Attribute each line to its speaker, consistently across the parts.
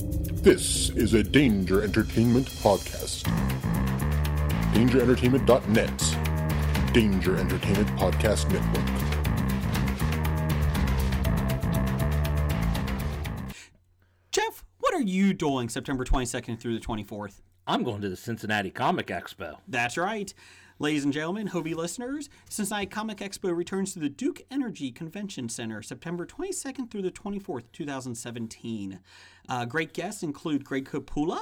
Speaker 1: This is a Danger Entertainment podcast. DangerEntertainment.net. Danger Entertainment Podcast Network.
Speaker 2: Jeff, what are you doing September 22nd through the 24th?
Speaker 3: I'm going to the Cincinnati Comic Expo.
Speaker 2: That's right. Ladies and gentlemen, Hobie listeners, Cincinnati Comic Expo returns to the Duke Energy Convention Center September 22nd through the 24th, 2017. Uh, great guests include Greg Capula,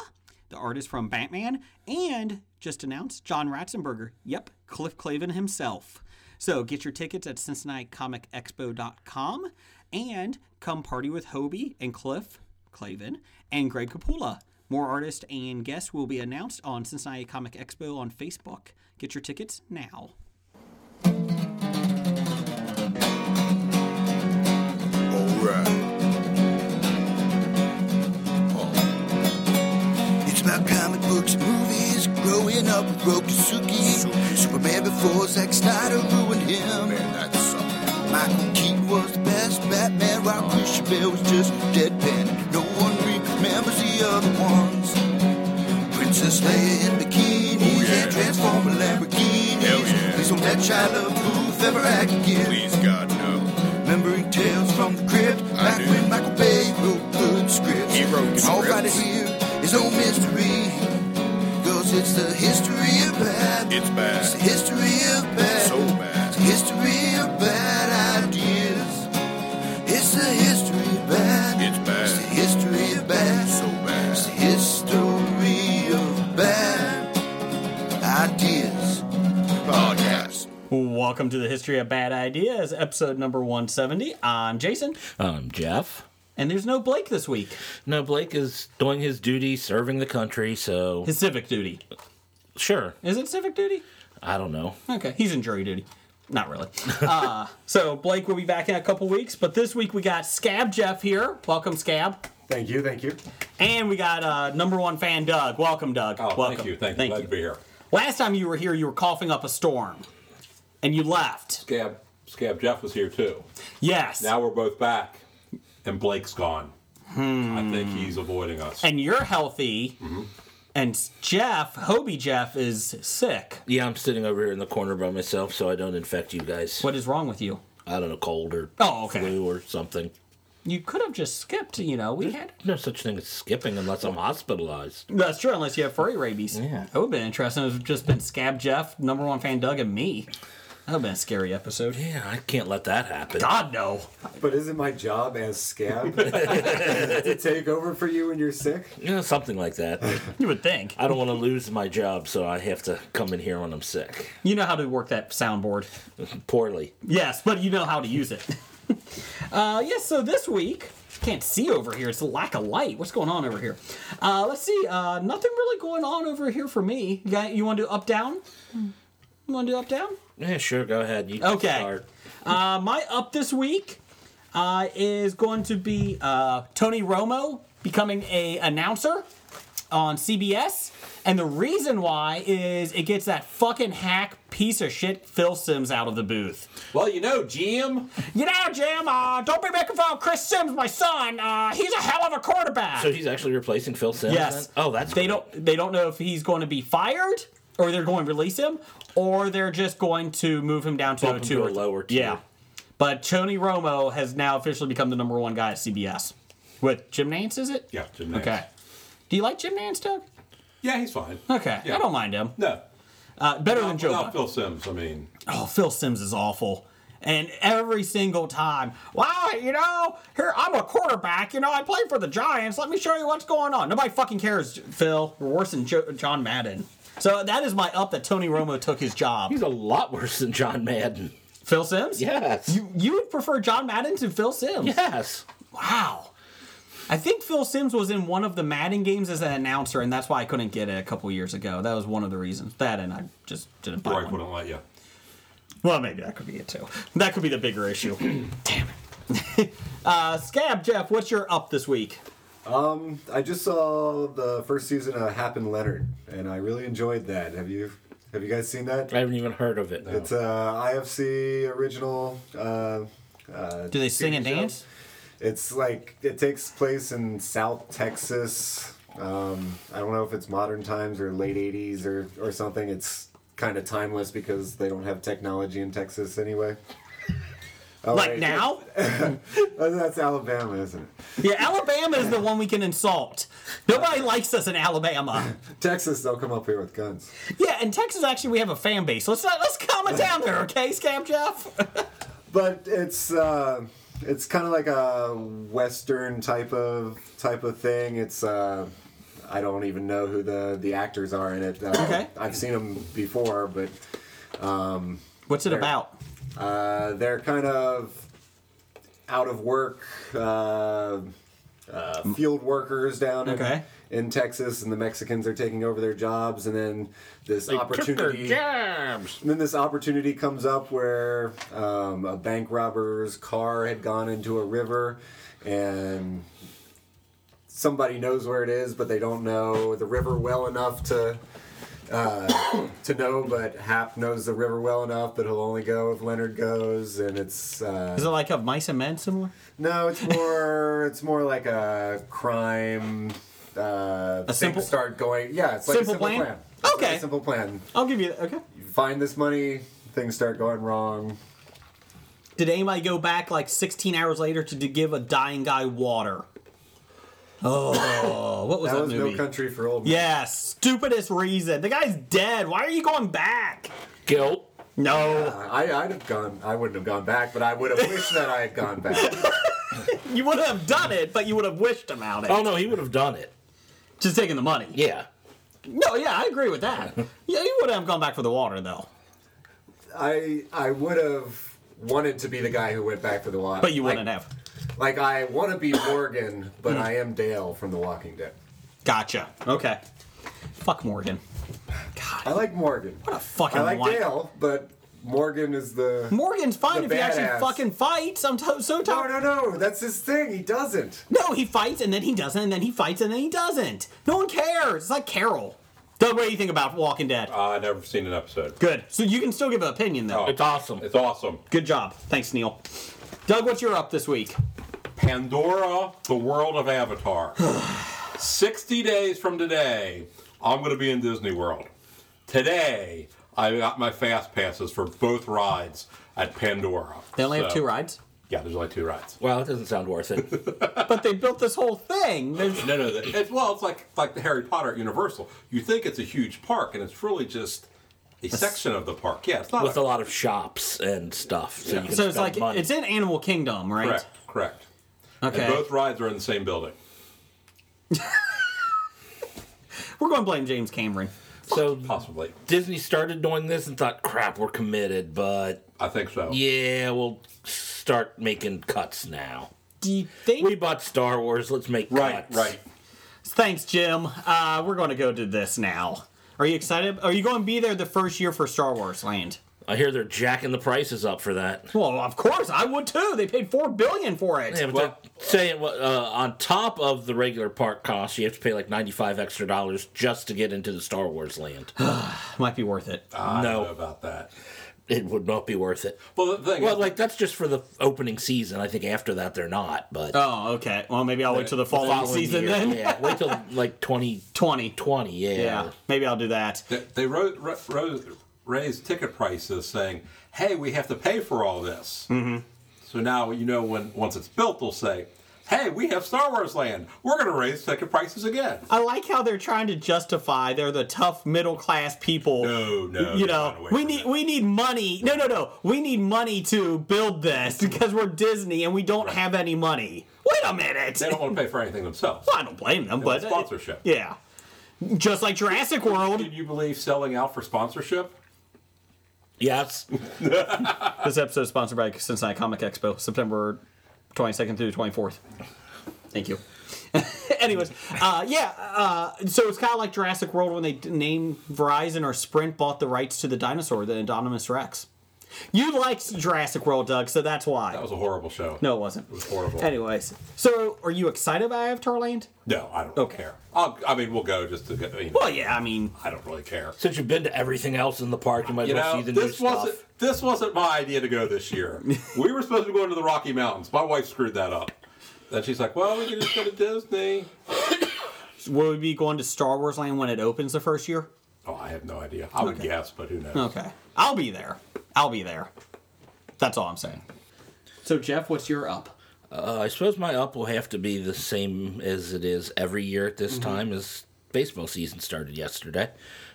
Speaker 2: the artist from Batman, and just announced John Ratzenberger. Yep, Cliff Clavin himself. So get your tickets at CincinnatiComicExpo.com and come party with Hobie and Cliff Clavin and Greg Capula. More artists and guests will be announced on Cincinnati Comic Expo on Facebook. Get your tickets now.
Speaker 4: Alright. Oh. It's about comic books, movies, growing up with Rob Suzuki. Superman before Zack Snyder ruined him.
Speaker 5: Man, that sucked.
Speaker 4: Michael Keaton was the best Batman. Rob
Speaker 5: Uh-huh.
Speaker 4: Christian Bale was just deadpan. No one remembers the other ones. Princess Leia in bikinis
Speaker 5: Oh, yeah.
Speaker 4: and Transformer Lamborghinis.
Speaker 5: Hell yeah.
Speaker 4: Please don't let Shia LaBeouf ever act again.
Speaker 5: Please, God, no.
Speaker 4: Remembering tales from the crypt, back
Speaker 5: do.
Speaker 4: when Michael Bay wrote good scripts.
Speaker 5: He wrote
Speaker 4: And all
Speaker 5: scripts.
Speaker 4: right here is no mystery. Cause it's the history of bad.
Speaker 5: It's bad.
Speaker 4: It's the history of bad.
Speaker 5: So bad.
Speaker 4: It's the history of bad ideas. It's the history of bad.
Speaker 5: It's bad.
Speaker 4: It's the history of bad.
Speaker 5: So bad.
Speaker 4: It's the history of bad ideas.
Speaker 5: Podcast.
Speaker 2: Welcome to the History of Bad Ideas, episode number 170. I'm Jason,
Speaker 3: Um, Jeff.
Speaker 2: and there's no Blake this week.
Speaker 3: No, Blake is doing his duty, serving the country. So
Speaker 2: His civic duty.
Speaker 3: sure,
Speaker 2: Is it civic duty?
Speaker 3: I don't know.
Speaker 2: Okay, he's in jury duty. Not really. Uh, so Blake will be back in a couple weeks, but this week we got Scab Jeff here. Welcome, Scab.
Speaker 6: Thank you, thank you.
Speaker 2: And we got uh, number one fan Doug. Welcome, Doug.
Speaker 7: Oh,
Speaker 2: Welcome.
Speaker 7: thank you. Thank you. Glad to be here.
Speaker 2: Last time you were here, you were coughing up a storm, and you left.
Speaker 7: Scab, Scab Jeff was here too.
Speaker 2: Yes.
Speaker 7: Now we're both back, and Blake's gone.
Speaker 2: Hmm.
Speaker 7: I think he's avoiding us.
Speaker 2: and you're healthy,
Speaker 7: Mm-hmm.
Speaker 2: and Jeff, Hobie Jeff, is sick.
Speaker 3: Yeah, I'm sitting over here in the corner by myself, so I don't infect you guys.
Speaker 2: What is wrong with you?
Speaker 3: I don't know, cold or
Speaker 2: Oh, okay.
Speaker 3: flu or something.
Speaker 2: You could have just skipped. You know, we had.
Speaker 3: No such thing as skipping unless I'm hospitalized.
Speaker 2: That's true, unless you have furry rabies.
Speaker 3: Yeah.
Speaker 2: That would have been interesting. It would have just been Scab Jeff, number one fan Doug, and me. That would have been a scary episode.
Speaker 3: Yeah, I can't let that happen.
Speaker 2: God, no.
Speaker 6: But isn't my job as scab to take over for you when you're sick?
Speaker 3: Yeah, something like that.
Speaker 2: You would think.
Speaker 3: I don't want to lose my job, so I have to come in here when I'm sick.
Speaker 2: You know how to work that soundboard.
Speaker 3: Poorly.
Speaker 2: Yes, but you know how to use it. uh, yes, so this week, can't see over here. It's a lack of light. What's going on over here? Uh, let's see. Uh, nothing really going on over here for me. You, got- you want to do up down? You want to do up down?
Speaker 3: Yeah, sure, go ahead. You
Speaker 2: Okay.
Speaker 3: start.
Speaker 2: Uh, my up this week uh, is going to be uh, Tony Romo becoming a announcer on CBS, and the reason why is it gets that fucking hack piece of shit Phil Sims out of the booth.
Speaker 7: well, you know, GM.
Speaker 2: You know, Jim, uh, don't be making fun of Chris Sims, my son. Uh, he's a hell of a quarterback.
Speaker 3: So he's actually replacing Phil Sims?
Speaker 2: yes.
Speaker 3: then? Oh, that's
Speaker 2: they
Speaker 3: great.
Speaker 2: don't they don't know if he's going to be fired or they're going to release him or they're just going to move him down to a
Speaker 3: Bump him
Speaker 2: two
Speaker 3: to
Speaker 2: or
Speaker 3: a
Speaker 2: th-
Speaker 3: lower tier.
Speaker 2: Yeah, but Tony Romo has now officially become the number one guy at CBS with Jim Nance. Is it?
Speaker 7: Yeah, Jim Nance.
Speaker 2: Okay. Do you like Jim Nance, Doug?
Speaker 7: Yeah, he's fine.
Speaker 2: Okay,
Speaker 7: Yeah.
Speaker 2: I don't mind him.
Speaker 7: No.
Speaker 2: Uh, better than
Speaker 7: Not,
Speaker 2: Joe.
Speaker 7: not
Speaker 2: Buck.
Speaker 7: Phil Sims. I mean,
Speaker 2: oh, Phil Sims is awful. And every single time, wow, you know, here, I'm a quarterback. You know, I play for the Giants. Let me show you what's going on. Nobody fucking cares, Phil. We're worse than jo- John Madden. So that is my up that Tony Romo took his job.
Speaker 3: He's a lot worse than John Madden.
Speaker 2: Phil Sims?
Speaker 3: Yes.
Speaker 2: You, you would prefer John Madden to Phil Sims?
Speaker 3: yes.
Speaker 2: Wow. I think Phil Sims was in one of the Madden games as an announcer, and that's why I couldn't get it a couple years ago. That was one of the reasons. That and I just didn't buy
Speaker 7: Roy
Speaker 2: one.
Speaker 7: wouldn't let you.
Speaker 2: Well, maybe that could be it too. That could be the bigger issue. Damn it. uh, Scab Jeff, what's your up this week?
Speaker 6: I just saw the first season of Happen Leonard, and I really enjoyed that. Have you have you guys seen that?
Speaker 3: I haven't even heard of it.
Speaker 6: It's a IFC original. Uh,
Speaker 2: Do they sing and
Speaker 6: TV show.
Speaker 2: dance?
Speaker 8: It's like it takes place in South Texas. Um, I don't know if it's modern times or late '80s or or something. It's kind of timeless because they don't have technology in Texas anyway. All
Speaker 2: like
Speaker 8: right.
Speaker 2: now?
Speaker 8: Oh, that's Alabama, isn't it?
Speaker 2: Yeah, Alabama is the one we can insult. Nobody likes us in Alabama.
Speaker 8: Texas, they'll come up here with guns.
Speaker 2: Yeah, in Texas actually we have a fan base. Let's not let's calm it down there, okay, Scam Jeff?
Speaker 8: but it's uh, it's kind of like a western type of type of thing. It's uh, I don't even know who the the actors are in it. Uh,
Speaker 2: Okay.
Speaker 8: I've seen them before, but
Speaker 2: What's it about?
Speaker 8: uh, they're kind of out of work uh, uh, field workers down in-
Speaker 2: Okay.
Speaker 8: in, Texas, and the Mexicans are taking over their jobs, and then this opportunity.
Speaker 3: jabs.
Speaker 8: And then this opportunity comes up where um, a bank robber's car had gone into a river and somebody knows where it is but they don't know the river well enough to uh, to know but hap knows the river well enough that he'll only go if leonard goes and it's uh,
Speaker 2: Is it like a mice and men similar?
Speaker 8: no it's more it's more like a crime uh, things
Speaker 2: simple-
Speaker 8: start going yeah it's like
Speaker 2: Simple
Speaker 8: a simple
Speaker 2: plan?
Speaker 8: plan, It's like a
Speaker 2: Okay.
Speaker 8: simple plan
Speaker 2: I'll give you that. Okay.
Speaker 8: find this money, things start going wrong.
Speaker 2: Did anybody go back like 16 hours later to, to give a dying guy water? Oh, what was
Speaker 8: That
Speaker 2: that,
Speaker 8: was
Speaker 2: movie?
Speaker 8: no country for old men.
Speaker 2: Yeah, stupidest reason. The guy's dead. Why are you going back?
Speaker 3: Guilt.
Speaker 2: No,
Speaker 8: I, I'd have gone. I wouldn't have gone back, but I would have wished that I had gone back.
Speaker 2: you would have done it, but you would have wished him out. It.
Speaker 3: Oh no, he would have done it.
Speaker 2: Just taking the money.
Speaker 3: Yeah.
Speaker 2: No, yeah, I agree with that. yeah, you would have gone back for the water though.
Speaker 8: I I would have wanted to be the guy who went back for the walk.
Speaker 2: But you
Speaker 8: like,
Speaker 2: wouldn't have.
Speaker 8: Like I want to be Morgan, but I am Dale from The Walking Dead.
Speaker 2: Gotcha. Okay. Fuck Morgan.
Speaker 8: I like Morgan.
Speaker 2: What a fucking
Speaker 8: I like
Speaker 2: white-
Speaker 8: Dale, but Morgan is the.
Speaker 2: Morgan's fine
Speaker 8: The
Speaker 2: if he actually
Speaker 8: badass.
Speaker 2: fucking fights. I'm t- so tired.
Speaker 8: no, no, no. That's his thing. He doesn't.
Speaker 2: No, he fights and then he doesn't, and then he fights and then he doesn't. No one cares. It's like Carol. Doug, what do you think about Walking Dead?
Speaker 7: Uh, I never seen an episode.
Speaker 2: Good. So you can still give an opinion though.
Speaker 7: Oh,
Speaker 3: It's awesome.
Speaker 7: It's awesome.
Speaker 2: Good job. Thanks, Neil. Doug, what's your up this week?
Speaker 7: Pandora, the world of Avatar. 60 days from today, I'm going to be in Disney World. Today, I got my fast passes for both rides at Pandora.
Speaker 2: They only have
Speaker 7: So-
Speaker 2: two rides,
Speaker 7: Yeah, there's only two rides.
Speaker 3: Well, it doesn't sound worth it.
Speaker 2: but they built this whole thing. There's,
Speaker 7: No, no, the- it's well, it's like like the Harry Potter at Universal. You think it's a huge park, and it's really just a section of the park. Yeah, it's not
Speaker 3: With
Speaker 7: a,
Speaker 3: a lot of shops and stuff, so you can
Speaker 2: so it's
Speaker 3: spend
Speaker 2: like
Speaker 3: money.
Speaker 2: it's in Animal Kingdom, right?
Speaker 7: correct, correct.
Speaker 2: Okay.
Speaker 7: And both rides are in the same building.
Speaker 2: We're going to blame James Cameron.
Speaker 3: so
Speaker 7: Possibly,
Speaker 3: Disney started doing this and thought, "Crap, we're committed," but
Speaker 7: I think so.
Speaker 3: yeah, we'll start making cuts now.
Speaker 2: Do you think?
Speaker 3: We bought Star Wars. Let's make
Speaker 7: Right,
Speaker 3: cuts.
Speaker 7: right.
Speaker 2: Thanks, Jim. Uh, we're going to go to this now. Are you excited? Are you going to be there the first year for Star Wars Land?
Speaker 3: I hear they're jacking the prices up for that.
Speaker 2: Well, of course I would too. They paid four billion for it.
Speaker 3: Yeah, but
Speaker 7: Well-
Speaker 3: they're saying what uh, on top of the regular park cost, you have to pay like ninety five extra dollars just to get into the Star Wars land.
Speaker 2: Might be worth it.
Speaker 7: I
Speaker 3: No.
Speaker 7: don't know about that.
Speaker 3: it would not be worth it.
Speaker 7: Well, the thing
Speaker 3: Well,
Speaker 7: is,
Speaker 3: like that's just for the opening season. I think after that they're not. But
Speaker 2: oh, okay. Well, maybe I'll wait till the
Speaker 3: The
Speaker 2: following
Speaker 3: following
Speaker 2: season
Speaker 3: year,
Speaker 2: then.
Speaker 3: yeah, wait till like twenty
Speaker 2: Twenty.
Speaker 3: twenty. Yeah.
Speaker 2: Yeah, maybe I'll do that.
Speaker 7: They, they rose, rose, raised ticket prices, saying, "Hey, we have to pay for all this." Mm-hmm. So now you know when once it's built, they'll say, "Hey, we have Star Wars Land. We're going to raise ticket prices again."
Speaker 2: I like how they're trying to justify they're the tough middle class people.
Speaker 7: No, no,
Speaker 2: you
Speaker 7: there's not a
Speaker 2: know,
Speaker 7: way
Speaker 2: we
Speaker 7: for
Speaker 2: need
Speaker 7: that.
Speaker 2: we need money. No, no, no. We need money to build this because we're Disney and we don't have any money. Wait a minute.
Speaker 7: They don't want to pay for anything themselves.
Speaker 2: I don't blame them, but uh,
Speaker 7: sponsorship.
Speaker 2: Yeah, just like Jurassic World.
Speaker 7: Did you believe selling out for sponsorship?
Speaker 3: Yes.
Speaker 2: This episode is sponsored by Cincinnati Comic Expo, September 22nd through the 24th. Thank you. Anyways, uh, yeah, uh, so it's kind of like Jurassic World when they d- named Verizon or Sprint bought the rights to the dinosaur, the Indominus Rex. You liked Jurassic World, Doug, so that's why.
Speaker 7: That was a horrible show.
Speaker 2: no, it wasn't.
Speaker 7: it was horrible.
Speaker 2: Anyways, so are you excited about Avatar Land?
Speaker 7: No, I don't
Speaker 2: Okay.
Speaker 7: care. I'll, I mean, we'll go just to get. You know,
Speaker 2: Well, yeah, I mean,
Speaker 7: I don't really care.
Speaker 3: Since you've been to everything else in the park, you might as
Speaker 7: You
Speaker 3: well
Speaker 7: know,
Speaker 3: see the
Speaker 7: this
Speaker 3: new
Speaker 7: wasn't
Speaker 3: stuff.
Speaker 7: this wasn't my idea to go this year. we were supposed to go into the Rocky Mountains. My wife screwed that up. Then she's like, well, we can just go to Disney.
Speaker 2: Will we be going to Star Wars Land when it opens the first year?
Speaker 7: Oh, I have no idea. I would
Speaker 2: Okay.
Speaker 7: guess, but who knows?
Speaker 2: Okay. I'll be there. I'll be there. That's all I'm saying. So, Jeff, what's your up?
Speaker 3: Uh, I suppose my up will have to be the same as it is every year at this time, as baseball season started yesterday,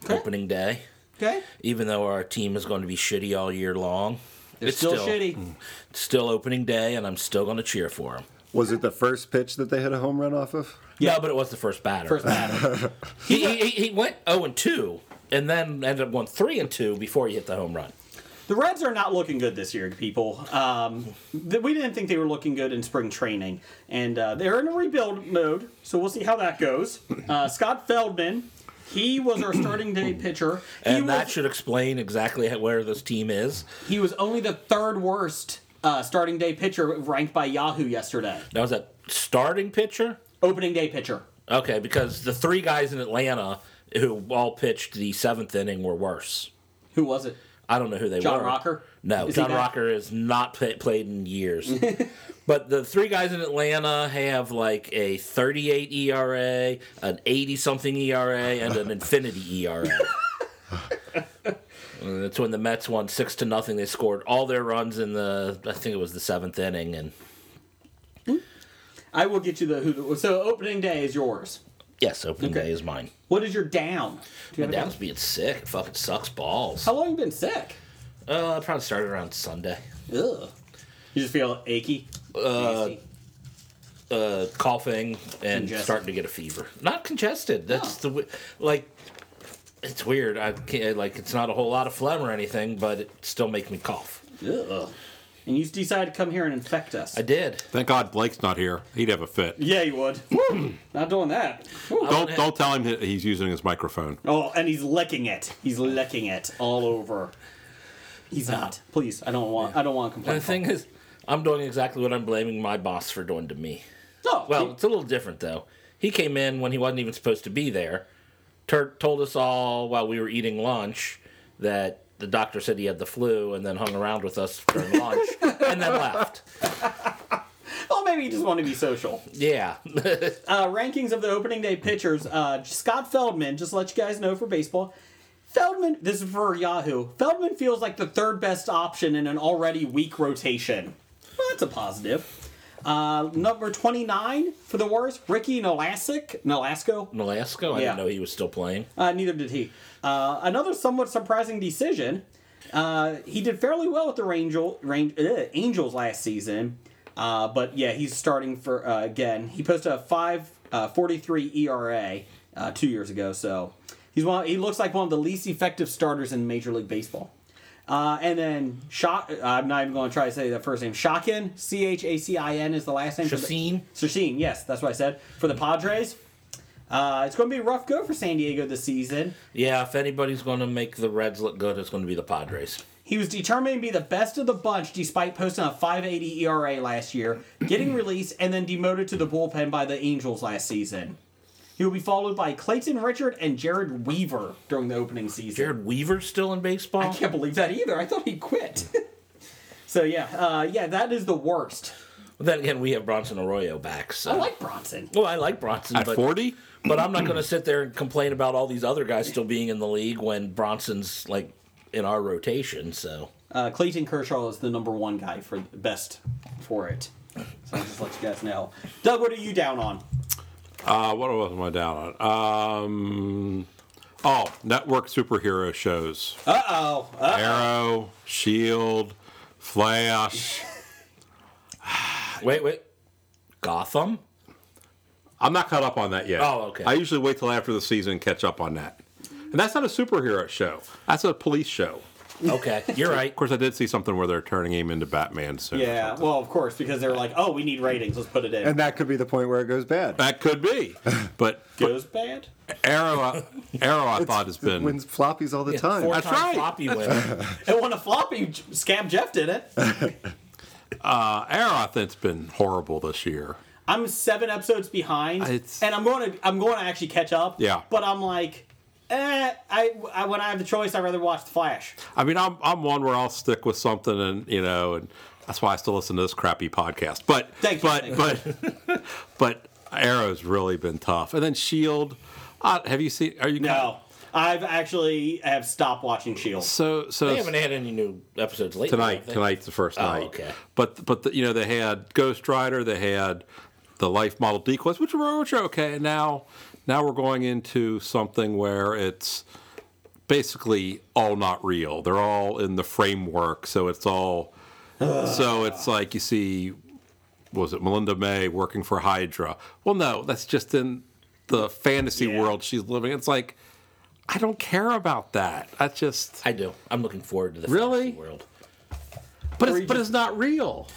Speaker 2: Okay.
Speaker 3: opening day.
Speaker 2: Okay.
Speaker 3: Even though our team is going to be shitty all year long,
Speaker 2: They're still,
Speaker 3: Mm.
Speaker 2: shitty.
Speaker 3: Still opening day, and I'm still going to cheer for them.
Speaker 8: Was it the first pitch that they hit a home run off of?
Speaker 3: Yeah, but it was the first batter.
Speaker 2: First batter.
Speaker 3: he, he, he- he went 0 and 2, and then ended up going 3 and 2 before he hit the home run.
Speaker 2: the Reds are not looking good this year, people. Um, th- we didn't think they were looking good in spring training, and uh, they're in a rebuild mode. So we'll see how that goes. Uh, Scott Feldman, he was our starting day pitcher. He
Speaker 3: And
Speaker 2: was,
Speaker 3: that should explain exactly how- where this team is.
Speaker 2: he was only the third worst uh, starting day pitcher ranked by Yahoo yesterday.
Speaker 3: Now, is that starting pitcher?
Speaker 2: Opening day pitcher.
Speaker 3: Okay, because the three guys in Atlanta who all pitched the seventh inning were worse.
Speaker 2: Who was it?
Speaker 3: I don't know who they
Speaker 2: John
Speaker 3: were.
Speaker 2: Rocker?
Speaker 3: No,
Speaker 2: Is he
Speaker 3: John
Speaker 2: back?
Speaker 3: Rocker has not play, played in years. but the three guys in Atlanta have like a 38 ERA, an 80 something ERA, and an infinity ERA. And That's when the Mets won six to nothing. They scored all their runs in the, I think it was the seventh inning, and
Speaker 2: I will get you the who. The, so opening day is yours.
Speaker 3: yes, opening day is mine.
Speaker 2: What is your down? Do you have a
Speaker 3: That
Speaker 2: down?
Speaker 3: was being sick. It fucking sucks balls.
Speaker 2: How long you been sick?
Speaker 3: Uh, probably started around Sunday.
Speaker 2: Ugh. You just feel achy. Nasty.
Speaker 3: Uh, coughing and
Speaker 2: Congested.
Speaker 3: starting to get a fever. Not congested. That's the the like. It's weird. I can't like. It's not a whole lot of phlegm or anything, but it still makes me cough.
Speaker 2: Ugh. And you decided to come here and infect us.
Speaker 3: I did.
Speaker 7: Thank God Blake's not here. He'd have a fit.
Speaker 2: yeah, you would. Not doing that. Woo.
Speaker 7: Don't don't tell him that he's using his microphone.
Speaker 2: Oh, and he's licking it. He's licking it all over. He's not. Please, I don't want. I don't want to complain.
Speaker 3: And the thing is, I'm doing exactly what I'm blaming my boss for doing to me.
Speaker 2: oh,
Speaker 3: Well, it's a little different though. He came in when he wasn't even supposed to be there. Tur told us all while we were eating lunch that the doctor said he had the flu, and then hung around with us during lunch, and then left.
Speaker 2: well, maybe you just want to be social.
Speaker 3: Yeah.
Speaker 2: uh, rankings of the opening day pitchers. Uh, Scott Feldman, just to let you guys know for baseball. Feldman, this is for Yahoo. Feldman feels like the third best option in an already weak rotation. Well, that's a positive. Uh, number 29 for the worst, Ricky Nolasic. Nolasco?
Speaker 3: Nolasco. I
Speaker 2: Yeah.
Speaker 3: didn't know he was still playing.
Speaker 2: Uh, neither did he. Uh, another somewhat surprising decision. Uh, he did fairly well with the Rangel, Rang, uh, Angels last season, uh, but yeah, he's starting for uh, again. He posted a five uh, forty three ERA uh, two years ago, so he's one. He looks like one of the least effective starters in Major League Baseball. Uh, and then Shock, I'm not even going to try to say that first name. Shockin, C H A C I N is the last name. for the-
Speaker 3: Chacin?
Speaker 2: Chacin, yes, that's what I said. For the Padres, uh, it's going to be a rough go for San Diego this season.
Speaker 3: Yeah, if anybody's going to make the Reds look good, it's going to be the Padres.
Speaker 2: He was determined to be the best of the bunch despite posting a 580 ERA last year, getting released, and then demoted to the bullpen by the Angels last season. He will be followed by Clayton Richard and Jared Weaver during the opening season.
Speaker 3: Jared Weaver's still in baseball.
Speaker 2: I can't believe that either. I thought he quit. so, yeah, uh, yeah, that is the worst.
Speaker 3: But then again, we have Bronson Arroyo back. So.
Speaker 2: Oh, I like Bronson.
Speaker 3: Well, I like Bronson,
Speaker 7: At
Speaker 3: but
Speaker 7: forty,
Speaker 3: but I'm not going to sit there and complain about all these other guys still being in the league when Bronson's like in our rotation. So
Speaker 2: Uh, Clayton Kershaw is the number one guy for best for it. So I'll just let you guys know. Doug, what are you down on?
Speaker 7: uh, what else am I down on? Um, oh, network superhero shows:
Speaker 2: Uh oh.
Speaker 7: Arrow, Shield, E Flash.
Speaker 3: wait, wait, Gotham.
Speaker 7: I'm not caught up on that yet.
Speaker 3: Oh, okay.
Speaker 7: I usually wait till after the season and catch up on that. And that's not a superhero show. That's a police show.
Speaker 3: Okay, you're right.
Speaker 7: Of course, I did see something where they're turning him into Batman soon.
Speaker 2: Yeah, well, of course, because they're like, oh, we need ratings. Let's put it in.
Speaker 8: And that could be the point where it goes bad.
Speaker 7: That could be, but
Speaker 2: Goes bad.
Speaker 7: Arrow, I- Arrow, I thought has
Speaker 8: It
Speaker 7: been
Speaker 8: wins floppies all the time.
Speaker 3: Four
Speaker 7: That's
Speaker 3: time
Speaker 7: right.
Speaker 3: floppy winner.
Speaker 2: It won a floppy. J- Scab Jeff did it.
Speaker 7: uh, Arrow. I think's been horrible this year.
Speaker 2: I'm seven episodes behind,
Speaker 7: It's-
Speaker 2: and I'm going to I'm going to actually catch up.
Speaker 7: Yeah.
Speaker 2: But I'm like, eh. I, I when I have the choice, I'd rather watch The Flash.
Speaker 7: I mean, I'm I'm one where I'll stick with something and you know, and That's why I still listen to this crappy podcast. But
Speaker 2: Thank you,
Speaker 7: but but but Arrow's really been tough. And then Shield. E Uh, have you seen? Are you
Speaker 2: No, I've actually have stopped watching Shield.
Speaker 7: So so
Speaker 3: They haven't had any new episodes lately. have
Speaker 7: tonight
Speaker 3: they?
Speaker 7: tonight's the first
Speaker 3: Oh,
Speaker 7: night.
Speaker 3: okay.
Speaker 7: But but the, you know they had Ghost Rider. They had the life model decoys, which were which are okay. And now now we're going into something where it's basically all not real. They're all in the framework, so it's all. so it's like you see, what was it Melinda May working for Hydra? Well, no, that's just in the fantasy
Speaker 2: Yeah.
Speaker 7: world she's living. It's like I don't care about that. I just
Speaker 3: I do. I'm looking forward to the
Speaker 7: Really?
Speaker 3: fantasy world.
Speaker 7: but it's, but it's not real.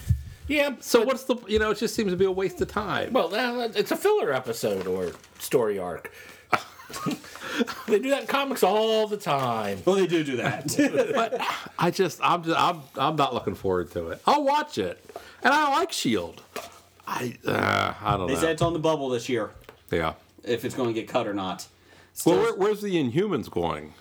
Speaker 3: Yeah.
Speaker 7: So what's the you know it just seems to be a waste of time.
Speaker 3: Well, uh, it's a filler episode or story arc. they do that in comics all the time.
Speaker 2: Well, they do do that.
Speaker 7: But I just I'm just, I'm I'm not looking forward to it. I'll watch it, and I like Shield. I uh, I don't
Speaker 2: they
Speaker 7: know.
Speaker 2: said it's on the bubble this year
Speaker 7: yeah.
Speaker 2: if it's going to get cut or not.
Speaker 7: Well, where, where's the Inhumans going?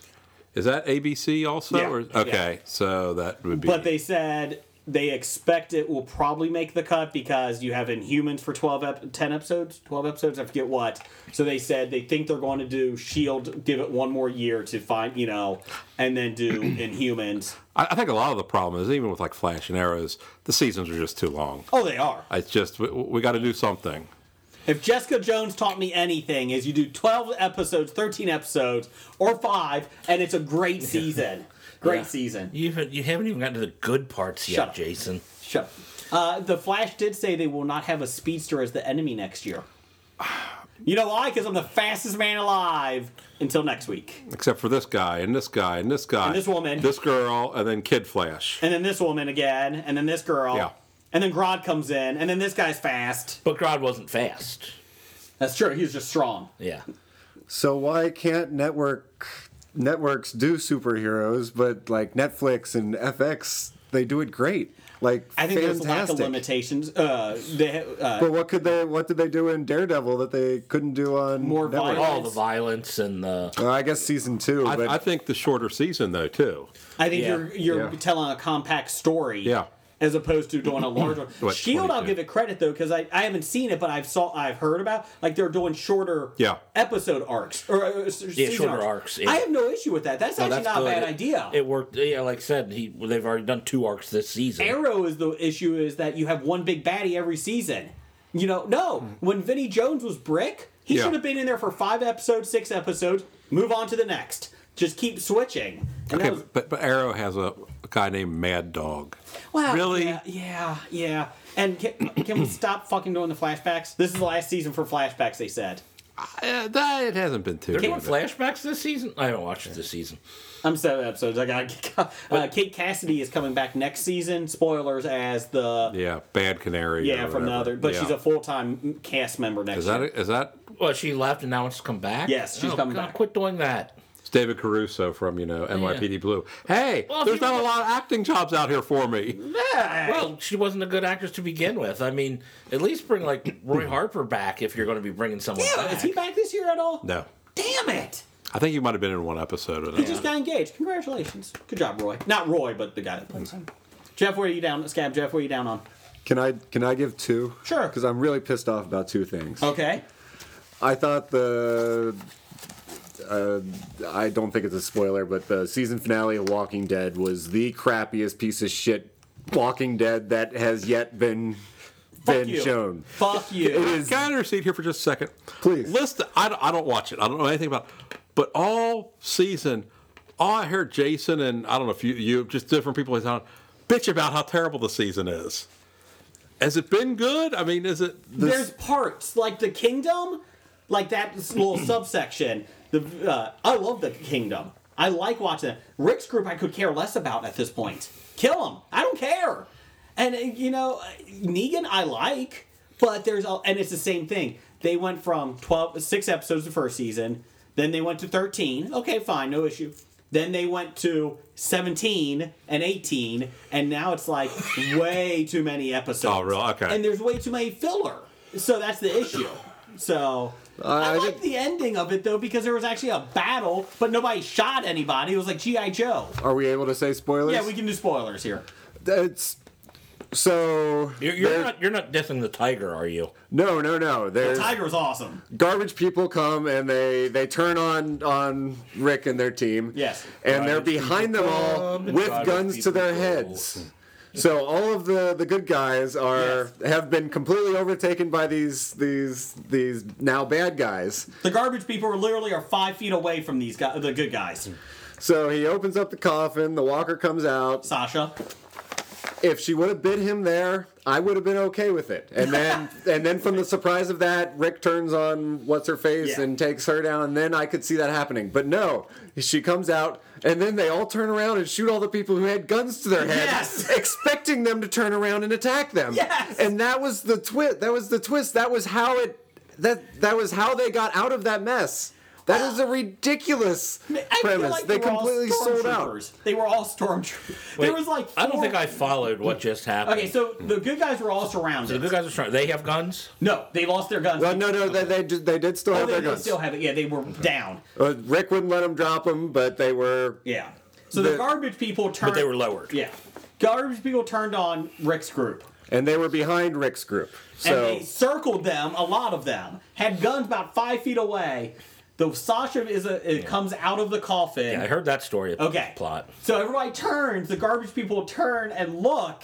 Speaker 7: Is that ABC also?
Speaker 2: Yeah.
Speaker 7: Or, okay, so that would be.
Speaker 2: But they said they expect it will probably make the cut because you have Inhumans for 12 ep- 10 episodes, 12 episodes, I forget what. So they said they think they're going to do Shield, E give it one more year to find, you know, and then do Inhumans.
Speaker 7: I, I think a lot of the problem is even with like Flash and Arrows, the seasons are just too long.
Speaker 2: Oh, they are.
Speaker 7: It's just we, we got to do something.
Speaker 2: If Jessica Jones taught me anything, is you do 12 episodes, 13 episodes, or five, and it's a great season. Great
Speaker 3: Yeah.
Speaker 2: season.
Speaker 3: You haven't, you haven't even gotten to the good parts yet,
Speaker 2: Shut up.
Speaker 3: Jason.
Speaker 2: Sure. Uh, the Flash did say they will not have a speedster as the enemy next year. You know why? Because I'm the fastest man alive until next week.
Speaker 7: Except for this guy and this guy and this guy
Speaker 2: And this woman.
Speaker 7: this girl, and then Kid Flash.
Speaker 2: And then this woman again, and then this girl.
Speaker 7: Yeah.
Speaker 2: And then Grodd comes in, and then this guy's fast.
Speaker 3: But Grodd wasn't fast.
Speaker 2: That's true. He's just strong.
Speaker 3: Yeah.
Speaker 8: So why can't network networks do superheroes, but like Netflix and FX, they do it great. Like
Speaker 2: I think
Speaker 8: fantastic.
Speaker 2: there's a lack of limitations. Uh, they, uh,
Speaker 8: But what could they? What did they do in Daredevil that they couldn't do on
Speaker 2: More
Speaker 8: network?
Speaker 2: violence.
Speaker 3: All the violence and the.
Speaker 8: Well, I guess season two. but
Speaker 7: I, I think the shorter season though too.
Speaker 2: I think
Speaker 3: Yeah.
Speaker 2: you're you're
Speaker 8: Yeah.
Speaker 2: telling a compact story.
Speaker 7: Yeah.
Speaker 2: As opposed to doing a larger
Speaker 7: What,
Speaker 2: Shield, I'll
Speaker 7: 22?
Speaker 2: give it credit though because I, I haven't seen it, but I've saw I've heard about like they're doing shorter
Speaker 7: Yeah.
Speaker 2: episode arcs or uh, yeah,
Speaker 3: shorter arcs, yeah.
Speaker 2: I have no issue with that. That's actually
Speaker 3: that's
Speaker 2: not a
Speaker 3: good.
Speaker 2: bad
Speaker 3: It-
Speaker 2: idea.
Speaker 3: It worked. Yeah, like I said, he, they've already done two arcs this season.
Speaker 2: Arrow is the issue is that you have one big baddie every season. You know, no. When Vinnie Jones was Brick, he
Speaker 7: Hmm. Yeah.
Speaker 2: should have been in there for five episodes, six episodes. Move on to the next. Just keep switching. And
Speaker 7: Okay,
Speaker 2: that was,
Speaker 7: but, but Arrow has a, a guy named Mad Dog.
Speaker 2: Well,
Speaker 7: Really?
Speaker 2: Yeah, yeah. yeah. And can, can we stop fucking doing the flashbacks? This is the last season for flashbacks. They said.
Speaker 7: Uh, that, it hasn't been too.
Speaker 3: They're doing
Speaker 7: bad.
Speaker 3: flashbacks this season. I haven't watched it this season.
Speaker 2: I'm seven episodes. I got. to Uh, Kate Cassidy is coming back next season. Spoilers as the
Speaker 7: Yeah, Bad Canary.
Speaker 2: yeah,
Speaker 7: or
Speaker 2: from the
Speaker 7: whatever.
Speaker 2: other, but
Speaker 7: Yeah.
Speaker 2: she's a full time cast member next.
Speaker 7: Is that
Speaker 2: year.
Speaker 7: is that
Speaker 3: Well, she left and now wants to come back.
Speaker 2: Yes, she's
Speaker 3: Oh,
Speaker 2: coming
Speaker 3: God,
Speaker 2: back.
Speaker 3: Quit doing that.
Speaker 7: it's David Caruso from you know NYPD Blue? Hey,
Speaker 3: Well, if
Speaker 7: there's
Speaker 3: you-
Speaker 7: not a lot of acting jobs out here for me.
Speaker 3: Well, she wasn't a good actress to begin with. I mean, at least bring like Roy Harper back if you're going to be bringing someone
Speaker 2: Yeah,
Speaker 3: back.
Speaker 2: is he back this year at all?
Speaker 7: No,
Speaker 2: Damn it!
Speaker 7: I think you might have been in one episode of
Speaker 2: He
Speaker 7: that.
Speaker 2: just got engaged. Congratulations. Good job, Roy. Not Roy, but the guy that plays him. Jeff, where are you down? Scab, Jeff, where are you down on?
Speaker 8: can I can I give two?
Speaker 2: Sure.
Speaker 8: Because I'm really pissed off about two things.
Speaker 2: Okay.
Speaker 8: I thought the. Uh, I don't think it's a spoiler, but the season finale of Walking Dead was the crappiest piece of shit Walking Dead that has yet been
Speaker 2: Fuck
Speaker 8: been
Speaker 2: you.
Speaker 8: shown.
Speaker 2: Fuck
Speaker 8: It
Speaker 2: you.
Speaker 8: is
Speaker 7: Can I intercede here for just a second?
Speaker 8: Please.
Speaker 7: Listen, I don't, I don't watch it. I don't know anything about it. But all season, all I heard Jason and I don't know if you, you just different people he's on, bitch about how terrible the season is. Has it been good? I mean, is it.
Speaker 2: There's parts like the kingdom, like that little subsection. The uh, I love the kingdom. I like watching it. Rick's group. I could care less about at this point. Kill him. I don't care. And uh, you know, uh, Negan I like, but there's a, and it's the same thing. They went from 12, six episodes the first season, then they went to thirteen. Okay, fine, no issue. Then they went to seventeen and eighteen, and now it's like way too many episodes.
Speaker 7: Oh, really? Okay.
Speaker 2: And there's way too many filler. So that's the issue. So I,
Speaker 8: Uh, I
Speaker 2: like the ending of it though because there was actually a battle, but nobody shot anybody. It was like GI Joe.
Speaker 8: Are we able to say spoilers?
Speaker 2: Yeah, we can do spoilers here.
Speaker 8: It's So
Speaker 3: You're, you're
Speaker 8: there-
Speaker 3: not you're not dissing the tiger, are you?
Speaker 8: no, no, no. There's
Speaker 2: Tiger's awesome.
Speaker 8: garbage people come and they they turn on on Rick and their team.
Speaker 2: Yes.
Speaker 8: and they're behind them all
Speaker 3: come,
Speaker 8: with
Speaker 3: garbage
Speaker 8: guns to their
Speaker 3: people go.
Speaker 8: heads. So all of the the good guys are have been completely overtaken by these these these now bad guys.
Speaker 2: The garbage people are literally are five feet away from these guys, the good guys.
Speaker 8: So he opens up the coffin. The walker comes out.
Speaker 2: Sasha,
Speaker 8: If she would have bit him there, I would have been okay with it. And then and then from the surprise of that, Rick turns on what's her face
Speaker 2: Yeah.
Speaker 8: and takes her down. And then I could see that happening. But no, she comes out. And then they all turn around and shoot all the people who had guns to their heads,
Speaker 2: Yes!
Speaker 8: expecting them to turn around and attack them.
Speaker 2: Yes!
Speaker 8: And that was the twist. That was the twist. That was how it. That that was how they got out of that mess. That is a ridiculous
Speaker 2: I
Speaker 8: premise.
Speaker 2: feel like
Speaker 8: they
Speaker 2: were all
Speaker 8: completely sold out.
Speaker 2: stormtroopers. They were all stormtroopers. There
Speaker 3: Wait,
Speaker 2: was like
Speaker 3: I don't
Speaker 2: four- Mm.
Speaker 3: think I followed what just happened.
Speaker 2: Okay, so the good guys were all surrounded.
Speaker 3: the good guys are strong. They have guns.
Speaker 2: no, they lost their guns.
Speaker 8: Well, no, no, they, they, did- they did still
Speaker 2: Oh,
Speaker 8: have
Speaker 2: they,
Speaker 8: their
Speaker 2: they
Speaker 8: guns.
Speaker 2: still have it. Yeah, they were down.
Speaker 8: Uh, Rick wouldn't let them drop them, but they were.
Speaker 2: Yeah. So the,
Speaker 8: The-
Speaker 2: garbage people turned.
Speaker 3: But they were lowered.
Speaker 2: Yeah. Garbage people turned on Rick's group.
Speaker 8: And they were behind Rick's group. So.
Speaker 2: and they circled them, a lot of them, had guns about five feet away. The Sasha is a, it comes out of the coffin.
Speaker 3: I heard that story.
Speaker 2: Okay.
Speaker 3: Plot.
Speaker 2: So everybody turns, the garbage people turn and look,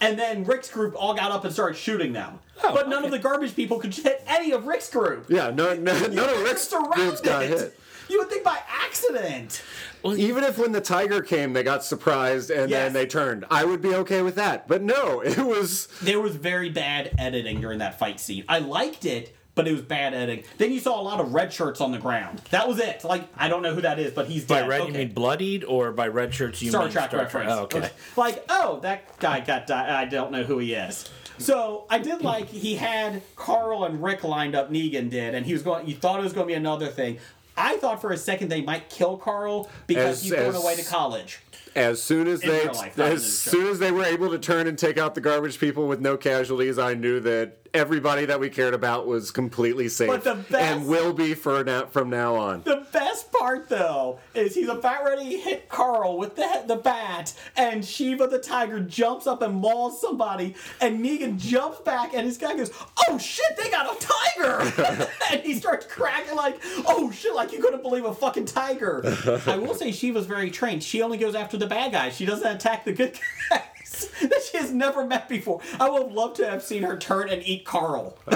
Speaker 2: and then Rick's group all got up and started shooting them. but none of the garbage people could hit any of Rick's group.
Speaker 8: Oh, Yeah, no, no, none of Rick's groups got
Speaker 2: Surrounded.
Speaker 8: hit.
Speaker 2: You would think by accident.
Speaker 8: Even if when the tiger came, they got surprised and
Speaker 2: Yes.
Speaker 8: then they turned. I would be okay with that. But no, it was.
Speaker 2: There was very bad editing during that fight scene. I liked it, but it was bad editing. Then you saw a lot of red shirts on the ground. That was it. Like I don't know who that is, but he's
Speaker 3: By
Speaker 2: dead.
Speaker 3: red,
Speaker 2: okay.
Speaker 3: you mean bloodied, or by red shirts, you
Speaker 2: Star
Speaker 3: mean
Speaker 2: Trek reference.
Speaker 3: Oh, okay.
Speaker 2: Like, oh, that guy got died. I don't know who he is. So I did like he had Carl and Rick lined up. Negan did, and he was going. You thought it was going to be another thing. I thought for a second they might kill Carl because
Speaker 8: As-
Speaker 2: he's going
Speaker 8: as-
Speaker 2: away to college.
Speaker 8: As soon as
Speaker 2: In
Speaker 8: they,
Speaker 2: real life, not in
Speaker 8: as
Speaker 2: the show.
Speaker 8: soon as they were able to turn and take out the garbage people with no casualties, I knew that everybody that we cared about was completely safe
Speaker 2: But the best-
Speaker 8: and will be for now from now on.
Speaker 2: The best part, though, is he's about ready to hit Carl with the the bat, and Shiva the tiger jumps up and mauls somebody, and Negan jumps back, and his guy goes, "Oh shit, they got a tiger!" and he starts cracking like, "Oh shit, like you couldn't believe a fucking tiger." I will say Shiva's very trained. She only goes after the bad guys. She doesn't attack the good guys. That she has never met before. I would have loved to have seen her turn and eat Carl.
Speaker 8: Oh,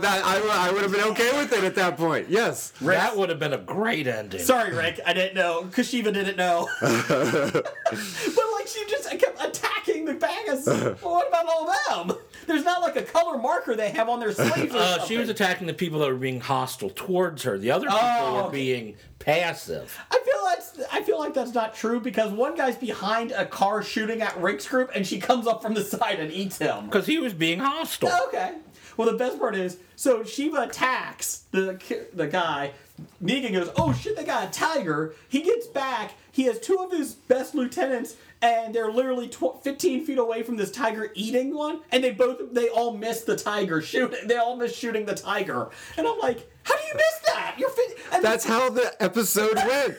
Speaker 8: that I, would- I would have been okay with it at that point. Yes.
Speaker 3: That would have been a great ending.
Speaker 2: Sorry, Rick, I didn't know. Kashiva didn't know. but like she just kept attacking the baggers. well, what about all them? There's not like a color marker they have on their sleeves. Or
Speaker 3: Uh, she was
Speaker 2: something.
Speaker 3: attacking the people that were being hostile towards her. The other people
Speaker 2: Oh,
Speaker 3: were
Speaker 2: okay.
Speaker 3: being passive.
Speaker 2: I feel that's I feel like that's not true because one guy's behind a car shooting at Rick's group and she comes up from the side and eats him.
Speaker 3: Because he was being hostile.
Speaker 2: Okay. Well, the best part is, so Shiva attacks the ki- the guy. Negan goes, "Oh shit, they got a tiger." He gets back. He has two of his best lieutenants, and they're literally tw- 15 feet away from this tiger eating one, and they both they all miss the tiger shooting. They all miss shooting the tiger, and I'm like, "How do you miss that? You're fit." And
Speaker 8: That's how the episode went.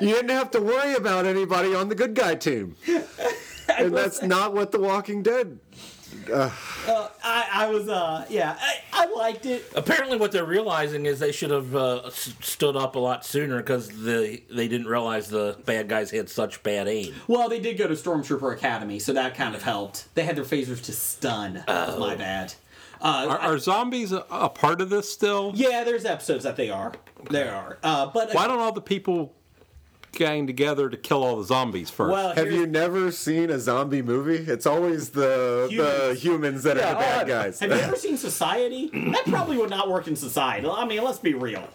Speaker 8: you didn't have to worry about anybody on the good guy team. And that's not what The Walking Dead.
Speaker 2: I, I was, uh, yeah, I, I liked it.
Speaker 3: Apparently, what they're realizing is they should have uh, s- stood up a lot sooner because the, they didn't realize the bad guys had such bad aim.
Speaker 2: Well, they did go to Stormtrooper Academy, so that kind of helped. They had their phasers to stun.
Speaker 8: Oh.
Speaker 2: My bad. Uh,
Speaker 7: Are, are zombies a, a part of this still?
Speaker 2: Yeah, there's episodes that they are. There are. Uh, but
Speaker 7: Why don't all the people gang together to kill all the zombies first?
Speaker 2: well,
Speaker 8: Have
Speaker 2: here's-
Speaker 8: you never seen a zombie movie? It's always the the
Speaker 2: Humans.
Speaker 8: humans that are the bad guys.
Speaker 2: have you ever seen Society? That probably would not work in society. I mean, let's be real.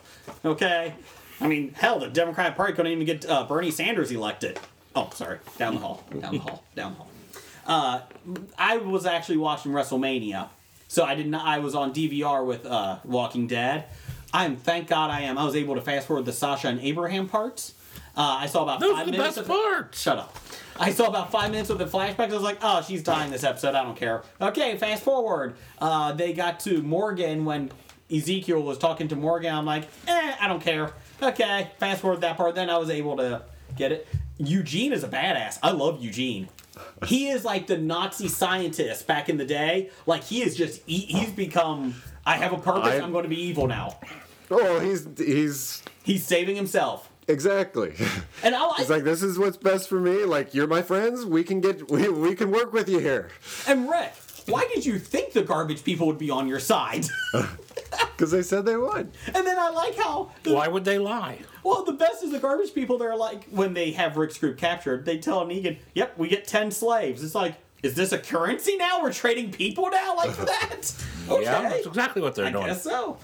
Speaker 2: Okay. I mean, hell, the Democratic Party couldn't even get uh, Bernie Sanders elected. Oh, sorry. Down the hall. Down the hall. Down the hall. Uh, I was actually watching WrestleMania, so I did not. I was on DVR with uh, Walking Dead. I am. Thank God I am. I was able to fast forward the Sasha and Abraham parts. Uh, I saw about
Speaker 3: Those
Speaker 2: five
Speaker 3: are the
Speaker 2: minutes
Speaker 3: best
Speaker 2: of it.
Speaker 3: parts.
Speaker 2: Shut up. I saw about five minutes of the flashbacks. I was like, oh, she's dying this episode. I don't care. Okay, fast forward. Uh, they got to Morgan when Ezekiel was talking to Morgan. I'm like, eh, I don't care. Okay, fast forward that part. Then I was able to get it. Eugene is a badass. I love Eugene. He is like the Nazi scientist back in the day. Like he is just he, he's become. I have a purpose.
Speaker 8: I-
Speaker 2: I'm going to be evil now.
Speaker 8: Oh, he's he's
Speaker 2: He's saving himself.
Speaker 8: exactly.
Speaker 2: And I,
Speaker 8: He's like, this is what's best for me. Like, you're my friends. We can get we, we can work with you here
Speaker 2: and Rick, why did you think the garbage people would be on your side?
Speaker 8: because they said they would.
Speaker 2: and then I like how the
Speaker 3: Why would they lie?
Speaker 2: Well, the best is the garbage people. They're like, when they have Rick's group captured, they tell Negan, "Yep, we get ten slaves." It's like, is this a currency now? We're trading people now, like for that? Okay,
Speaker 3: Yeah, that's exactly what they're
Speaker 2: I
Speaker 3: doing.
Speaker 2: guess so.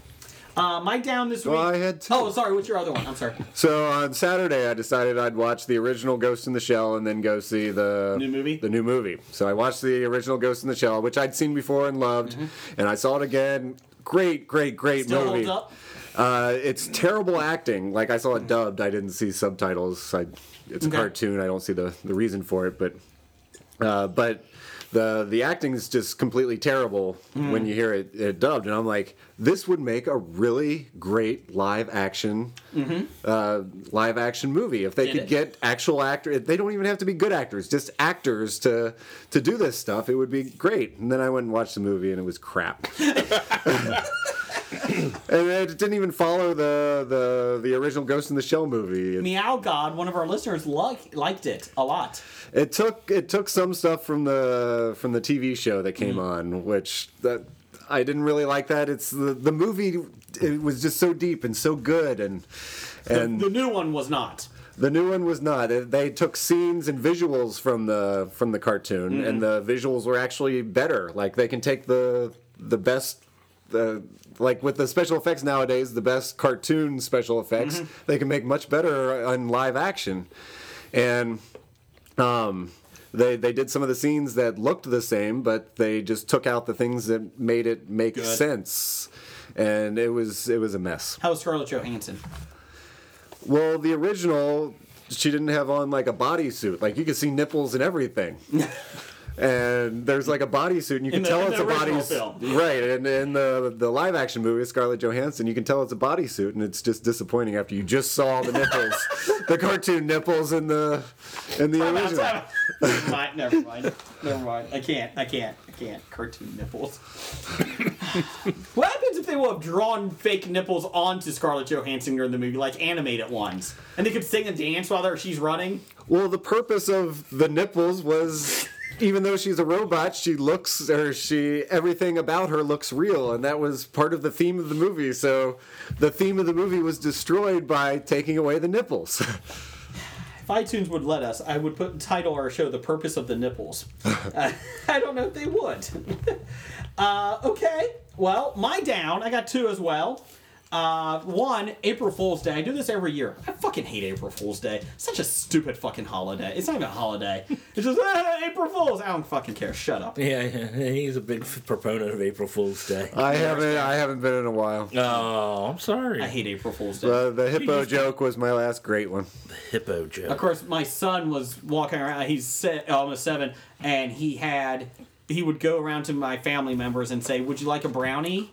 Speaker 2: Uh, my down this week.
Speaker 8: Well, I had two.
Speaker 2: Oh, sorry. What's your other one? I'm sorry.
Speaker 8: So on Saturday, I decided I'd watch the original Ghost in the Shell and then go see the
Speaker 2: New movie?
Speaker 8: The new movie. So I watched the original Ghost in the Shell, which I'd seen before and loved, and I saw it again. Great, great, great
Speaker 2: Mm-hmm. Still
Speaker 8: movie.
Speaker 2: holds up.
Speaker 8: Uh, it's terrible acting. Like I saw it dubbed. I didn't see subtitles. I, it's a
Speaker 2: Okay.
Speaker 8: cartoon. I don't see the, the reason for it, but uh, but the the acting is just completely terrible when you hear it, it dubbed. And I'm like, this would make a really great live action uh, live action movie if they could
Speaker 3: it.
Speaker 8: get actual actors. They don't even have to be good actors, just actors to to do this stuff. It would be great. And then I went and watched the movie, and it was crap. And it didn't even follow the the, the original Ghost in the Shell movie. It,
Speaker 2: Meow God, one of our listeners like, liked it a lot.
Speaker 8: it took it took some stuff from the from the TV show that came on, which that I didn't really like. That it's the the movie. It was just so deep and so good, and and
Speaker 2: The new one was not.
Speaker 8: The new one was not. They- They took scenes and visuals from the from the cartoon, and the visuals were actually better. Like they can take the the best. The, like with the special effects nowadays, the best cartoon special effects they can make much better on live action, and um, they they did some of the scenes that looked the same, but they just took out the things that made it make sense, and it was it was a mess.
Speaker 2: How was Scarlett Johansson?
Speaker 8: Well, the original, she didn't have on like a bodysuit. Like you could see nipples and everything. and there's like a bodysuit, and you can
Speaker 2: the-
Speaker 8: tell
Speaker 2: in
Speaker 8: it's
Speaker 2: the
Speaker 8: a
Speaker 2: original
Speaker 8: bodysuit. Right, and in the the live action movie, Scarlett Johansson, you can tell it's a bodysuit, and it's just disappointing after you just saw the nipples, the cartoon nipples in the in the original.
Speaker 2: never mind. Never mind. Never mind. I can't. I can't. I can't. Cartoon nipples. what happens if they will have drawn fake nipples onto Scarlett Johansson during the movie, like animated ones, and they could sing and dance while they're, she's running?
Speaker 8: Well, the purpose of the nipples was even though she's a robot, she looks or she everything about her looks real, and that was part of the theme of the movie. So the theme of the movie was destroyed by taking away the nipples.
Speaker 2: If iTunes would let us, I would put title our show "The Purpose of the Nipples." Uh, I don't know if they would. uh, okay. Well, my down. I got two as well. Uh, one, April Fool's Day. I do this every year. I fucking hate April Fool's Day. Such a stupid fucking holiday. It's not even a holiday. It's just "Ah, April Fool's. I don't fucking care. Shut up.
Speaker 3: Yeah, yeah, he's a big f- proponent of April Fool's Day.
Speaker 8: I haven't I haven't been in a while.
Speaker 3: oh, I'm sorry.
Speaker 2: I hate April Fool's Day.
Speaker 8: Uh, the hippo joke was my last great one.
Speaker 3: hippo
Speaker 2: Of
Speaker 3: joke.
Speaker 2: course, my son was walking around. He's se- almost seven, and he had he would go around to my family members and say, "Would you like a brownie?"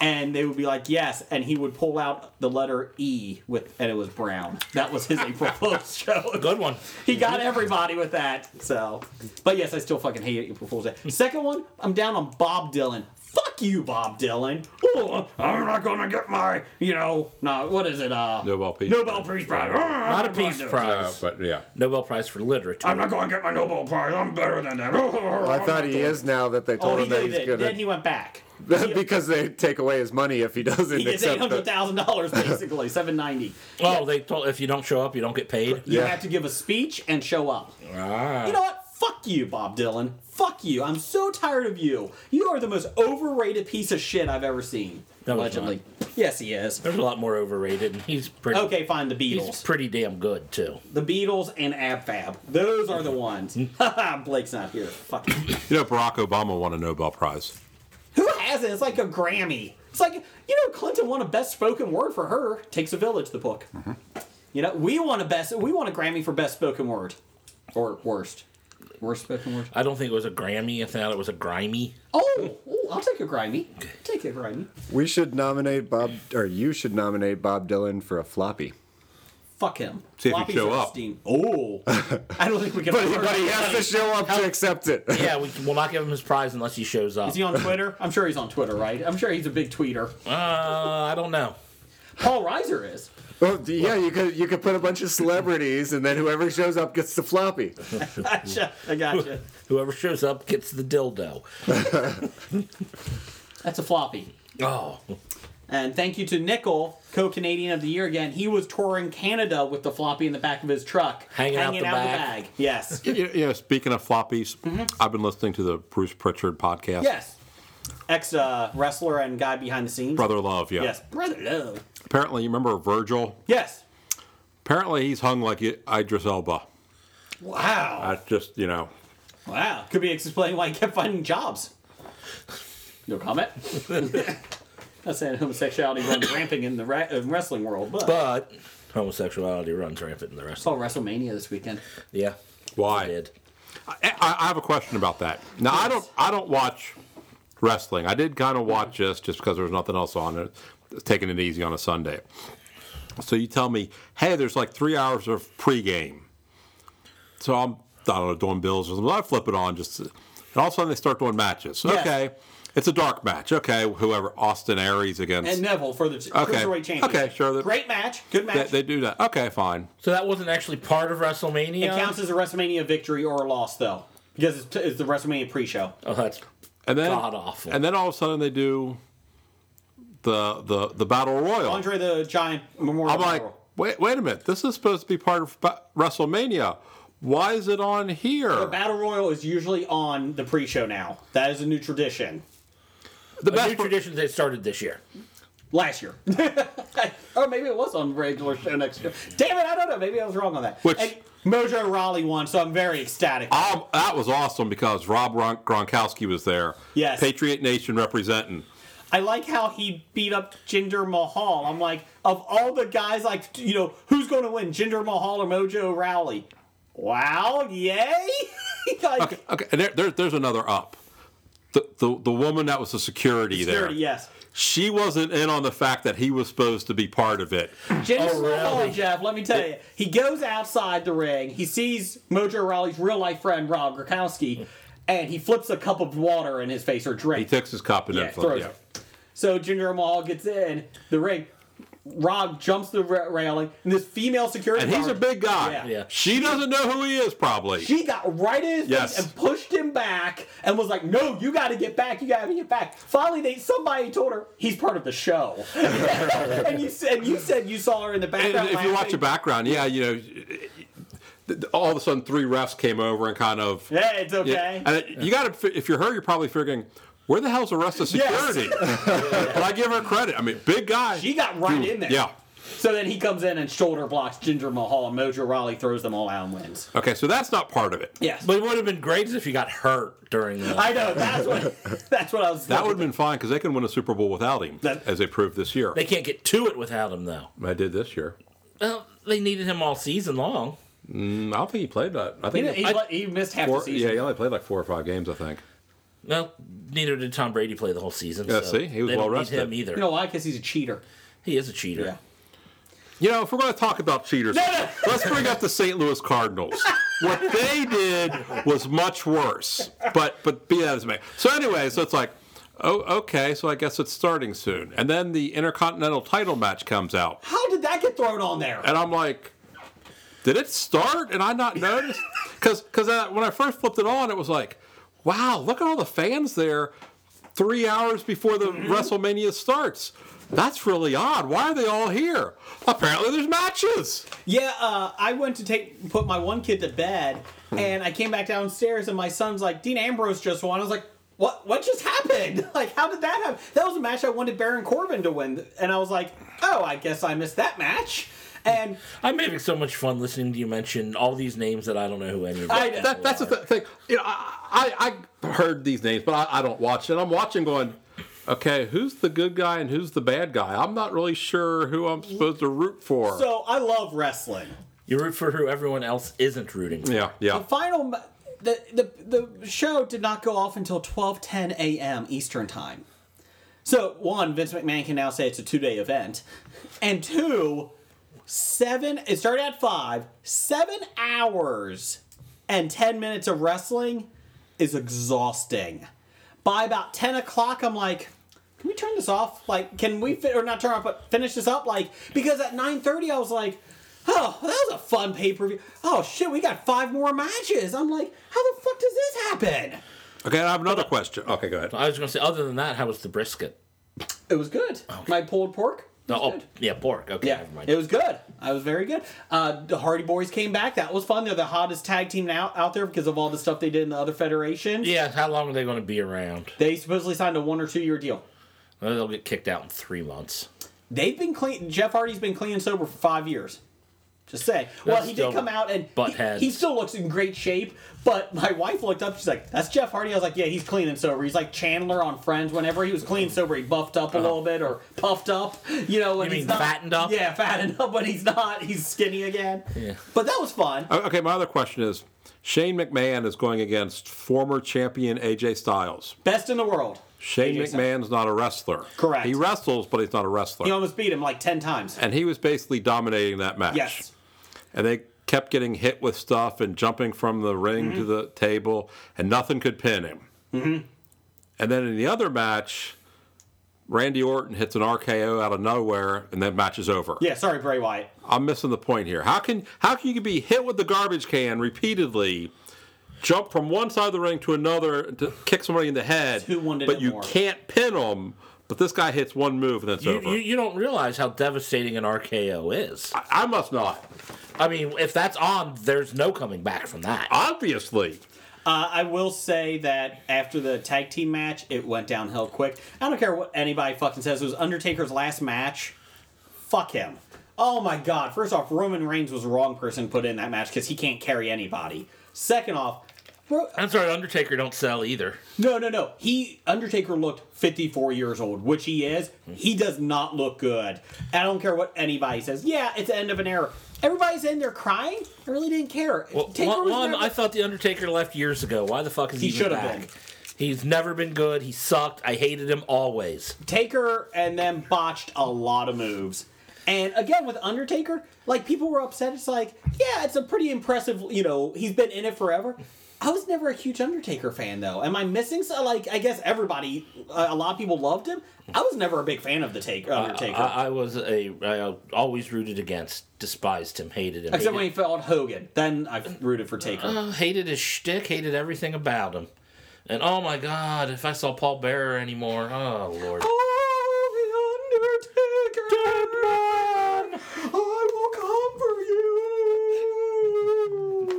Speaker 2: And they would be like, "Yes." And he would pull out the letter E with, and it was brown. That was his April Fool's joke.
Speaker 3: Good one.
Speaker 2: He got everybody with that. So, but yes, I still fucking hate April Fool's Day. Second one, I'm down on Bob Dylan. Fuck you, Bob Dylan. Oh, I'm not gonna get my, you know, no, what is it? Uh,
Speaker 7: Nobel Peace.
Speaker 2: Nobel Peace Prize.
Speaker 3: Not a peace
Speaker 7: Uh,
Speaker 3: prize.
Speaker 7: but yeah.
Speaker 3: Nobel Prize for literature.
Speaker 5: I'm not going to get my Nobel Prize. I'm better than that.
Speaker 8: I thought he is now that they
Speaker 2: Oh,
Speaker 8: told
Speaker 2: he
Speaker 8: him that
Speaker 2: did.
Speaker 8: he's
Speaker 2: it.
Speaker 8: gonna
Speaker 2: Then he went back.
Speaker 8: because they take away his money if he doesn't
Speaker 2: He gets eight
Speaker 8: accept
Speaker 2: hundred
Speaker 8: the,
Speaker 2: thousand dollars basically, seven ninety.
Speaker 3: oh, they told if you don't show up, you don't get paid.
Speaker 2: You
Speaker 8: Yeah.
Speaker 2: have to give a speech and show up.
Speaker 3: Ah.
Speaker 2: You know what? Fuck you, Bob Dylan. Fuck you. I'm so tired of you. You are the most overrated piece of shit I've ever seen.
Speaker 3: That was
Speaker 2: allegedly. Yes, he is.
Speaker 3: There's a lot more overrated, and he's pretty.
Speaker 2: Okay, fine. The
Speaker 3: He's
Speaker 2: Beatles.
Speaker 3: pretty damn good too.
Speaker 2: the Beatles and Ab Fab. Those are the ones. Blake's not here. Fuck. you.
Speaker 7: You know, Barack Obama won a Nobel Prize.
Speaker 2: Who has it? It's like a Grammy. It's like you know, Clinton won a Best Spoken Word for her. Takes a Village, the book.
Speaker 8: Mm-hmm.
Speaker 2: You know, we want a best. We want a Grammy for Best Spoken Word, or worst, worst spoken word.
Speaker 3: I don't think it was a Grammy. I thought it was a grimy.
Speaker 2: Oh, ooh, I'll take a Grammy. Take a Grammy.
Speaker 8: We should nominate Bob or you should nominate Bob Dylan for a floppy.
Speaker 2: Fuck him.
Speaker 7: See if he'd show up.
Speaker 2: Rothstein. Oh, I don't think we can.
Speaker 8: But he, but he has to show up to accept it.
Speaker 3: Yeah, we will not give him his prize unless he shows up.
Speaker 2: Is he on Twitter? I'm sure he's on Twitter, right? I'm sure he's a big tweeter.
Speaker 3: uh, I don't know.
Speaker 2: Paul Reiser is.
Speaker 8: Well, Oh, yeah, you could you could put a bunch of celebrities, and then whoever shows up gets the floppy.
Speaker 2: Gotcha. I gotcha.
Speaker 3: Whoever shows up gets the dildo.
Speaker 2: That's a floppy.
Speaker 3: Oh,
Speaker 2: And thank you to Nickel, co-Canadian of the year again. He was touring Canada with the floppy in the back of his truck,
Speaker 3: Hanging out the back.
Speaker 2: Yes,
Speaker 7: You know, you know, speaking of floppies,
Speaker 2: Mm-hmm.
Speaker 7: I've been listening to the Bruce Pritchard podcast.
Speaker 2: yes. Ex uh, wrestler and guy behind the scenes.
Speaker 7: Brother Love, yeah.
Speaker 2: Yes, brother love.
Speaker 7: Apparently, you remember Virgil?
Speaker 2: Yes.
Speaker 7: Apparently, he's hung like Idris Elba.
Speaker 2: Wow.
Speaker 7: That's just, you know.
Speaker 2: Wow. Could be explaining why he kept finding jobs. No comment. Not saying homosexuality runs rampant in the ra- uh, wrestling world, but,
Speaker 3: but homosexuality runs rampant in the rest.
Speaker 2: saw WrestleMania this weekend.
Speaker 3: Yeah,
Speaker 7: Why?
Speaker 3: I did.
Speaker 7: I, I have a question about that. Now I don't I don't watch wrestling. I did kind of watch this just because there was nothing else on it, taking it easy on a Sunday. So you tell me, hey, there's like three hours of pregame. So I'm I don't know doing bills or something. I flip it on just, and all of a sudden they start doing matches.
Speaker 2: Yes.
Speaker 7: Okay, it's a dark match. Okay, whoever Austin Aries against
Speaker 2: And Neville for the okay.
Speaker 7: Okay.
Speaker 2: cruiserweight championship.
Speaker 7: Okay, sure. That-
Speaker 2: Great match. Good
Speaker 7: they,
Speaker 2: match.
Speaker 7: they do that. Okay, fine.
Speaker 3: So that wasn't actually part of WrestleMania.
Speaker 2: It counts as a WrestleMania victory or a loss, though, because it's, it's the WrestleMania pre-show.
Speaker 3: Oh, that's
Speaker 7: And then
Speaker 3: God awful.
Speaker 7: And then all of a sudden they do the the the battle royal.
Speaker 2: Andre the Giant Memorial.
Speaker 7: I'm like,
Speaker 2: Memorial.
Speaker 7: wait, wait a minute. This is supposed to be part of Ba- WrestleMania. Why is it on here?
Speaker 2: the Battle Royal is usually on the pre-show now. That is a new tradition.
Speaker 3: a
Speaker 7: the
Speaker 3: new
Speaker 7: best part-
Speaker 3: tradition that started this year.
Speaker 2: Last year, or maybe it was on regular show next year. Damn it, I don't know. Maybe I was wrong on that.
Speaker 7: Which-
Speaker 2: And Mojo Raleigh won, so I'm very ecstatic.
Speaker 7: Um, that was awesome because Rob Gron- Gronkowski was there.
Speaker 2: Yes.
Speaker 7: Patriot Nation representing.
Speaker 2: I like how he beat up Jinder Mahal. I'm like, of all the guys, like you know, who's going to win, Jinder Mahal or Mojo Raleigh? Wow, yay! like,
Speaker 7: Okay, okay. And there, there, there's another up. The, the, the woman that was the security there,
Speaker 2: Dirty, yes.
Speaker 7: she wasn't in on the fact that he was supposed to be part of it.
Speaker 2: Jinder
Speaker 3: Oh,
Speaker 2: Mahal,
Speaker 3: really?
Speaker 2: Jeff, let me tell you. He goes outside the ring. He sees Mojo Rawley's real life friend, Rob Gronkowski, and he flips a cup of water in his face or
Speaker 7: He
Speaker 2: drink.
Speaker 7: takes his cup and
Speaker 2: Yeah,
Speaker 7: then
Speaker 2: throws
Speaker 7: flips. Yeah.
Speaker 2: it. So Jinder Mahal gets in the ring. Rob jumps the ra- railing, and this female security
Speaker 7: And he's a
Speaker 2: guard-
Speaker 7: big guy.
Speaker 2: Yeah.
Speaker 3: Yeah.
Speaker 7: She doesn't know who he is, probably.
Speaker 2: She got right in his
Speaker 7: Yes.
Speaker 2: face and pushed him back and was like, No, you gotta get back, you gotta get back. Finally they somebody told her he's part of the show. and you said you said you saw her in the
Speaker 7: And
Speaker 2: background.
Speaker 7: if you watch
Speaker 2: laughing.
Speaker 7: the background, yeah, you know, th- th- all of a sudden three refs came over and kind of.
Speaker 2: Yeah, it's okay.
Speaker 7: Yeah, and it- you got to, if you're her, you're probably figuring, where the hell's the rest of
Speaker 2: Yes.
Speaker 7: security? but I give her credit. I mean, big guy.
Speaker 2: She got right in there.
Speaker 7: yeah.
Speaker 2: So then he comes in and shoulder blocks Ginger Mahal and Mojo Raleigh throws them all out and wins.
Speaker 7: Okay, so that's not part of it.
Speaker 2: Yes.
Speaker 3: But it would have been great is if you got hurt during the.
Speaker 2: I know, that's what that's what I was
Speaker 7: That would have been fine because they can win a Super Bowl without him,
Speaker 2: That-
Speaker 7: as they proved this year.
Speaker 3: they can't get to it without him though.
Speaker 7: I did this year.
Speaker 3: Well, they needed him all season long.
Speaker 7: Mm, I don't think he played that. I
Speaker 2: he,
Speaker 7: think
Speaker 2: he,
Speaker 7: I-
Speaker 2: he missed half
Speaker 7: four-
Speaker 2: the season.
Speaker 7: yeah, he only played like four or five games, I think.
Speaker 3: Well, neither did Tom Brady play the whole season.
Speaker 7: Yeah,
Speaker 3: so
Speaker 7: see? He was
Speaker 3: they don't
Speaker 7: well
Speaker 3: need
Speaker 7: rested.
Speaker 3: him either.
Speaker 2: You know why? Because he's a cheater.
Speaker 3: he is a cheater.
Speaker 2: Yeah.
Speaker 7: You know, if we're going to talk about cheaters, let's bring up the St. Louis Cardinals. what they did was much worse. But but be that as it may. So anyway, so it's like, oh okay, so I guess it's starting soon. And then the Intercontinental Title match comes out,
Speaker 2: How did that get thrown on there?
Speaker 7: and I'm like, did it start? And I not noticed because because when I first flipped it on, it was like, wow, look at all the fans there, three hours before the
Speaker 2: Mm-hmm.
Speaker 7: WrestleMania starts. That's really odd. Why are they all here? Apparently, there's matches.
Speaker 2: Yeah, uh, I went to take put my one kid to bed, and I came back downstairs, and my son's like, "Dean Ambrose just won." I was like, "What? What just happened? Like, how did that happen?" That was a match I wanted Baron Corbin to win, and I was like, "Oh, I guess I missed that match." And
Speaker 3: I'm having so much fun listening to you mention all these names that I don't know who any of them
Speaker 2: I-
Speaker 3: are.
Speaker 7: that, that's the th- thing. You know, I, I I heard these names, but I, I don't watch it. I'm watching, going, okay, who's the good guy and who's the bad guy? I'm not really sure who I'm supposed to root for.
Speaker 2: so I love wrestling.
Speaker 3: You root for who everyone else isn't rooting for.
Speaker 7: yeah, yeah.
Speaker 2: The final, ma- the the the show did not go off until twelve ten a.m. Eastern time. So one, Vince McMahon can now say it's a two day event, and two, Seven. It started at five. Seven hours and ten minutes of wrestling is exhausting. By about ten o'clock, I'm like, can we turn this off? Like, can we fit or not turn off, but finish this up? Like, because at nine thirty, I was like. Oh, that was a fun pay per view. Oh shit, we got five more matches. I'm like, how the fuck does this happen?
Speaker 7: Okay, I have another question. Okay, go ahead.
Speaker 3: I was going to say, other than that, how was the brisket?
Speaker 2: It was good. My pulled pork.
Speaker 3: No, oh, yeah, pork. Okay,
Speaker 2: Yeah,
Speaker 3: never mind.
Speaker 2: it was good. I was very good. Uh, the Hardy Boys came back. That was fun. They're the hottest tag team now out there because of all the stuff they did in the other federation.
Speaker 3: yeah, how long are they going to be around?
Speaker 2: They supposedly signed a one or two year deal.
Speaker 3: Well, They'll get kicked out in three months.
Speaker 2: They've been clean. Jeff Hardy's been clean and sober for five years. Just say. Well, he
Speaker 3: still
Speaker 2: did come out and
Speaker 3: butt
Speaker 2: he-
Speaker 3: heads.
Speaker 2: he still looks in great shape. But my wife looked up. She's like, "That's Jeff Hardy." I was like, "Yeah, he's clean and sober. He's like Chandler on Friends. Whenever he was clean and sober, he buffed up a little bit or puffed up. You know, when
Speaker 3: Uh-huh. You
Speaker 2: he's
Speaker 3: mean
Speaker 2: not-
Speaker 3: fattened up?
Speaker 2: Yeah, fattened up. When he's not, he's skinny again. Yeah. But that was fun.
Speaker 7: O- Uh, Okay, my other question is Shane McMahon is going against former champion AJ Styles.
Speaker 2: Best in the world.
Speaker 7: Shane
Speaker 2: AJ Styles.
Speaker 7: McMahon's not a wrestler.
Speaker 2: Correct.
Speaker 7: He wrestles, but he's not a wrestler.
Speaker 2: He almost beat him like ten times.
Speaker 7: and he was basically dominating that match.
Speaker 2: Yes.
Speaker 7: And they kept getting hit with stuff and jumping from the ring
Speaker 2: Mm-hmm.
Speaker 7: to the table, and nothing could pin him. Mm-hmm. And then in the other match, Randy Orton hits an RKO out of nowhere, and that match is over.
Speaker 2: Yeah. Sorry, Bray Wyatt.
Speaker 7: I'm missing the point here. How can how can you be hit with the garbage can repeatedly, jump from one side of the ring to another to kick somebody in the head,
Speaker 2: Who wanted
Speaker 7: but
Speaker 2: it
Speaker 7: you
Speaker 2: more?
Speaker 7: can't pin them? But this guy hits one move and it's
Speaker 3: You,
Speaker 7: over.
Speaker 3: you, you don't realize how devastating an RKO is.
Speaker 7: I- I must not.
Speaker 3: I mean, if that's on, there's no coming back from that.
Speaker 7: Obviously.
Speaker 2: Uh, I will say that after the tag team match, it went downhill quick. I don't care what anybody fucking says. It was Undertaker's last match. Fuck him. Oh my god. First off, Roman Reigns was the wrong person put in that match because he can't carry anybody. Second off, Ro-
Speaker 3: I'm sorry, Undertaker don't sell either.
Speaker 2: no, no, no. He Undertaker looked 54 years old, which he is. He does not look good. I don't care what anybody says. Yeah, it's the end of an era. Everybody's in there crying. I really didn't care.
Speaker 3: Well,
Speaker 2: Taker
Speaker 3: one,
Speaker 2: was
Speaker 3: one,
Speaker 2: never-
Speaker 3: I thought the Undertaker left years ago. Why the fuck is he,
Speaker 2: He
Speaker 3: even
Speaker 2: should have
Speaker 3: back?
Speaker 2: been.
Speaker 3: He's never been good. He sucked. I hated him always.
Speaker 2: Taker and then botched a lot of moves. And again with Undertaker, like people were upset. It's like, yeah, it's a pretty impressive, you know, he's been in it forever. I was never a huge Undertaker fan though. Am I missing? So, like, I guess everybody, uh, a a lot of people loved him. I was never a big fan of the Taker, Undertaker,
Speaker 3: I, I was a I always rooted against, despised him, hated him.
Speaker 2: except when he
Speaker 3: hated,
Speaker 2: fought Hogan. Then I rooted for Taker.
Speaker 3: hated his shtick, hated everything about him. And oh my god, if I saw Paul Bearer anymore, oh lord.
Speaker 2: Oh, the Undertaker, I will come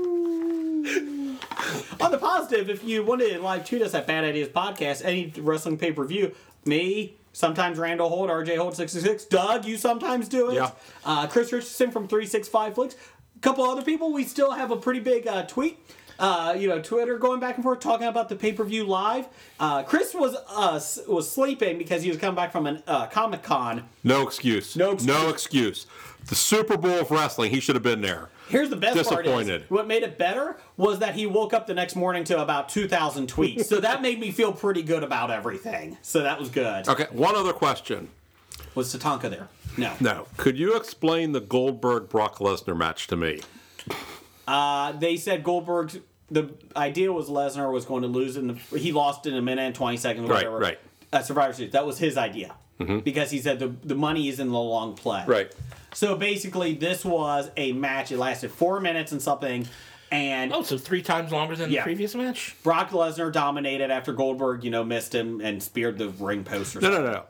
Speaker 2: for you. On the positive, if you wanted to live tweet us at Bad Ideas Podcast, any wrestling pay per view, me. Sometimes Randall Holt, RJ Holt six six six, Doug, you sometimes do it.
Speaker 7: Yeah.
Speaker 2: Uh, Chris Richardson from three six five flicks, a couple other people. We still have a pretty big uh, tweet, uh, you know, Twitter going back and forth talking about the pay per view live. Uh, Chris was uh, s- was sleeping because he was coming back from a uh, Comic Con.
Speaker 7: No excuse.
Speaker 2: No excuse.
Speaker 7: No excuse. The Super Bowl of wrestling. He should have been there.
Speaker 2: Here's the best part
Speaker 7: Disappointed.
Speaker 2: is, what made it better was that he woke up the next morning to about 2,000 tweets. so that made me feel pretty good about everything. So that was good.
Speaker 7: Okay. One other question.
Speaker 2: Was Tatanka there? No.
Speaker 7: Now, could you explain the Goldberg Brock Lesnar match to me?
Speaker 2: Uh, they said Goldberg's the idea was Lesnar was going to lose in the he lost in a minute and 20 seconds
Speaker 7: Right,
Speaker 2: whatever.
Speaker 7: right. Mm-hmm.
Speaker 2: Uh, Survivor Series. That was his idea. Because he said the the money is in the long play. So basically this was a match it lasted 4 minutes and something and
Speaker 3: Oh, so three times longer than
Speaker 2: Yeah.
Speaker 3: the previous match?
Speaker 2: Brock Lesnar dominated after Goldberg, you know, missed him and speared the ring post. Or
Speaker 7: No, no, no, no.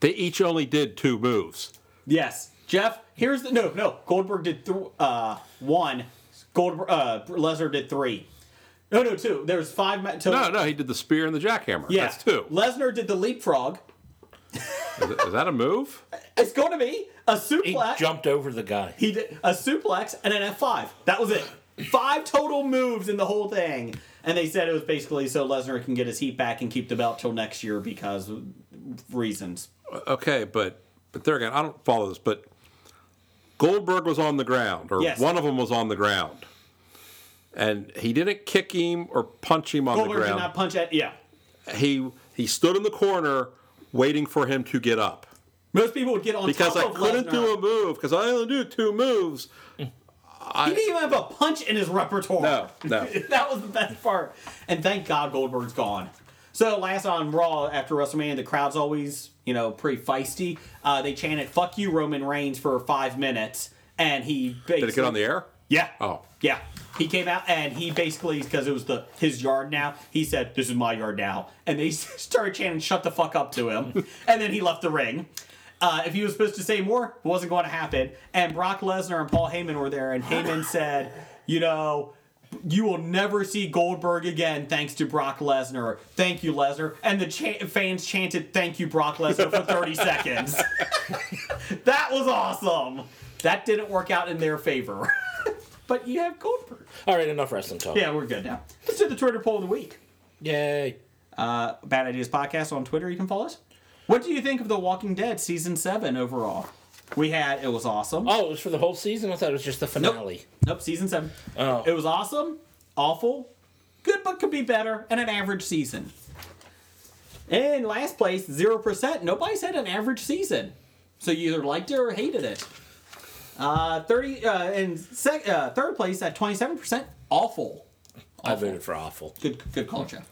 Speaker 7: They each only did two moves.
Speaker 2: Yes, Jeff. Here's the no, no. Goldberg did th- uh, one. Goldberg uh, Lesnar did three. No, no, two. There was five. Ma- total.
Speaker 7: No, no. He did the spear and the jackhammer.
Speaker 2: yeah.
Speaker 7: That's two.
Speaker 2: Lesnar did the leapfrog.
Speaker 7: Is, is that a move?
Speaker 2: It's going to be a
Speaker 3: He
Speaker 2: suplex.
Speaker 3: jumped over the guy.
Speaker 2: He did a suplex and an F five. That was it. Five total moves in the whole thing. And they said it was basically so Lesnar can get his heat back and keep the belt till next year because of reasons.
Speaker 7: Okay, but but there again, I don't follow this. But Goldberg was on the ground, or
Speaker 2: Yes.
Speaker 7: one of them was on the ground, and he didn't kick him or punch him on the
Speaker 2: Goldberg did
Speaker 7: ground.
Speaker 2: not punch at yeah.
Speaker 7: he he stood in the corner waiting for him to get up.
Speaker 2: Most people would get on
Speaker 9: because
Speaker 2: top
Speaker 9: I
Speaker 2: of
Speaker 9: couldn't do a
Speaker 2: Lesnar.
Speaker 9: move because I only do two moves.
Speaker 2: He didn't even have a punch in his repertoire.
Speaker 9: No, no.
Speaker 2: that was the best part. And thank God Goldberg's gone. So last on Raw after WrestleMania, the crowd's always you know pretty feisty. Uh, they chanted "Fuck you, Roman Reigns" for five minutes, and he basically
Speaker 9: Did it get on the air?
Speaker 2: Yeah.
Speaker 9: Oh.
Speaker 2: Yeah. He came out and he basically because it was the his yard now. He said, "This is my yard now," and they started chanting, "Shut the fuck up" to him, and then he left the ring. Uh, if he was supposed to say more, it wasn't going to happen. And Brock Lesnar and Paul Heyman were there, and Heyman said, "You know." You will never see Goldberg again, thanks to Brock Lesnar. Thank you, Lesnar. And the cha- fans chanted, "Thank you, Brock Lesnar," for 30 seconds. that was awesome. That didn't work out in their favor. But you have Goldberg.
Speaker 3: All right, enough wrestling talk.
Speaker 2: Yeah, we're good now. Let's do the Twitter poll of the week.
Speaker 3: Yay.
Speaker 2: Bad Ideas Podcast on Twitter. You can follow us. What do you think of The Walking Dead season seven overall? We had it was awesome.
Speaker 3: Oh, it was for the whole season? I thought it was just the finale.
Speaker 2: Nope, season seven.
Speaker 3: Oh.
Speaker 2: It was awesome, awful, good but could be better, and an average season. In last place, zero percent. Nobody said an average season, so you either liked it or hated it. Uh, Thirty uh, in sec- uh, third place at twenty-seven percent. Awful.
Speaker 3: I voted for awful.
Speaker 2: Good, good call, Jeff.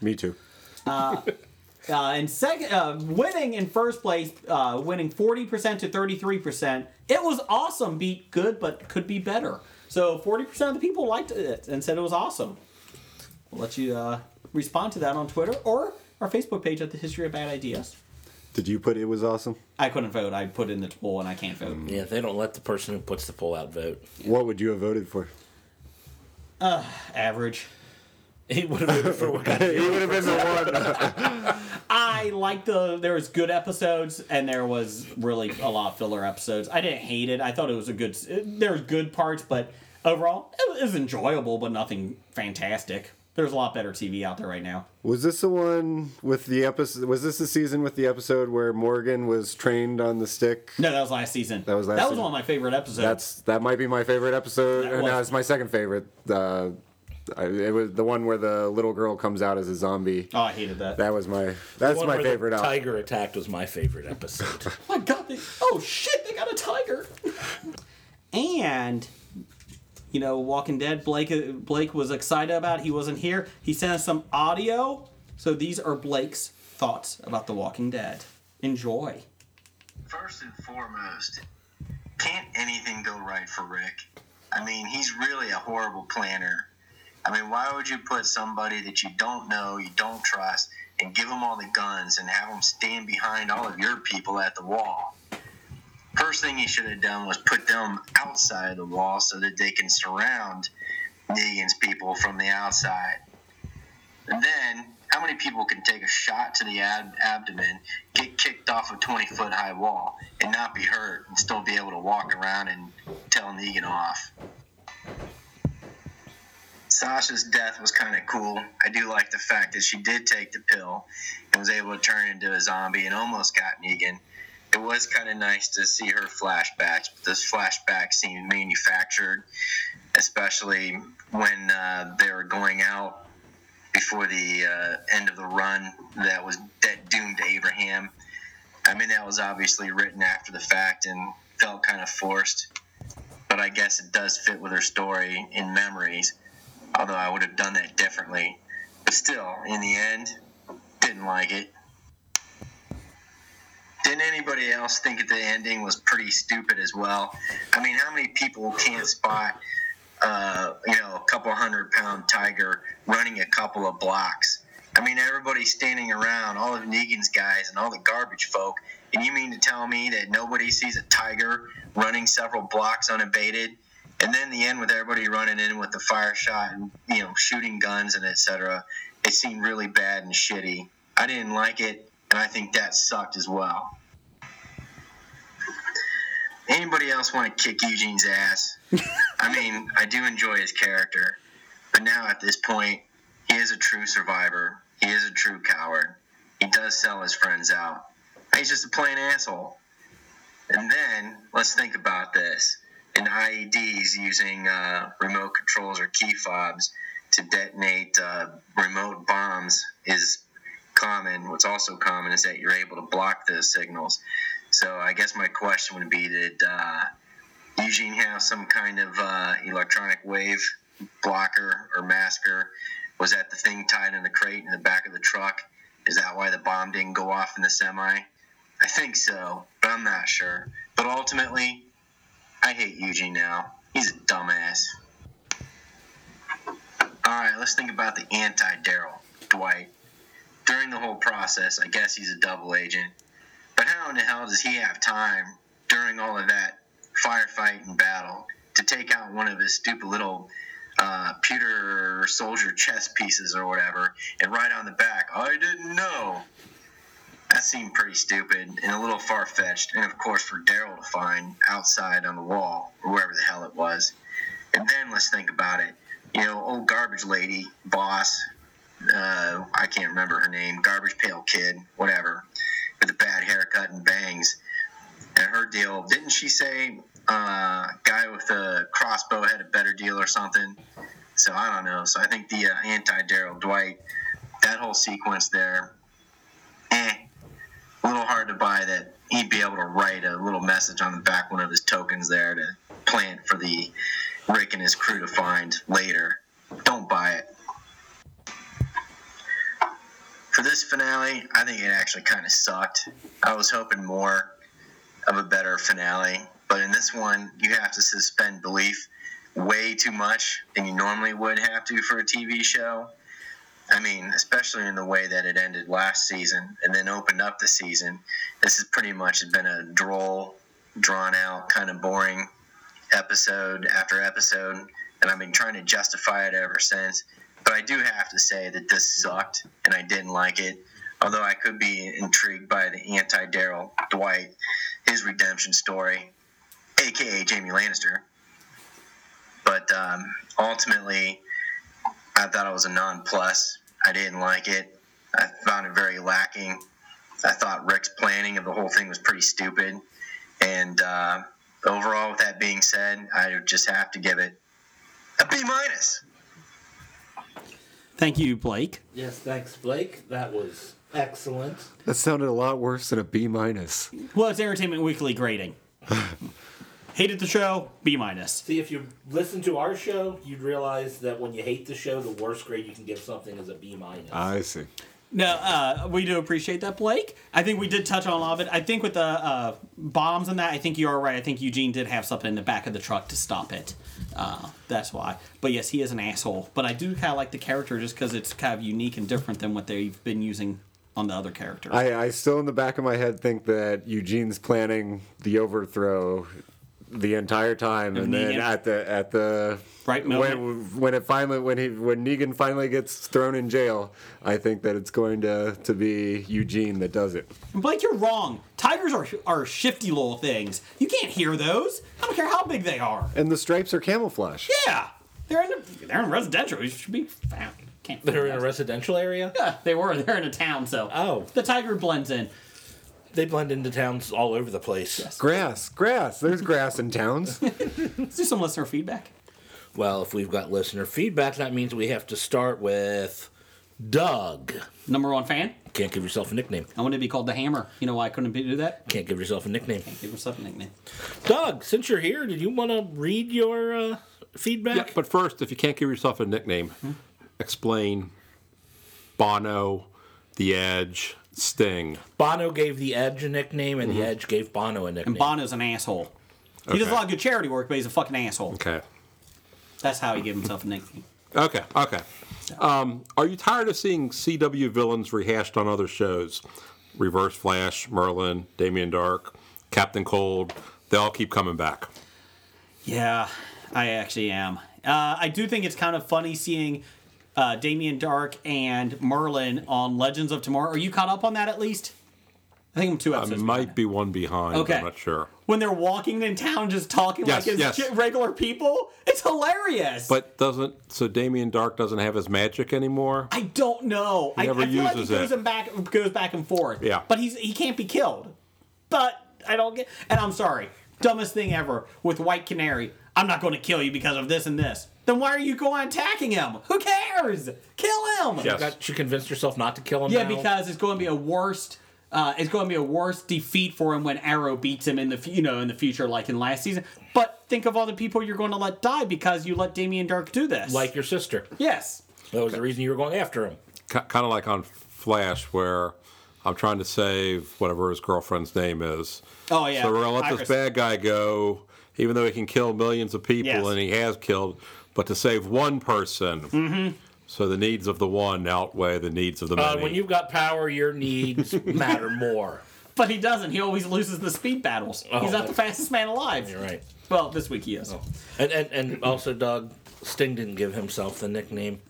Speaker 8: Me too.
Speaker 2: Uh, and second, uh, winning in first place, uh, winning 40% to 33%. It was awesome, beat good, but could be better. So 40% of the people liked it and said it was awesome. We'll let you uh, respond to that on Twitter or our Facebook page at the History of Bad Ideas.
Speaker 8: Did you put it was awesome? Mm.
Speaker 2: I couldn't vote. I put in the poll and I can't vote.
Speaker 3: Yeah, they don't let the person who puts the poll out vote.
Speaker 8: What would you have voted for?
Speaker 2: Average.
Speaker 3: He would have voted for what got
Speaker 8: It would have been the one.
Speaker 2: I liked the. There was good episodes and there was really a lot of filler episodes. I didn't hate it. I thought it was a good. There was good parts, but overall, it was enjoyable, but nothing fantastic. There's a lot better TV out there right now.
Speaker 8: Was this the one with the episode? Was this the season with the episode where Morgan was trained on the stick?
Speaker 2: No, that was last season.
Speaker 8: That was last
Speaker 2: That was
Speaker 8: season.
Speaker 2: one of my favorite episodes.
Speaker 8: That's that might be my favorite episode.
Speaker 2: That
Speaker 8: Or no,
Speaker 2: was-
Speaker 8: it's my second favorite. Uh, I, it was the one where the little girl comes out as a zombie.
Speaker 2: oh, I hated that.
Speaker 8: That was my. That's
Speaker 3: One
Speaker 8: my
Speaker 3: where the
Speaker 8: favorite. out.
Speaker 3: Tiger attacked was my favorite episode.
Speaker 2: Oh my god, they, oh shit, they got a tiger. and you know, Walking Dead, Blake Blake was excited about. it. He wasn't here. He sent us some audio. So these are Blake's thoughts about The Walking Dead. Enjoy.
Speaker 10: First and foremost, can't anything go right for Rick? I mean, he's really a horrible planner. I mean, why would you put somebody that you don't know, you don't trust, and give them all the guns and have them stand behind all of your people at the wall? First thing he should have done was put them outside the wall so that they can surround Negan's people from the outside. And then, how many people can take a shot to the ab- abdomen, get kicked off a 20 foot high wall, and not be hurt and still be able to walk around and tell Negan off? Sasha's death was kind of cool. I do like the fact that she did take the pill and was able to turn into a zombie and almost got Negan. It was kind of nice to see her flashbacks, but those flashbacks seemed manufactured, especially when uh, they were going out before the uh, end of the run that was that doomed Abraham. I mean, that was obviously written after the fact and felt kind of forced, but I guess it does fit with her story in memories. Although I would have done that differently, but still, in the end, didn't like it. Didn't anybody else think that the ending was pretty stupid as well? I mean, how many people can't spot uh, you know, a couple hundred pound tiger running a couple of blocks. I mean, everybody's standing around, all of Negan's guys and all the garbage folk. And you mean to tell me that nobody sees a tiger running several blocks unabated? And then the end with everybody running in with the fire shot and, you know, shooting guns and etc. It seemed really bad and shitty. I didn't like it, and I think that sucked as well. Anybody else want to kick Eugene's ass? I mean, I do enjoy his character, but now at this point, he is a true survivor. He is a true coward. He does sell his friends out. He's just a plain asshole. And then let's think about this: in IEDs using uh, remote controls or key fobs to detonate uh, remote bombs is common. What's also common is that you're able to block those signals. So I guess my question would be: Did uh, Eugene have some kind of uh, electronic wave blocker or masker? Was that the thing tied in the crate in the back of the truck? Is that why the bomb didn't go off in the semi? I think so, but I'm not sure. But ultimately, I hate Eugene now. He's a dumbass. All right, let's think about the anti Daryl, Dwight. During the whole process, I guess he's a double agent. But how in the hell does he have time during all of that firefight and battle to take out one of his stupid little uh, pewter soldier chess pieces or whatever and write on the back, I didn't know? That seemed pretty stupid and a little far fetched, and of course for Daryl to find outside on the wall or wherever the hell it was. And then let's think about it. You know, old garbage lady, boss, uh, I can't remember her name, garbage pail kid, whatever, with a bad haircut and bangs. And her deal, didn't she say uh, guy with a crossbow had a better deal or something? So I don't know. So I think the uh, anti Daryl Dwight, that whole sequence there, eh, a little hard to buy that he'd be able to write a little message on the back one of his tokens there to plant for the Rick and his crew to find later. Don't buy it. For this finale, I think it actually kind of sucked. I was hoping more of a better finale, but in this one, you have to suspend belief way too much than you normally would have to for a TV show. I mean, especially in the way that it ended last season and then opened up the season, this has pretty much been a droll, drawn out, kind of boring episode after episode, and I've been trying to justify it ever since. But I do have to say that this sucked, and I didn't like it. Although I could be intrigued by the anti Daryl Dwight, his redemption story, aka Jamie Lannister. But um, ultimately, I thought it was a non-plus. I didn't like it. I found it very lacking. I thought Rick's planning of the whole thing was pretty stupid. And uh, overall, with that being said, I just have to give it a B minus.
Speaker 2: Thank you, Blake.
Speaker 3: Yes, thanks, Blake. That was excellent.
Speaker 8: That sounded a lot worse than a B minus.
Speaker 2: Well, it's Entertainment Weekly grading. Hated the show, B minus.
Speaker 3: See, if you listen to our show, you'd realize that when you hate the show, the worst grade you can give something is a B minus.
Speaker 7: Uh,
Speaker 8: I see.
Speaker 2: No, uh, we do appreciate that, Blake. I think we did touch on a lot of it. I think with the uh, bombs and that, I think you are right. I think Eugene did have something in the back of the truck to stop it. Uh, that's why. But yes, he is an asshole. But I do kind of like the character just because it's kind of unique and different than what they've been using on the other character.
Speaker 8: I, I still, in the back of my head, think that Eugene's planning the overthrow the entire time, and, then
Speaker 2: Negan.
Speaker 8: at the at the
Speaker 2: Right moment.
Speaker 8: when when it finally when he when Negan finally gets thrown in jail, I think that it's going to to be Eugene that does it.
Speaker 2: Blake, you're wrong. Tigers are are shifty little things. You can't hear those. I don't care how big they are.
Speaker 8: And the stripes are camouflage.
Speaker 2: Yeah, they're in the, they're in residential. You should be found. Can't
Speaker 3: They're in a residential area.
Speaker 2: Yeah, they were. They're in a town, so
Speaker 3: Oh.
Speaker 2: the tiger blends in.
Speaker 3: They blend into towns all over the place.
Speaker 8: Grass, grass. There's grass in towns.
Speaker 2: Let's do some listener feedback.
Speaker 3: Well, if we've got listener feedback, that means we have to start with Doug.
Speaker 2: Number one fan.
Speaker 3: Can't give yourself a nickname.
Speaker 2: I wanted to be called the Hammer. You know why I couldn't be, do that?
Speaker 3: Can't give yourself a nickname.
Speaker 2: Give yourself a nickname.
Speaker 3: Doug, since you're here, did you want to read your uh, feedback?
Speaker 7: Yeah, but first, if you can't give yourself a nickname, explain Bono, The Edge, Sting.
Speaker 3: Bono gave the Edge a nickname, and the Edge gave Bono a nickname.
Speaker 2: And Bono's an asshole. He does a
Speaker 7: Okay.
Speaker 2: lot of good charity work, but he's a fucking asshole.
Speaker 7: Okay.
Speaker 2: That's how he gave himself a nickname.
Speaker 7: Okay, okay. Um, are you tired of seeing CW villains rehashed on other shows? Reverse Flash, Merlin, Damien Dark, Captain Cold. They all keep coming back.
Speaker 2: Yeah, I actually am. Uh, I do think it's kind of funny seeing uh, Damien Dark and Merlin on Legends of Tomorrow. Are you caught up on that at least? I think I'm two
Speaker 7: I
Speaker 2: episodes. behind.
Speaker 7: might be one behind.
Speaker 2: Okay.
Speaker 7: I'm not sure.
Speaker 2: When they're walking in town, just talking
Speaker 7: Yes,
Speaker 2: like it's
Speaker 7: yes.
Speaker 2: j- regular people, it's hilarious.
Speaker 7: But doesn't so Damien Dark doesn't have his magic anymore?
Speaker 2: I don't know. I,
Speaker 7: never
Speaker 2: I feel like he
Speaker 7: uses
Speaker 2: goes
Speaker 7: it.
Speaker 2: and back goes back and forth.
Speaker 7: Yeah.
Speaker 2: But he's he can't be killed. But I don't get and I'm sorry. Dumbest thing ever with White Canary. I'm not going to kill you because of this and this. Then why are you going attacking him? Who cares? Kill him.
Speaker 7: Yes.
Speaker 3: Got- she convinced herself not to kill him.
Speaker 2: Yeah,
Speaker 3: now.
Speaker 2: because it's going to be a worst Uh, it's going to be a worse defeat for him when Arrow beats him in the fu- you know in the future, like in last season. But think of all the people you're going to let die because you let Damien Dark do this.
Speaker 3: Like your sister.
Speaker 2: yes,
Speaker 3: That was the reason you were going after him.
Speaker 7: kind of like on Flash, where I'm trying to save whatever his girlfriend's name is.
Speaker 2: Oh, yeah.
Speaker 7: So we're gonna let
Speaker 2: Iris.
Speaker 7: this bad guy go, even though he can kill millions of people,
Speaker 2: Yes.
Speaker 7: and he has killed. But to save one person,
Speaker 2: Mm-hmm.
Speaker 7: so the needs of the one outweigh the needs of the
Speaker 3: Uh,
Speaker 7: many.
Speaker 3: when you've got power, your needs matter more.
Speaker 2: but he doesn't. He always loses the speed battles.
Speaker 7: Oh.
Speaker 2: He's not the fastest man alive.
Speaker 3: You're right.
Speaker 2: Well, this week he is.
Speaker 3: And, and and also, Doug Sting didn't give himself the nickname.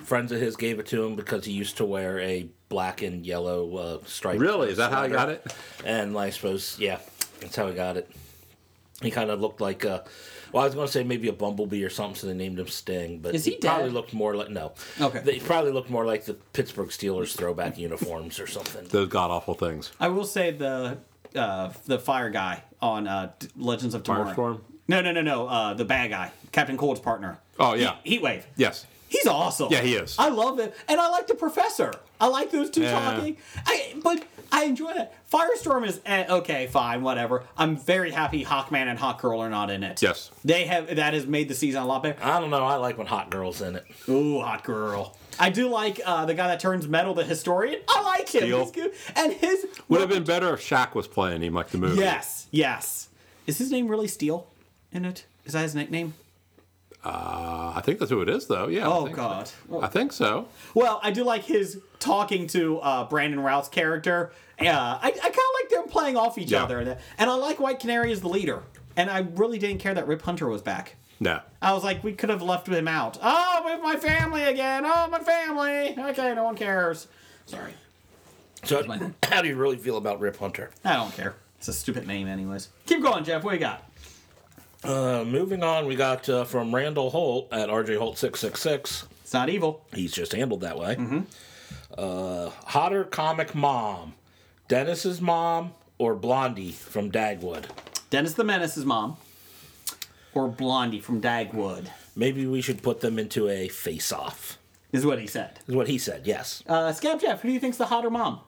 Speaker 3: Friends of his gave it to him because he used to wear a black and yellow uh, stripe.
Speaker 7: Really? Is that how he got it?
Speaker 3: And like, I suppose, yeah, that's how he got it. He kind of looked like a. Well, I was going to say maybe a bumblebee or something, so they named him Sting. But
Speaker 2: Is he
Speaker 3: probably
Speaker 2: dead?
Speaker 3: looked more like no.
Speaker 2: Okay.
Speaker 3: They probably looked more like the Pittsburgh Steelers throwback uniforms or something.
Speaker 7: Those god awful things.
Speaker 2: I will say the uh, the fire guy on uh, D- Legends of Tomorrow.
Speaker 7: Firestorm?
Speaker 2: No, no, no, no. Uh, the bad guy, Captain Cold's partner.
Speaker 7: Oh, yeah.
Speaker 2: Heat Heatwave.
Speaker 7: Yes.
Speaker 2: He's awesome.
Speaker 7: Yeah, he is.
Speaker 2: I love it, and I like the professor. I like those two
Speaker 7: Yeah.
Speaker 2: talking. I but I enjoy that. Firestorm is eh, okay, fine, whatever. I'm very happy Hawkman and Hawkgirl are not in it.
Speaker 7: Yes.
Speaker 2: they have that has made the season a lot better.
Speaker 3: I don't know. I like when hot girls in it.
Speaker 2: Ooh, hot girl. I do like uh, the guy that turns metal, the historian. I like him.
Speaker 7: Steel.
Speaker 2: He's good. And his
Speaker 7: Would have been better if Shaq was playing him like the movie.
Speaker 2: Yes, yes. Is his name really Steel in it? Is that his nickname?
Speaker 7: Uh, I think that's who it is, though. Yeah. I
Speaker 2: Oh,
Speaker 7: think-
Speaker 2: God.
Speaker 7: I think so.
Speaker 2: Well, I do like his talking to uh, Brandon Routh's character. Uh, I, I kind of like them playing off each
Speaker 7: Yeah.
Speaker 2: other. And I like White Canary as the leader. And I really didn't care that Rip Hunter was back.
Speaker 7: No.
Speaker 2: I was like, we could have left him out. Oh, with my family again. Oh, my family. Okay, no one cares. Sorry.
Speaker 3: So, how do you really feel about Rip Hunter?
Speaker 2: I don't care. It's a stupid name, anyways. Keep going, Jeff. What you got?
Speaker 3: Uh, moving on, we got uh, from Randall Holt at RJ Holt six six six.
Speaker 2: It's not evil.
Speaker 3: He's just handled that way. Uh, hotter comic mom, Dennis's mom or Blondie from Dagwood?
Speaker 2: Dennis the Menace's mom. Or Blondie from Dagwood.
Speaker 3: Maybe we should put them into a face off.
Speaker 2: is what he said.
Speaker 3: Is what he said. Yes.
Speaker 2: Uh, Scab Jeff, who do you think's the hotter mom?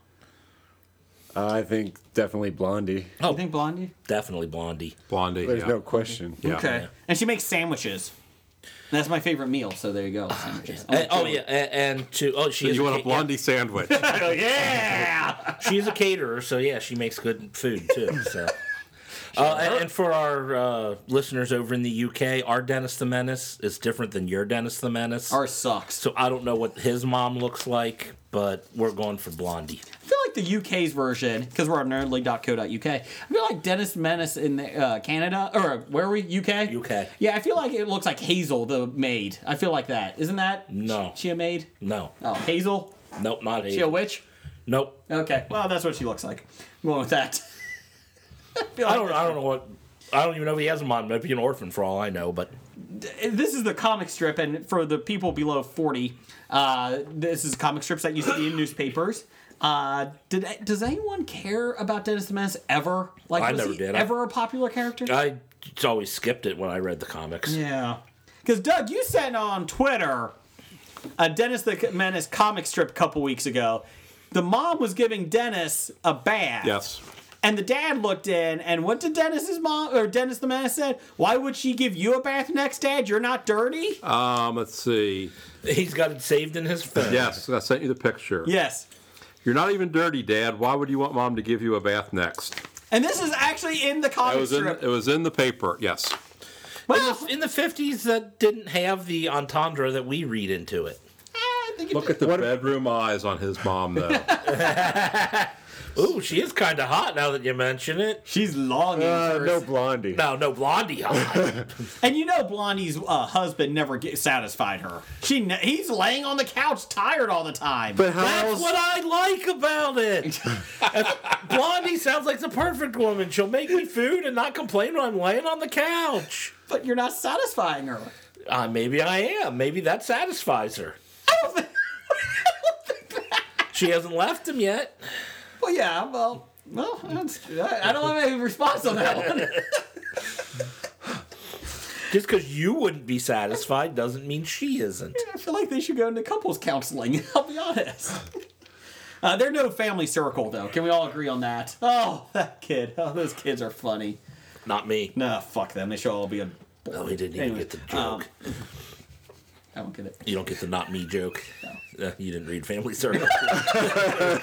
Speaker 8: Uh, I think definitely Blondie.
Speaker 2: You think Blondie?
Speaker 3: Definitely Blondie.
Speaker 7: Blondie.
Speaker 8: There's
Speaker 7: yeah.
Speaker 8: no question.
Speaker 7: Yeah.
Speaker 2: Okay. And she makes sandwiches. And that's my favorite meal, so there you go. Sandwiches.
Speaker 3: And- oh yeah, and, and to oh she is
Speaker 7: You want
Speaker 3: ca-
Speaker 7: a Blondie sandwich?
Speaker 2: Oh, yeah!
Speaker 3: yeah, she's a caterer, so yeah, she makes good food too. So. Uh, and, and for our uh, listeners over in the UK, our Dennis the Menace is different than your Dennis the Menace.
Speaker 2: Ours sucks.
Speaker 3: So I don't know what his mom looks like, but we're going for Blondie.
Speaker 2: I feel like the UK's version, because we're on nerdly.co.uk, I feel like Dennis Menace in the, uh, Canada, or where are we? UK?
Speaker 3: UK.
Speaker 2: Yeah, I feel like it looks like Hazel, the maid. I feel like that. Isn't that?
Speaker 3: No.
Speaker 2: She a maid?
Speaker 3: No.
Speaker 2: Oh, Hazel?
Speaker 3: Nope, not
Speaker 2: She a
Speaker 3: Hazel.
Speaker 2: witch?
Speaker 3: Nope.
Speaker 2: Okay. Well, that's what she looks like. I'm going with that. I feel
Speaker 3: I
Speaker 2: like
Speaker 3: don't I don't know what I don't even know if he has a mom. Might be an orphan for all I know, but
Speaker 2: this is the comic strip, and for the people below 40, uh, this is comic strips that used to be in newspapers. Uh, did does anyone care about Dennis the Menace ever? Like,
Speaker 3: I
Speaker 2: was
Speaker 3: never
Speaker 2: he
Speaker 3: did. I-
Speaker 2: ever a popular character?
Speaker 3: I just always skipped it when I read the comics.
Speaker 2: yeah, because Doug, you sent on Twitter a Dennis the Menace comic strip a couple weeks ago. The mom was giving Dennis a bath.
Speaker 7: yes.
Speaker 2: And the dad looked in, and what did Dennis's mom or Dennis the Menace said? Why would she give you a bath next, Dad? You're not dirty.
Speaker 7: Um, let's see.
Speaker 3: He's got it saved in his phone.
Speaker 7: Yes, I sent you the picture.
Speaker 2: yes.
Speaker 7: You're not even dirty, Dad. Why would you want Mom to give you a bath next?
Speaker 2: And this is actually in the
Speaker 7: It
Speaker 2: comic
Speaker 7: was in.
Speaker 2: strip.
Speaker 7: It was in the paper. Yes.
Speaker 2: well,
Speaker 3: In the fifties that didn't have the entendre that we read into it.
Speaker 2: I think it
Speaker 7: Look
Speaker 2: did.
Speaker 7: at the bedroom eyes on his mom, though.
Speaker 3: Ooh, she is kinda hot now that you mention it.
Speaker 2: she's longing
Speaker 8: Uh,
Speaker 2: for
Speaker 8: no
Speaker 2: it.
Speaker 8: Blondie.
Speaker 3: No, no, Blondie hot.
Speaker 2: And you know Blondie's uh, husband never get, satisfied her. She ne- he's laying on the couch tired all the time.
Speaker 8: But how
Speaker 3: That's
Speaker 8: else?
Speaker 3: what I like about it. Blondie sounds like the perfect woman. She'll make me food and not complain when I'm laying on the couch.
Speaker 2: but you're not satisfying her.
Speaker 3: Uh, maybe I am. Maybe that satisfies her. She hasn't left him yet.
Speaker 2: Well, yeah, well, well, that's, I I don't have any response on that one.
Speaker 3: Just because you wouldn't be satisfied doesn't mean she isn't.
Speaker 2: I feel like they should go into couples counseling. I'll be honest. Uh, they're no family circle, though. Can we all agree on that? Oh, that kid. Oh, those kids are funny.
Speaker 3: Not me.
Speaker 2: Nah, fuck them. They should all be a.
Speaker 3: No, he didn't even get the joke.
Speaker 2: I don't get it.
Speaker 3: You don't get the not me joke. Uh, you didn't read Family Circus.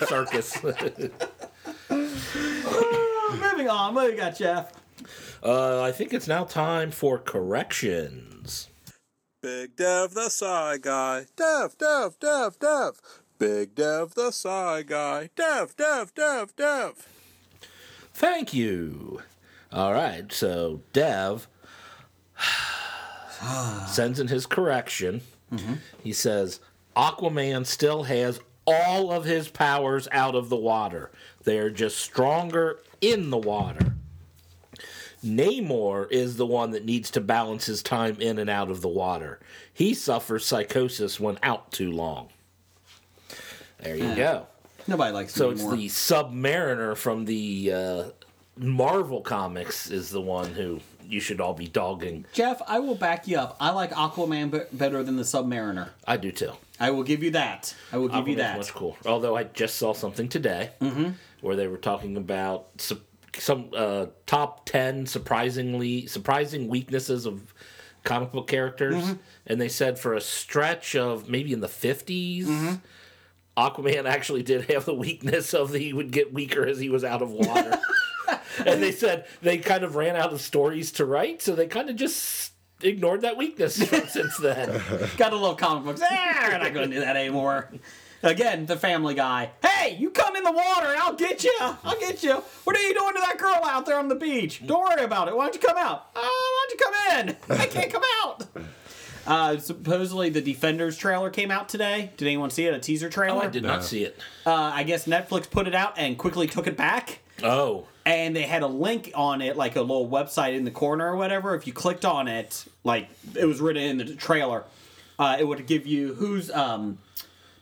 Speaker 3: Circus.
Speaker 2: Moving on. What do you got, Jeff?
Speaker 3: Uh, I think it's now time for corrections.
Speaker 11: Big Dev the Psy Guy. Dev, Dev, Dev, Dev. Big Dev the Psy Guy. Dev, Dev, Dev, Dev.
Speaker 3: Thank you. All right, so Dev sends in his correction.
Speaker 11: Mm-hmm.
Speaker 3: He says Aquaman still has all of his powers out of the water. They are just stronger in the water. Namor is the one that needs to balance his time in and out of the water. He suffers psychosis when out too long. There you
Speaker 2: Yeah.
Speaker 3: go.
Speaker 2: Nobody likes
Speaker 3: So
Speaker 2: me
Speaker 3: it's
Speaker 2: anymore.
Speaker 3: the Submariner from the uh, Marvel comics is the one who you should all be dogging.
Speaker 2: Jeff, I will back you up. I like Aquaman be- better than the Submariner.
Speaker 3: I do too.
Speaker 2: I will give you that. I will give you
Speaker 3: Aquaman's
Speaker 2: that. Mm-hmm.
Speaker 3: Much cooler. Although I just saw something today where they were talking about su- some uh, top ten surprisingly surprising weaknesses of comic book characters,
Speaker 2: Mm-hmm.
Speaker 3: and they said for a stretch of maybe in the 50s
Speaker 2: Mm-hmm.
Speaker 3: Aquaman actually did have the weakness of the, he would get weaker as he was out of water. and they said they kind of ran out of stories to write, so they kind of just ignored that weakness since then.
Speaker 2: Got a little comic books. Ah, we're not going to do that anymore. Again, the Family Guy. Hey, you come in the water and I'll get you. I'll get you. What are you doing to that girl out there on the beach? Don't worry about it. Why don't you come out? Uh, why don't you come in? I can't come out. Uh, supposedly the Defenders trailer came out today. Did anyone see it? A teaser trailer?
Speaker 3: I did not see it.
Speaker 2: Uh, I guess Netflix put it out and quickly took it back.
Speaker 3: Oh.
Speaker 2: and they had a link on it, like a little website in the corner or whatever. If you clicked on it, like it was written in the trailer, uh, it would give you who's um,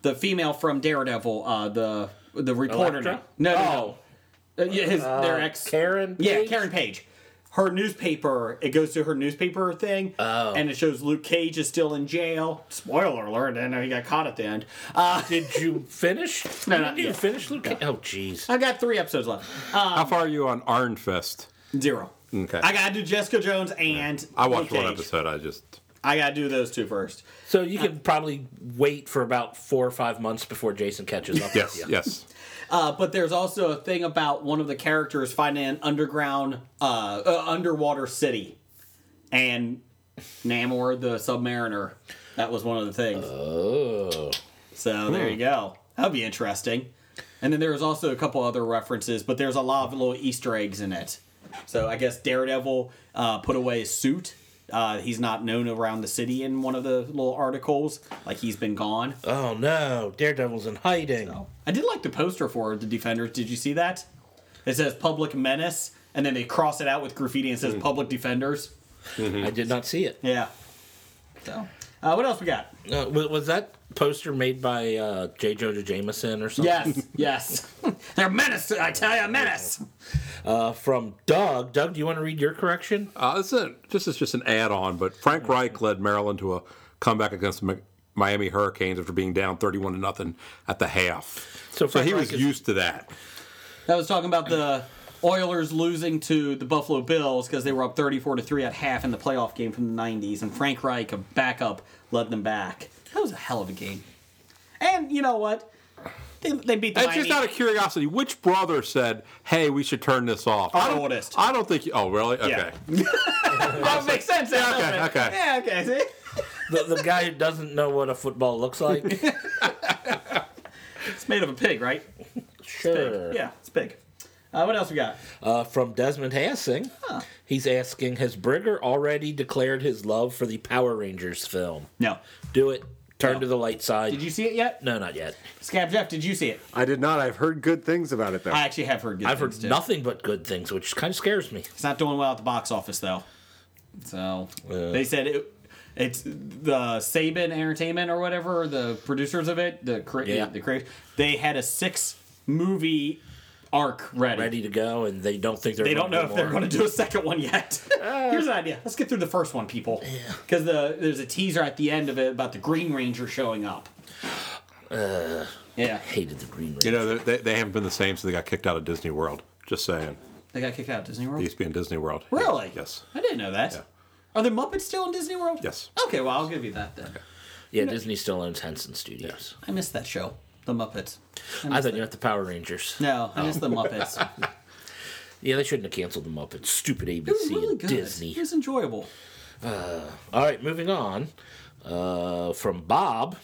Speaker 2: the female from Daredevil, uh, the the reporter.
Speaker 3: Elektra?
Speaker 2: No, no, no. Uh, yeah, his, their
Speaker 3: Uh,
Speaker 2: ex.
Speaker 3: Karen
Speaker 2: Yeah,
Speaker 3: Page?
Speaker 2: Karen Page. Her newspaper. It goes to her newspaper thing, oh. and it shows Luke Cage is still in jail. Spoiler alert! I know he got caught at the end. Uh,
Speaker 3: Did you finish?
Speaker 2: No, not
Speaker 3: Did you
Speaker 2: yet.
Speaker 3: finish, Luke? Cage? Oh, jeez.
Speaker 2: I got three episodes left.
Speaker 7: How far are you on Iron Fist?
Speaker 2: Zero.
Speaker 7: Okay.
Speaker 2: I gotta do Jessica Jones and
Speaker 7: I watched
Speaker 2: Luke
Speaker 7: one
Speaker 2: Cage.
Speaker 7: episode. I just
Speaker 2: I gotta do those two first.
Speaker 3: So you can probably wait for about four or five months before Jason catches up.
Speaker 7: yes,
Speaker 3: with you.
Speaker 7: yes.
Speaker 2: Uh, but there's also a thing about one of the characters finding an underground, uh, uh, underwater city, and Namor the Submariner. That was one of the things.
Speaker 3: Oh,
Speaker 2: So there you go. That'll be interesting. And then there was also a couple other references, but there's a lot of little Easter eggs in it. So I guess Daredevil uh, put away his suit. Uh, he's not known around the city in one of the little articles. Like he's been gone.
Speaker 3: oh no! Daredevil's in hiding.
Speaker 2: I did like the poster for the Defenders. Did you see that? It says Public Menace, and then they cross it out with graffiti and it says
Speaker 7: Hmm.
Speaker 2: Public Defenders.
Speaker 3: I did not see it.
Speaker 2: Yeah. So, uh, what else we got?
Speaker 3: Uh, wa- was that poster made by uh, J. Jonah Jameson or something?
Speaker 2: Yes, yes. They're menace, I tell you, menace.
Speaker 3: Uh, from Doug. Doug, do you want to read your correction?
Speaker 7: Uh, this, is a, this is just an add-on, but Frank Reich led Maryland to a comeback against the Mi- Miami Hurricanes after being down 31 to nothing at the half.
Speaker 3: So
Speaker 7: So
Speaker 3: Frank
Speaker 7: he
Speaker 3: Reich
Speaker 7: was
Speaker 3: is-
Speaker 7: used to that.
Speaker 2: That was talking about the Oilers losing to the Buffalo Bills because they were up 34 to 3 at half in the playoff game from the 90s, and Frank Reich, a backup, led them back. That was a hell of a game. And you know what? They, they beat the
Speaker 7: It's just
Speaker 2: Miami-
Speaker 7: out of curiosity, which brother said, "Hey, we should turn this off"? I don't,
Speaker 2: oldest.
Speaker 7: I don't think. You, oh, really? Okay.
Speaker 2: Yeah. That would make sense. Yeah,
Speaker 7: okay, okay.
Speaker 2: Yeah, okay. See?
Speaker 3: The, the guy who doesn't know what a football looks like.
Speaker 2: It's made of a pig, right?
Speaker 3: sure.
Speaker 2: Yeah, it's big. Uh, what else we got?
Speaker 3: Uh, from Desmond Hassing. He's asking, has Brigger already declared his love for the Power Rangers film?
Speaker 2: No.
Speaker 3: Do it. Turn to the light side.
Speaker 2: Did you see it yet?
Speaker 3: No, not yet.
Speaker 2: Scab Jeff, did you see it?
Speaker 8: I did not. I've heard good things about it though.
Speaker 2: I actually have heard good
Speaker 3: I've heard
Speaker 2: things, too.
Speaker 3: nothing but good things, which kind of scares me.
Speaker 2: It's not doing well at the box office, though. So, they said it. It's the Saban Entertainment or whatever, the producers of it, the cre-
Speaker 3: Yeah.
Speaker 2: the creators. They had a six movie arc ready.
Speaker 3: Ready to go, and they don't think they're.
Speaker 2: They don't know
Speaker 3: gonna
Speaker 2: if
Speaker 3: do
Speaker 2: they're
Speaker 3: more.
Speaker 2: going to do a second one yet. Here's an idea. Let's get through the first one, people. Because the there's a teaser at the end of it about the Green Ranger showing up. Yeah.
Speaker 3: Hated the Green Ranger.
Speaker 7: You know, they, they haven't been the same since they got kicked out of Disney World. Just saying.
Speaker 2: They got kicked out of Disney
Speaker 7: They
Speaker 2: World.
Speaker 7: used to be in Disney World.
Speaker 2: Really?
Speaker 7: Yes.
Speaker 2: I didn't know that. Are the Muppets still in Disney World?
Speaker 7: Yes.
Speaker 2: Okay, well I'll give you that then.
Speaker 3: Yeah, Disney still owns Henson Studios.
Speaker 2: I missed that show, The Muppets. I
Speaker 3: I, thought you meant the Power Rangers.
Speaker 2: No, I missed The Muppets.
Speaker 3: Yeah, they shouldn't have canceled the Muppets. Stupid ABC
Speaker 2: It was really
Speaker 3: and
Speaker 2: good. It
Speaker 3: Disney.
Speaker 2: was enjoyable.
Speaker 3: Uh, all right, moving on. Uh, from Bob,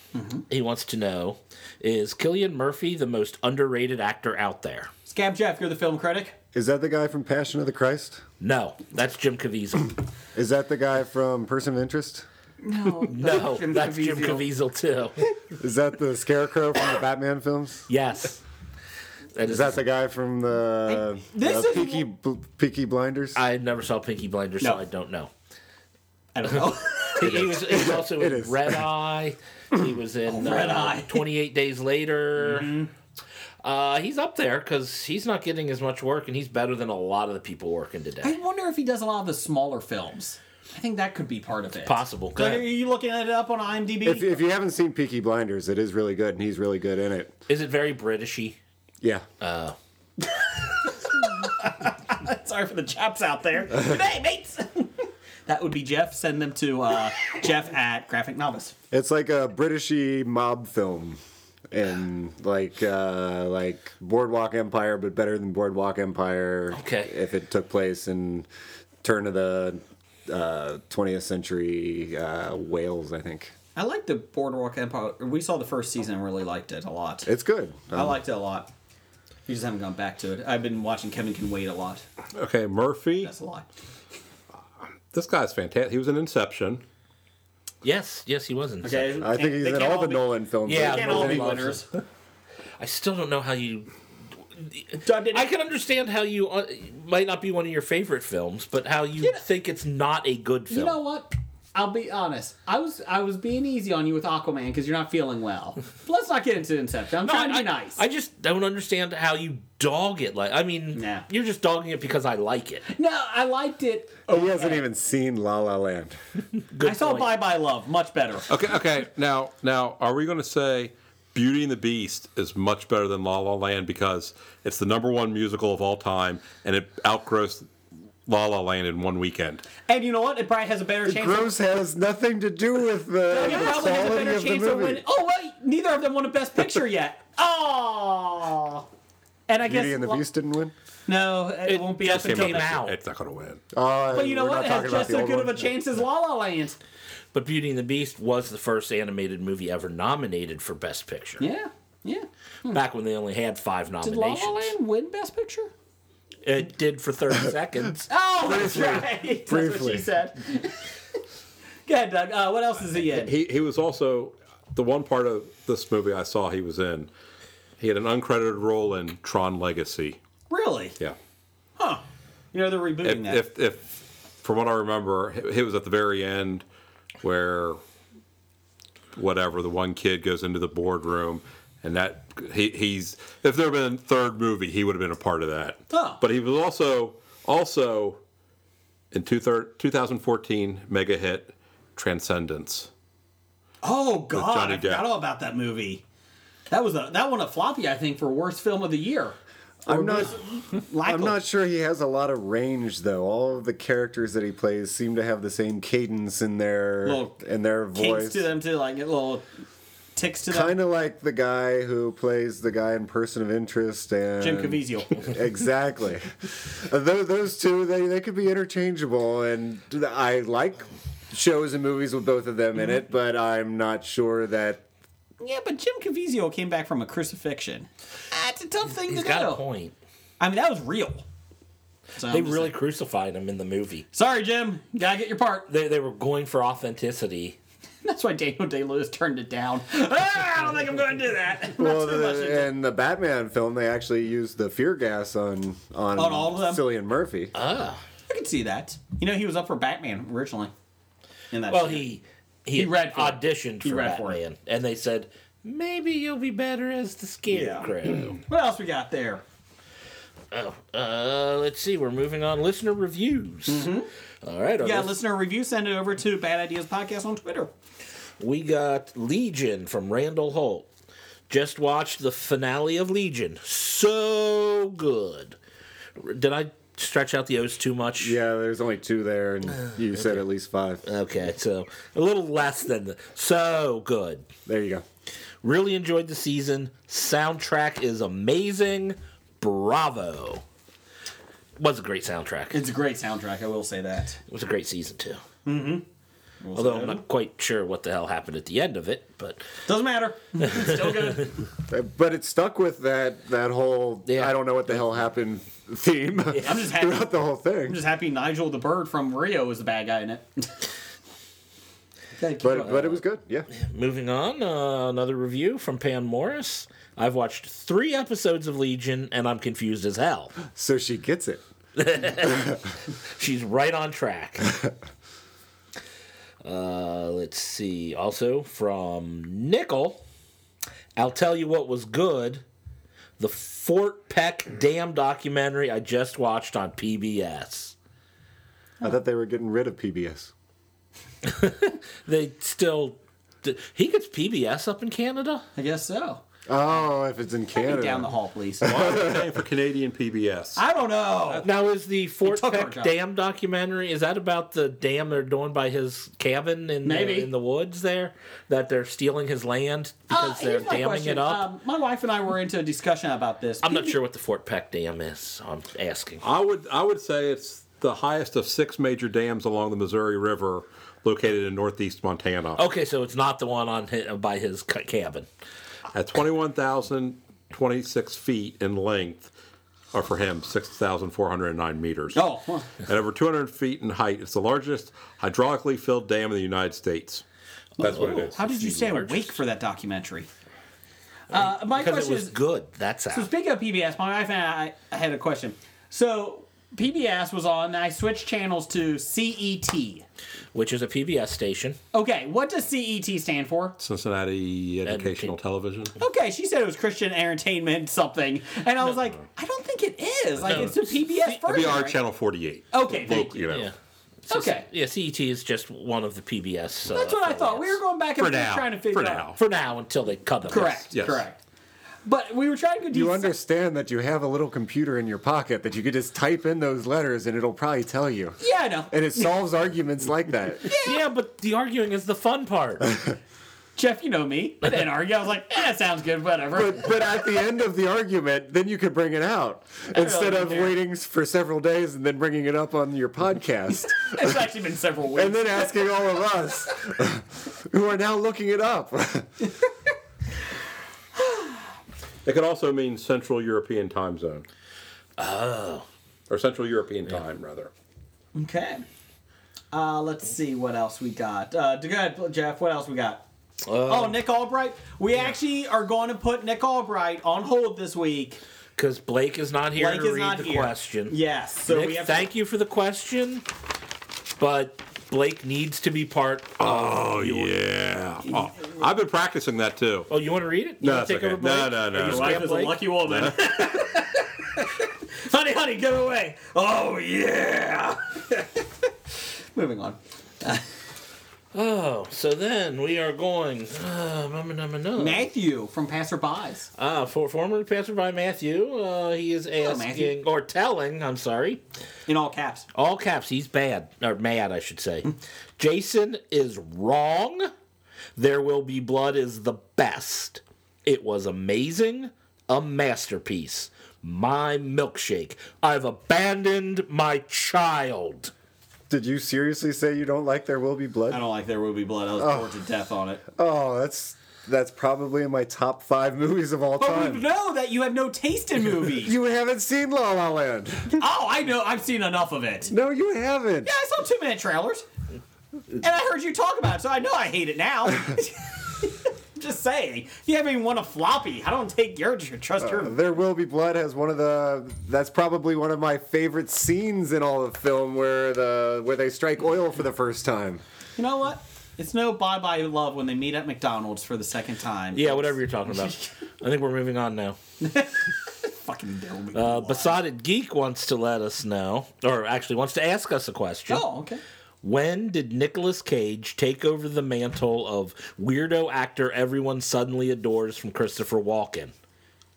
Speaker 3: he wants to know Is Killian Murphy the most underrated actor out there?
Speaker 2: Scab Jeff, you're the film critic.
Speaker 8: Is that the guy from Passion of the Christ?
Speaker 3: No, that's Jim Caviezel.
Speaker 8: Is that the guy from Person of Interest?
Speaker 2: No,
Speaker 3: No, that's Jim Caviezel, too.
Speaker 8: Is that the Scarecrow from the Batman films?
Speaker 3: Yes. That
Speaker 8: Is that the guy from the
Speaker 2: This
Speaker 8: uh,
Speaker 2: is-
Speaker 8: Peaky, Bl- Peaky Blinders?
Speaker 3: I never saw Pinky Blinders, so
Speaker 2: No.
Speaker 3: I don't know.
Speaker 2: I don't know.
Speaker 3: He, he was, he was also
Speaker 8: It
Speaker 3: in
Speaker 8: is.
Speaker 3: Red Eye. He was in
Speaker 2: Red
Speaker 3: uh,
Speaker 2: Eye.
Speaker 3: 28 Days Later. Uh, he's up there because he's not getting as much work, and he's better than a lot of the people working today.
Speaker 2: I wonder if he does a lot of the smaller films. I think that could be part of it.
Speaker 3: Possible.
Speaker 2: So are you looking it up on IMDb?
Speaker 8: If, if you haven't seen Peaky Blinders, it is really good, and he's really good in it.
Speaker 3: Is it very Britishy?
Speaker 8: Yeah.
Speaker 2: Sorry for the chaps out there. Good day, mates. that would be Jeff. Send them to uh, Jeff at Graphic Novice.
Speaker 8: It's like a Britishy mob film, and like uh, like Boardwalk Empire, but better than Boardwalk Empire.
Speaker 3: Okay.
Speaker 8: If it took place in turn of the uh, 20th century uh, Wales, I think
Speaker 2: I like the Boardwalk Empire. We saw the first season and really liked it um, a lot.
Speaker 8: it's good.
Speaker 2: I liked it a lot. You just haven't gone back to it. I've been watching Kevin Can Wait a lot.
Speaker 7: Okay, Murphy.
Speaker 2: That's a lot.
Speaker 7: This guy's fantastic. He was in Inception.
Speaker 3: Yes, yes, he was in.
Speaker 2: Okay.
Speaker 3: Inception.
Speaker 8: I think he's
Speaker 2: They
Speaker 8: in
Speaker 2: can't
Speaker 8: all the
Speaker 2: be-
Speaker 8: Nolan films.
Speaker 3: Yeah,
Speaker 2: They can't all be
Speaker 3: Nolan
Speaker 2: winners.
Speaker 3: I still don't know how you.
Speaker 2: John did-
Speaker 3: I can understand how you uh, might not be one of your favorite films, but how you think it's not a good film.
Speaker 2: You know what? I'll be honest. I was I was being easy on you with Aquaman because you're not feeling well. But Let's not get into Inception. I'm trying to be nice.
Speaker 3: I just don't understand how you dog it. Like, I mean,
Speaker 2: Nah.
Speaker 3: you're just dogging it because I like it.
Speaker 2: no, I liked it.
Speaker 8: Oh, He hasn't even seen La La Land.
Speaker 2: I saw Bye Bye Love much better.
Speaker 7: Okay, okay. Now, now, are we going to say Beauty and the Beast is much better than La La Land because it's the number one musical of all time and it outgrossed La La Land in one weekend?
Speaker 2: And you know what? It probably has a better chance. of-
Speaker 8: Gross has nothing to do with the,
Speaker 2: It probably
Speaker 8: the
Speaker 2: has a
Speaker 8: quality
Speaker 2: better
Speaker 8: of the
Speaker 2: chance of
Speaker 8: movie.
Speaker 2: winning. Oh wait, neither of them won a Best Picture yet. Oh. And I
Speaker 8: Beauty
Speaker 2: guess
Speaker 8: and the
Speaker 2: well,
Speaker 8: Beast didn't win.
Speaker 2: No, it, won't be up
Speaker 3: just
Speaker 2: until
Speaker 3: came
Speaker 2: next.
Speaker 3: out.
Speaker 7: It's not going to win.
Speaker 8: Oh,
Speaker 2: But you know
Speaker 8: we're
Speaker 2: what? It has
Speaker 8: not talking about
Speaker 2: just
Speaker 8: the
Speaker 2: as
Speaker 8: old
Speaker 2: good of
Speaker 8: one?
Speaker 2: a chance as La La Land.
Speaker 3: But Beauty and the Beast was the first animated movie ever nominated for Best Picture.
Speaker 2: Yeah, yeah.
Speaker 3: Back when they only had five
Speaker 2: Did La
Speaker 3: nominations.
Speaker 2: La Land win Best Picture?
Speaker 3: It did for 30 seconds.
Speaker 2: Oh, that's right. That's what
Speaker 8: Briefly.
Speaker 2: she said. Go ahead, Doug. Uh, what else is he in?
Speaker 7: He, he was also the one part of this movie I saw he was in. He had an uncredited role in Tron Legacy.
Speaker 2: Really?
Speaker 7: Yeah.
Speaker 2: Huh. You know, they're rebooting
Speaker 7: If,
Speaker 2: that.
Speaker 7: if, if from what I remember, he- he was at the very end where whatever the one kid goes into the boardroom, and that he, he's if there had been a third movie, he would have been a part of that.
Speaker 2: Oh.
Speaker 7: But he was also also in two thir- 2014 mega hit Transcendence.
Speaker 2: oh, God.
Speaker 7: Johnny
Speaker 2: I forgot
Speaker 7: Depp.
Speaker 2: all about that movie. That was a that won a floppy, I think, for worst film of the year.
Speaker 8: I'm not.
Speaker 2: Like
Speaker 8: I'm not sure he has a lot of range though. All of the characters that he plays seem to have the same cadence in their
Speaker 2: Little
Speaker 8: in their
Speaker 2: kinks
Speaker 8: voice.
Speaker 2: to them too, like little ticks to them.
Speaker 8: Kind of like the guy who plays the guy in Person of Interest and
Speaker 2: Jim Caviezel.
Speaker 8: Exactly. those, those two, they, they could be interchangeable, and I like shows and movies with both of them
Speaker 2: Mm-hmm.
Speaker 8: in it, but I'm not sure that
Speaker 2: yeah, but Jim Caviezel came back from a crucifixion. That's a tough thing
Speaker 3: He's
Speaker 2: to
Speaker 3: got
Speaker 2: do.
Speaker 3: a point.
Speaker 2: I mean, that was real. So I'm
Speaker 3: They
Speaker 2: just
Speaker 3: really
Speaker 2: like,
Speaker 3: crucified him in the movie.
Speaker 2: sorry, Jim. Gotta get your part.
Speaker 3: They, they were going for authenticity.
Speaker 2: That's why Daniel Day Lewis turned it down. Ah, I don't think I'm going to do that. Not
Speaker 8: Well,
Speaker 2: too
Speaker 8: the-
Speaker 2: much into-
Speaker 8: in the Batman film, they actually used the fear gas on on,
Speaker 2: On all of them? Uh.
Speaker 8: Cillian Murphy.
Speaker 3: Ah.
Speaker 2: I can see that. You know, he was up for Batman originally. In that
Speaker 3: Well,
Speaker 2: shit.
Speaker 3: he he,
Speaker 2: He read for it.
Speaker 3: auditioned
Speaker 2: He
Speaker 3: for
Speaker 2: read for it.
Speaker 3: Batman, and they said maybe you'll be better as the scarecrow.
Speaker 2: What else we got there?
Speaker 3: uh, let's see. We're moving on. Listener reviews. All right.
Speaker 2: Mm-hmm.
Speaker 3: our
Speaker 2: Yeah,
Speaker 3: lis-
Speaker 2: listener review. Send it over to Bad Ideas Podcast on Twitter.
Speaker 3: we got Legion from Randall Holt. Just watched the finale of Legion. So good. Did I stretch out the O's too much?
Speaker 8: Yeah, there's only two there, and
Speaker 2: Uh,
Speaker 8: you said at least five. Uh,
Speaker 3: Okay, so a little less than the. So good.
Speaker 8: There you go.
Speaker 3: Really enjoyed the season. Soundtrack is amazing. Bravo. Was a great soundtrack.
Speaker 2: It's a great soundtrack, I will say that.
Speaker 3: It was a great season, too.
Speaker 2: Mm hmm.
Speaker 3: Although I'm not quite sure what the hell happened at the end of it, but
Speaker 2: Doesn't matter. It's still good.
Speaker 8: Uh, But it stuck with that that whole I don't know what the hell happened theme
Speaker 2: I'm just happy-
Speaker 8: throughout the whole
Speaker 2: I'm
Speaker 8: thing.
Speaker 2: just happy Nigel the bird from Rio is the bad guy in it.
Speaker 8: But but it was good. Yeah.
Speaker 3: Moving on, uh, another review from Pam Morris. I've watched three episodes of Legion and I'm confused as hell.
Speaker 8: So she gets it.
Speaker 3: She's right on track. Uh, let's see. Also from Nickel, I'll tell you what was good. The Fort Peck Dam documentary I just watched on PBS.
Speaker 8: I thought they were getting rid of PBS.
Speaker 3: They still. d- He gets PBS up in Canada?
Speaker 2: I guess so.
Speaker 8: Oh, if it's in Canada.
Speaker 2: down the hall, please.
Speaker 7: for Canadian PBS.
Speaker 2: I don't know.
Speaker 3: Now is the Fort
Speaker 2: took our
Speaker 3: Peck
Speaker 2: job.
Speaker 3: Dam documentary is that about the dam they're doing by his cabin in
Speaker 2: Maybe.
Speaker 3: the, in the woods there that they're stealing his land because
Speaker 2: Uh,
Speaker 3: they're
Speaker 2: here's my
Speaker 3: damming
Speaker 2: question.
Speaker 3: it up?
Speaker 2: Um, my wife and I were into a discussion about this.
Speaker 3: I'm not sure what the Fort Peck Dam is. so I'm asking.
Speaker 7: I would I would say it's the highest of six major dams along the Missouri River, located in northeast Montana.
Speaker 3: Okay, so it's not the one on hi- uh, by his ca- cabin.
Speaker 7: At 21,026 feet in length, or for him, 6,409 meters.
Speaker 2: Oh, huh.
Speaker 7: At over 200 feet in height, it's the largest hydraulically filled dam in the United States. That's what it is.
Speaker 2: how did you stay awake for that documentary? Uh, my
Speaker 3: Because it
Speaker 2: question
Speaker 3: was
Speaker 2: is:
Speaker 3: good. That's
Speaker 2: So
Speaker 3: how.
Speaker 2: speaking of PBS, my wife and I, I had a question. So PBS was on, and I switched channels to CET.
Speaker 3: Which is a PBS station.
Speaker 2: Okay, what does CET stand for?
Speaker 7: Cincinnati Educational Television.
Speaker 2: Okay, she said it was Christian Entertainment something, and I was like, I don't think it is. Like
Speaker 3: No,
Speaker 2: it's a PBS
Speaker 7: It'd
Speaker 2: version.
Speaker 7: be our
Speaker 2: right?
Speaker 7: channel 48.
Speaker 2: Okay, thank
Speaker 7: Local, you know.
Speaker 3: Yeah.
Speaker 2: Okay,
Speaker 3: Yeah, CET is just one of the PBS. Uh,
Speaker 2: that's what I thought. We were going back and forth
Speaker 7: For now.
Speaker 2: trying to figure
Speaker 7: For
Speaker 2: out.
Speaker 7: now.
Speaker 3: for now until they cut them.
Speaker 2: Correct.
Speaker 7: Yes.
Speaker 2: Correct. But we were trying to do. E
Speaker 8: You understand that you have a little computer in your pocket that you could just type in those letters and it'll probably tell you.
Speaker 2: Yeah, I know.
Speaker 8: And it solves arguments like that.
Speaker 3: Yeah, but the arguing is the fun part.
Speaker 2: Jeff, you know me. I didn't argue. I was like, eh, that sounds good, whatever.
Speaker 8: But, but at the end of the argument, then you could bring it out instead of waiting for several days and then bringing it up on your podcast
Speaker 2: it's actually been several weeks.
Speaker 8: and then asking all of us who are now looking it up.
Speaker 7: It could also mean Central European time zone. Oh. Or Central European time, rather.
Speaker 2: okay. Uh, let's see what else we got. Uh, go ahead, Jeff. What else we got?
Speaker 3: Uh,
Speaker 2: oh, Nick Albright. We actually are going to put Nick Albright on hold this week.
Speaker 3: Because Blake is not here
Speaker 2: Blake
Speaker 3: to
Speaker 2: is
Speaker 3: read
Speaker 2: not
Speaker 3: the
Speaker 2: here.
Speaker 3: question.
Speaker 2: Yes. So
Speaker 3: Nick,
Speaker 2: we have.
Speaker 3: thank you for the question, but Blake needs to be part. Of
Speaker 7: Oh, yeah. Oh, I've been practicing that too.
Speaker 3: oh, you want to read it? You
Speaker 7: No,
Speaker 3: wanna
Speaker 7: it's
Speaker 3: take
Speaker 7: okay.
Speaker 3: over,
Speaker 7: No,
Speaker 3: Blake?
Speaker 7: no, no.
Speaker 3: Are you
Speaker 7: Your
Speaker 2: Your
Speaker 3: scared,
Speaker 2: wife is a
Speaker 3: Blake?
Speaker 2: lucky woman. honey, honey, get away. Oh yeah. Moving on.
Speaker 3: Oh, so then we are going. Uh, mama, mama, no.
Speaker 2: Matthew from Passerbys.
Speaker 3: Ah, for former passerby Matthew, uh, he is
Speaker 2: Matthew.
Speaker 3: asking or telling. I'm sorry,
Speaker 2: In all caps.
Speaker 3: all caps. He's bad or mad, I should say.
Speaker 2: Hmm.
Speaker 3: Jason is wrong. There will be blood is the best. It was amazing, a masterpiece. My milkshake. I've abandoned my child.
Speaker 8: Did you seriously say you don't like There Will Be
Speaker 2: I
Speaker 8: Blood?
Speaker 2: don't like There Will Be Blood. I was bored to death on it.
Speaker 8: Oh, that's that's probably in my top five movies of all
Speaker 3: Oh,
Speaker 2: But we
Speaker 8: time.
Speaker 2: know that you have no taste in movies.
Speaker 8: You haven't seen La La Land.
Speaker 2: oh, I know. I've seen enough of it.
Speaker 8: No, you haven't.
Speaker 2: I saw two minute trailers. And I heard you talk about it, so I know I hate it now. Just saying. You haven't even won a floppy. I don't take your trust your.
Speaker 8: There Will Be Blood has one of the that's probably one of my favorite scenes in all of film where the where they strike oil for the first time.
Speaker 2: You know what? It's no bye bye love when they meet at McDonald's for the second time.
Speaker 3: Yeah, whatever you're talking about. I think we're moving on now.
Speaker 2: Fucking There Will Be
Speaker 3: Uh,
Speaker 2: Blood.
Speaker 3: Besotted Geek wants to let us know, or actually wants to ask us a question.
Speaker 2: Oh, okay.
Speaker 3: When did Nicolas Cage take over the mantle of weirdo actor everyone suddenly adores from Christopher Walken?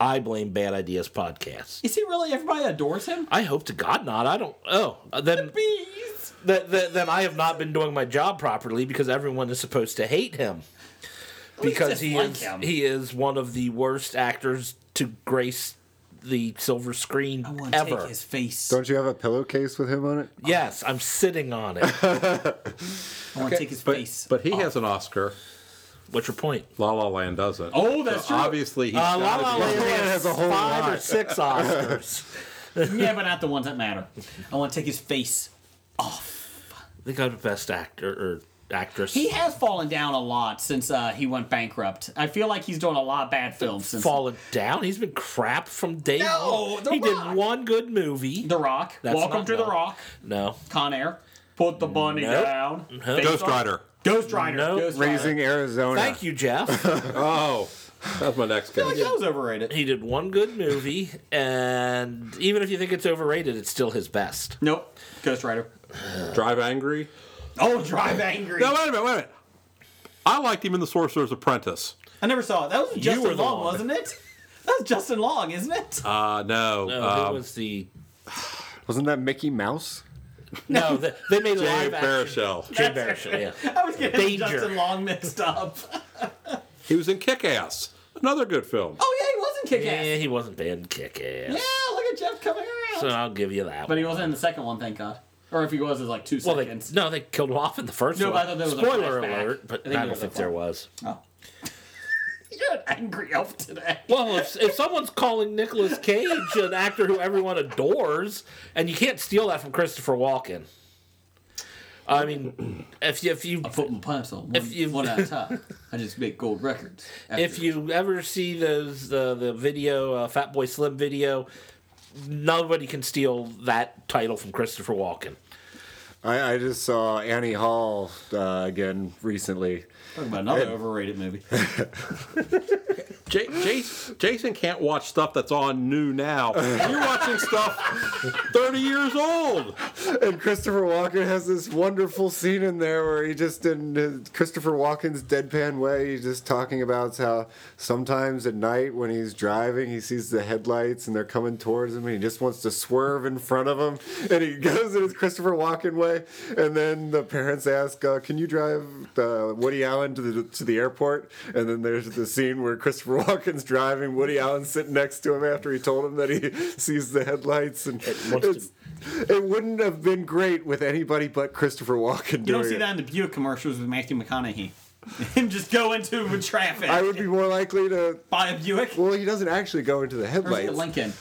Speaker 3: I blame Bad Ideas podcast.
Speaker 2: Is he really? Everybody adores him.
Speaker 3: I hope to God not. I don't. Oh, uh, then th- th- then I have not been doing my job properly because everyone is supposed to hate him because he
Speaker 2: dislike
Speaker 3: is
Speaker 2: him.
Speaker 3: he is one of the worst actors to grace the silver screen
Speaker 2: wanna
Speaker 3: ever.
Speaker 2: take his face.
Speaker 8: Don't you have a pillowcase with him on it?
Speaker 3: Yes, I'm sitting on it.
Speaker 2: I want to take his
Speaker 7: but,
Speaker 2: face.
Speaker 7: But he has an Oscar.
Speaker 3: What's your point?
Speaker 7: La La Land doesn't.
Speaker 2: Oh, that's true.
Speaker 7: Obviously, he's
Speaker 3: Uh, La
Speaker 7: gotta
Speaker 3: La
Speaker 7: be-
Speaker 3: Land has
Speaker 8: has a whole
Speaker 3: five
Speaker 8: lot.
Speaker 3: or six Oscars.
Speaker 2: yeah, but not the ones that matter. I want to take his face.
Speaker 3: they got best actor or actress.
Speaker 2: He has fallen down a lot since uh, he went bankrupt. I feel like he's doing a lot of bad films since
Speaker 3: fallen down. He's been crap from day
Speaker 2: No,
Speaker 3: one.
Speaker 2: The
Speaker 3: he
Speaker 2: Rock.
Speaker 3: did one good movie.
Speaker 2: The Rock.
Speaker 3: That's
Speaker 2: Welcome
Speaker 3: not
Speaker 2: to The
Speaker 3: no.
Speaker 2: Rock.
Speaker 3: No.
Speaker 2: Con Air. Put the bunny
Speaker 3: Nope.
Speaker 2: down.
Speaker 3: Nope.
Speaker 2: Face
Speaker 7: Ghost
Speaker 2: off.
Speaker 7: Rider.
Speaker 2: Ghost Rider.
Speaker 3: Nope.
Speaker 2: Ghost Rider.
Speaker 8: Raising Arizona.
Speaker 3: Thank you, Jeff.
Speaker 7: Oh, that's my next guy.
Speaker 2: That was overrated.
Speaker 3: he did one good movie, and even if you think it's overrated, it's still his best.
Speaker 2: Nope. Ghost Rider.
Speaker 7: Drive Angry.
Speaker 2: Oh, Drive Angry.
Speaker 7: No, wait a minute, wait a minute. I liked him in The Sorcerer's Apprentice.
Speaker 2: I never saw it. That was Justin
Speaker 3: were the
Speaker 2: Long,
Speaker 3: one.
Speaker 2: wasn't it? That was Justin Long, isn't it?
Speaker 7: Uh, no.
Speaker 3: No,
Speaker 7: um,
Speaker 3: it was the
Speaker 8: Wasn't that Mickey Mouse?
Speaker 3: no. They, they made
Speaker 7: Jay
Speaker 3: live action.
Speaker 7: Baruchel.
Speaker 3: Jay Baruchel, yeah.
Speaker 2: I was getting
Speaker 3: Danger.
Speaker 2: Justin Long mixed up.
Speaker 7: He was in Kick Ass. Another good film.
Speaker 2: Oh yeah, he was in Kick Ass.
Speaker 3: Yeah, he wasn't bad kick ass.
Speaker 2: Yeah, look at Jeff coming around.
Speaker 3: So I'll give you that.
Speaker 2: but
Speaker 3: one.
Speaker 2: he wasn't in the second one, thank God. Or if he was, it was like two
Speaker 3: Well, they,
Speaker 2: seconds.
Speaker 3: no, they killed him off in the first
Speaker 2: No, but I thought
Speaker 3: one.
Speaker 2: there was a
Speaker 3: Spoiler
Speaker 2: flashback.
Speaker 3: alert,
Speaker 2: I
Speaker 3: but
Speaker 2: think
Speaker 3: I,
Speaker 2: there
Speaker 3: don't
Speaker 2: was a
Speaker 3: think there
Speaker 2: flashback.
Speaker 3: was.
Speaker 2: Oh. You're an angry elf today.
Speaker 3: Well, if, if someone's calling Nicolas Cage an actor who everyone adores, and you can't steal that from Christopher Walken. I mean, if you, if you
Speaker 2: Put my pants on. One,
Speaker 3: If you-
Speaker 2: one at a time. I just make gold records. after
Speaker 3: if you ever see those the the video uh, Fat Boy Slim video, nobody can steal that title from Christopher Walken.
Speaker 8: I, I just saw Annie Hall uh, again recently.
Speaker 2: talk about another overrated movie.
Speaker 7: J- Jason, Jason can't watch stuff that's on new now. You're watching stuff 30 years old.
Speaker 8: And Christopher Walken has this wonderful scene in there where he just, in his- Christopher Walken's deadpan way, he's just talking about how sometimes at night when he's driving, he sees the headlights and they're coming towards him and he just wants to swerve in front of them. And he goes in his Christopher Walken way. And then the parents ask, uh, Can you drive uh, Woody Allen to the, to the airport? And then there's the scene where Christopher Walken's driving, Woody Allen's sitting next to him after he told him that he sees the headlights. And
Speaker 3: wants to
Speaker 8: it's- it wouldn't have been great with anybody but Christopher Walken doing
Speaker 2: You don't see
Speaker 8: it.
Speaker 2: that in the Buick commercials with Matthew McConaughey. Him just go into with traffic.
Speaker 8: I would be more likely to.
Speaker 2: buy a Buick. Or
Speaker 8: Well, he doesn't actually go into the
Speaker 2: is it
Speaker 8: headlights.
Speaker 2: Lincoln?